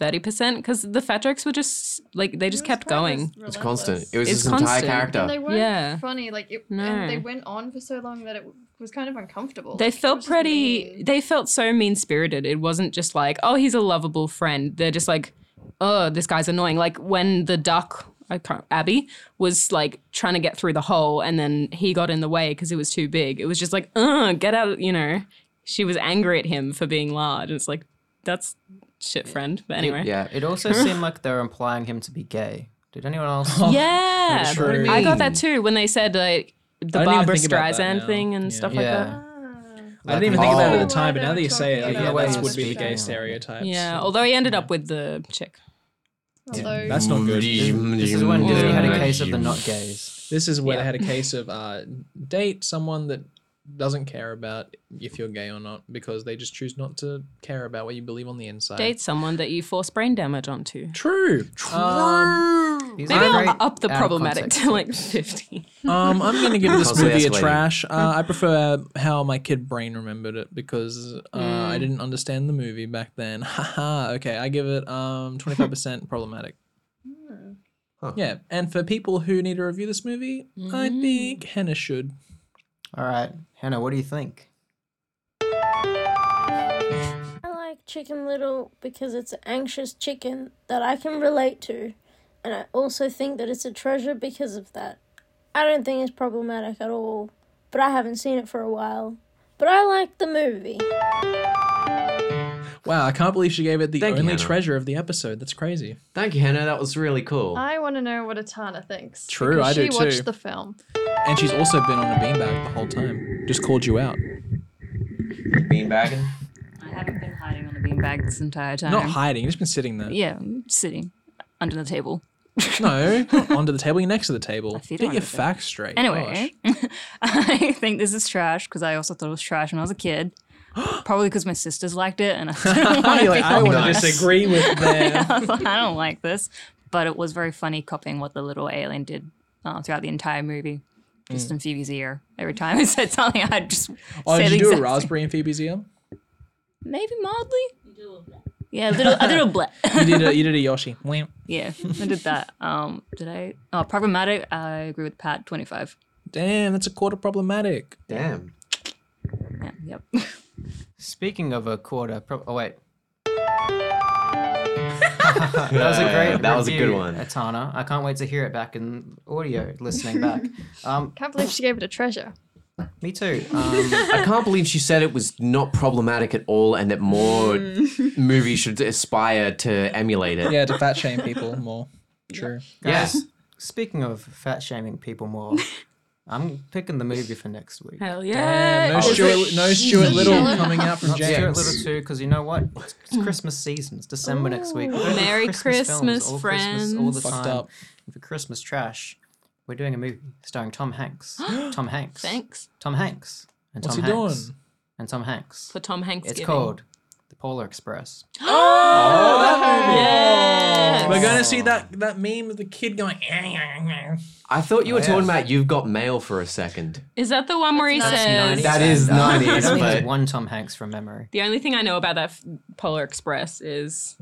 Speaker 3: 30% because the fat jokes were just like they just kept going.
Speaker 4: It's constant. It was
Speaker 3: It's
Speaker 4: his entire
Speaker 3: constant.
Speaker 5: And they
Speaker 4: character.
Speaker 5: weren't
Speaker 3: Yeah.
Speaker 5: funny. Like, it,
Speaker 3: No.
Speaker 5: and they went on for so long that it w- was kind of uncomfortable.
Speaker 3: They
Speaker 5: Like, it was
Speaker 3: felt
Speaker 5: just
Speaker 3: pretty.
Speaker 5: mean.
Speaker 3: They felt so mean spirited. It wasn't just like, oh, he's a lovable friend. They're just like, oh, this guy's annoying. Like when the duck, I can't, Abby, was like trying to get through the hole, and then he got in the way because it was too big. It was just like, oh, get out. You know, she was angry at him for being large. It's like that's shit, friend. But anyway, yeah.
Speaker 4: Yeah.
Speaker 1: It also seemed like they were implying him to be gay. Did anyone else?
Speaker 3: Oh,
Speaker 2: That's what I
Speaker 3: I got that
Speaker 4: mean.
Speaker 3: too when they said like
Speaker 2: I
Speaker 3: the
Speaker 2: didn't even
Speaker 3: Barbara
Speaker 2: think about that
Speaker 3: Streisand
Speaker 2: now.
Speaker 3: thing and
Speaker 2: Yeah.
Speaker 3: stuff like that.
Speaker 5: Ah,
Speaker 1: yeah.
Speaker 2: I didn't even think about it at the
Speaker 5: Oh.
Speaker 2: time, but now that you say it, like,
Speaker 1: Yeah,
Speaker 2: yeah,
Speaker 1: the way
Speaker 2: that
Speaker 1: it
Speaker 2: would
Speaker 1: was
Speaker 2: be the gay
Speaker 1: depicted.
Speaker 2: stereotypes.
Speaker 3: Yeah, although he ended up with the chick.
Speaker 5: Although,
Speaker 2: That's not good.
Speaker 1: This is when Disney had a case of the not
Speaker 4: gay.
Speaker 1: gays.
Speaker 2: This is where
Speaker 3: Yeah.
Speaker 2: they had a case of uh, date someone that doesn't care about if you're gay or not because they just choose not to care about what you believe on the inside.
Speaker 3: Date someone that you force brain damage onto.
Speaker 2: True. True. Um,
Speaker 1: These are
Speaker 3: Maybe I'll
Speaker 1: great
Speaker 3: up the
Speaker 1: out of
Speaker 3: problematic
Speaker 1: context
Speaker 3: to like 50.
Speaker 2: um, I'm gonna give this
Speaker 4: Constantly
Speaker 2: movie a
Speaker 4: escalating.
Speaker 2: trash. Uh, I prefer how my kid brain remembered it because uh, I didn't understand the movie back then. Haha. okay, I give it um 25% problematic.
Speaker 4: Huh.
Speaker 2: Yeah, and for people who need to review this movie, I think Hannah should.
Speaker 1: All right, Hannah, what do you think?
Speaker 9: I like Chicken Little because it's an anxious chicken that I can relate to, and I also think that it's a treasure because of that. I don't think it's problematic at all, but I haven't seen it for a while. But I like the movie.
Speaker 2: Wow, I can't believe she gave it the
Speaker 4: Thank you,
Speaker 2: only
Speaker 4: Hannah.
Speaker 2: treasure of the episode. That's crazy.
Speaker 4: Thank you, Hannah. That was really cool.
Speaker 5: I want to know what Atana thinks.
Speaker 2: True,
Speaker 5: because
Speaker 2: I do
Speaker 5: she watched
Speaker 2: too.
Speaker 5: the film.
Speaker 2: And she's also been on a beanbag the whole time. Just called you out.
Speaker 4: Beanbagging.
Speaker 7: I haven't been hiding on a beanbag this entire time.
Speaker 2: Not hiding, you've just been sitting there.
Speaker 7: Yeah, I'm sitting under the table.
Speaker 2: No, under the table, you're next to the table.
Speaker 7: feet
Speaker 2: Get
Speaker 7: are under
Speaker 2: your
Speaker 7: the
Speaker 2: facts straight.
Speaker 7: Anyway, I think this is trash because I also thought it was trash when I was a kid. Probably because my sisters liked it, and I didn't
Speaker 2: gosh.
Speaker 7: want to
Speaker 2: You're like, I want
Speaker 4: Nice.
Speaker 2: to disagree with them.
Speaker 7: I was like, I don't like this. But it was very funny copying what the little alien did uh, throughout the entire movie. Just in Phoebe's ear. Every time I said something, I'd just
Speaker 2: Mm. oh,
Speaker 7: say
Speaker 2: did
Speaker 7: the
Speaker 2: you do a
Speaker 7: exact
Speaker 2: raspberry in Phoebe's ear?
Speaker 7: same- Maybe mildly. Yeah, a little, a little bleh.
Speaker 2: You did a, you did a Yoshi.
Speaker 7: yeah, I did that. Um, did I? Oh, programmatic. I agree with Pat. Twenty-five.
Speaker 2: Damn, that's a quarter problematic.
Speaker 4: Damn.
Speaker 7: Yeah, yep.
Speaker 1: Speaking of a quarter, pro- oh
Speaker 4: Uh,
Speaker 1: wait, that was a great.
Speaker 4: Yeah, that was a good
Speaker 1: review,
Speaker 4: one.
Speaker 1: Atana. I can't wait to hear it back in audio, listening back. Um,
Speaker 5: Can't believe she gave it a treasure.
Speaker 1: me too. Um,
Speaker 4: I can't believe she said it was not problematic at all, and that more movies should aspire to emulate it.
Speaker 2: Yeah, to fat shame people more. True.
Speaker 1: Guys, speaking of fat shaming people more, I'm picking the movie for next week.
Speaker 3: Hell
Speaker 2: Damn, no
Speaker 3: yeah. Oh,
Speaker 2: Stuart, no Stuart Little coming out from
Speaker 1: Not Stuart
Speaker 2: James.
Speaker 1: Little too, because you know what? It's, it's Christmas season. It's December next week. We're gonna do
Speaker 3: Merry
Speaker 1: films
Speaker 3: Christmas,
Speaker 1: all Christmas, all the
Speaker 3: friends.
Speaker 2: Fucked
Speaker 1: time.
Speaker 2: up.
Speaker 1: And For Christmas trash, we're doing a movie starring Tom Hanks. Tom Hanks.
Speaker 3: Thanks
Speaker 1: Tom Hanks. And
Speaker 2: What's
Speaker 1: Tom
Speaker 2: he
Speaker 1: Hanks.
Speaker 2: doing?
Speaker 1: And Tom Hanks.
Speaker 3: for Tom Hanks.
Speaker 1: It's
Speaker 3: giving.
Speaker 1: called The Polar Express.
Speaker 3: Yes.
Speaker 2: We're gonna see that that meme of the kid going.
Speaker 4: I thought you were
Speaker 2: yeah.
Speaker 4: talking about you've got mail for a second.
Speaker 3: Is that the one where he says?
Speaker 1: 90s.
Speaker 4: That is
Speaker 1: And, uh, I
Speaker 4: 90s,
Speaker 1: think there's
Speaker 4: but-
Speaker 1: one Tom Hanks from memory.
Speaker 3: The only thing I know about that f- Polar Express is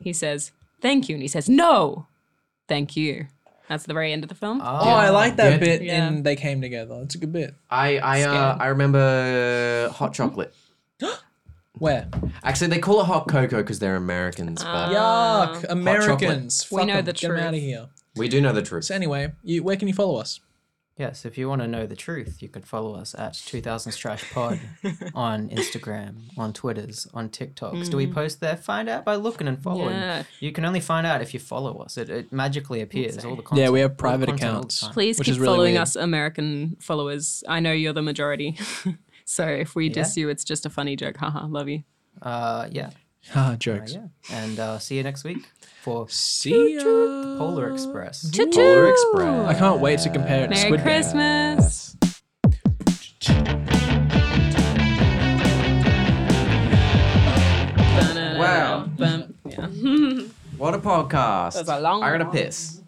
Speaker 3: he says thank you and he says no, thank you. That's the very end of the film.
Speaker 2: Oh, I like that bit
Speaker 3: Yeah.
Speaker 2: in They Came Together. It's a good bit.
Speaker 4: I I uh, I remember hot chocolate.
Speaker 2: Where?
Speaker 4: Actually, they call it hot cocoa because they're Americans, but
Speaker 2: Ah. Yuck! Americans.
Speaker 3: We
Speaker 2: Fuck
Speaker 3: know
Speaker 2: 'em.
Speaker 3: the
Speaker 2: Get 'em
Speaker 3: truth.
Speaker 2: out of here.
Speaker 4: we do know the truth.
Speaker 2: So anyway, you, where can you follow us?
Speaker 1: Yes, if you want to know the truth, you could follow us at 2000s Trash Pod on Instagram, on Twitters, on TikToks. Do we post there? Find out by looking and following.
Speaker 3: Mm. Yeah.
Speaker 1: You can only find out if you follow us. It, it magically appears. All the content,
Speaker 2: Yeah, we have
Speaker 1: all the
Speaker 2: private
Speaker 1: content all the
Speaker 2: accounts.
Speaker 1: time.
Speaker 3: Please
Speaker 2: Which
Speaker 3: keep
Speaker 2: is really
Speaker 3: following
Speaker 2: weird.
Speaker 3: us, American followers. I know you're the majority. so if we diss you, it's just a funny joke. Haha, love you.
Speaker 1: Uh, yeah,
Speaker 2: Ah, jokes.
Speaker 1: yeah. And uh, see you next week for
Speaker 2: See ya.
Speaker 1: Polar Express.
Speaker 4: Polar Express.
Speaker 2: I can't wait to compare it to Squid
Speaker 3: Merry
Speaker 2: Game.
Speaker 3: Christmas. Wow.
Speaker 4: What not a podcast.
Speaker 3: That was a long
Speaker 4: I gotta
Speaker 3: one.
Speaker 4: piss.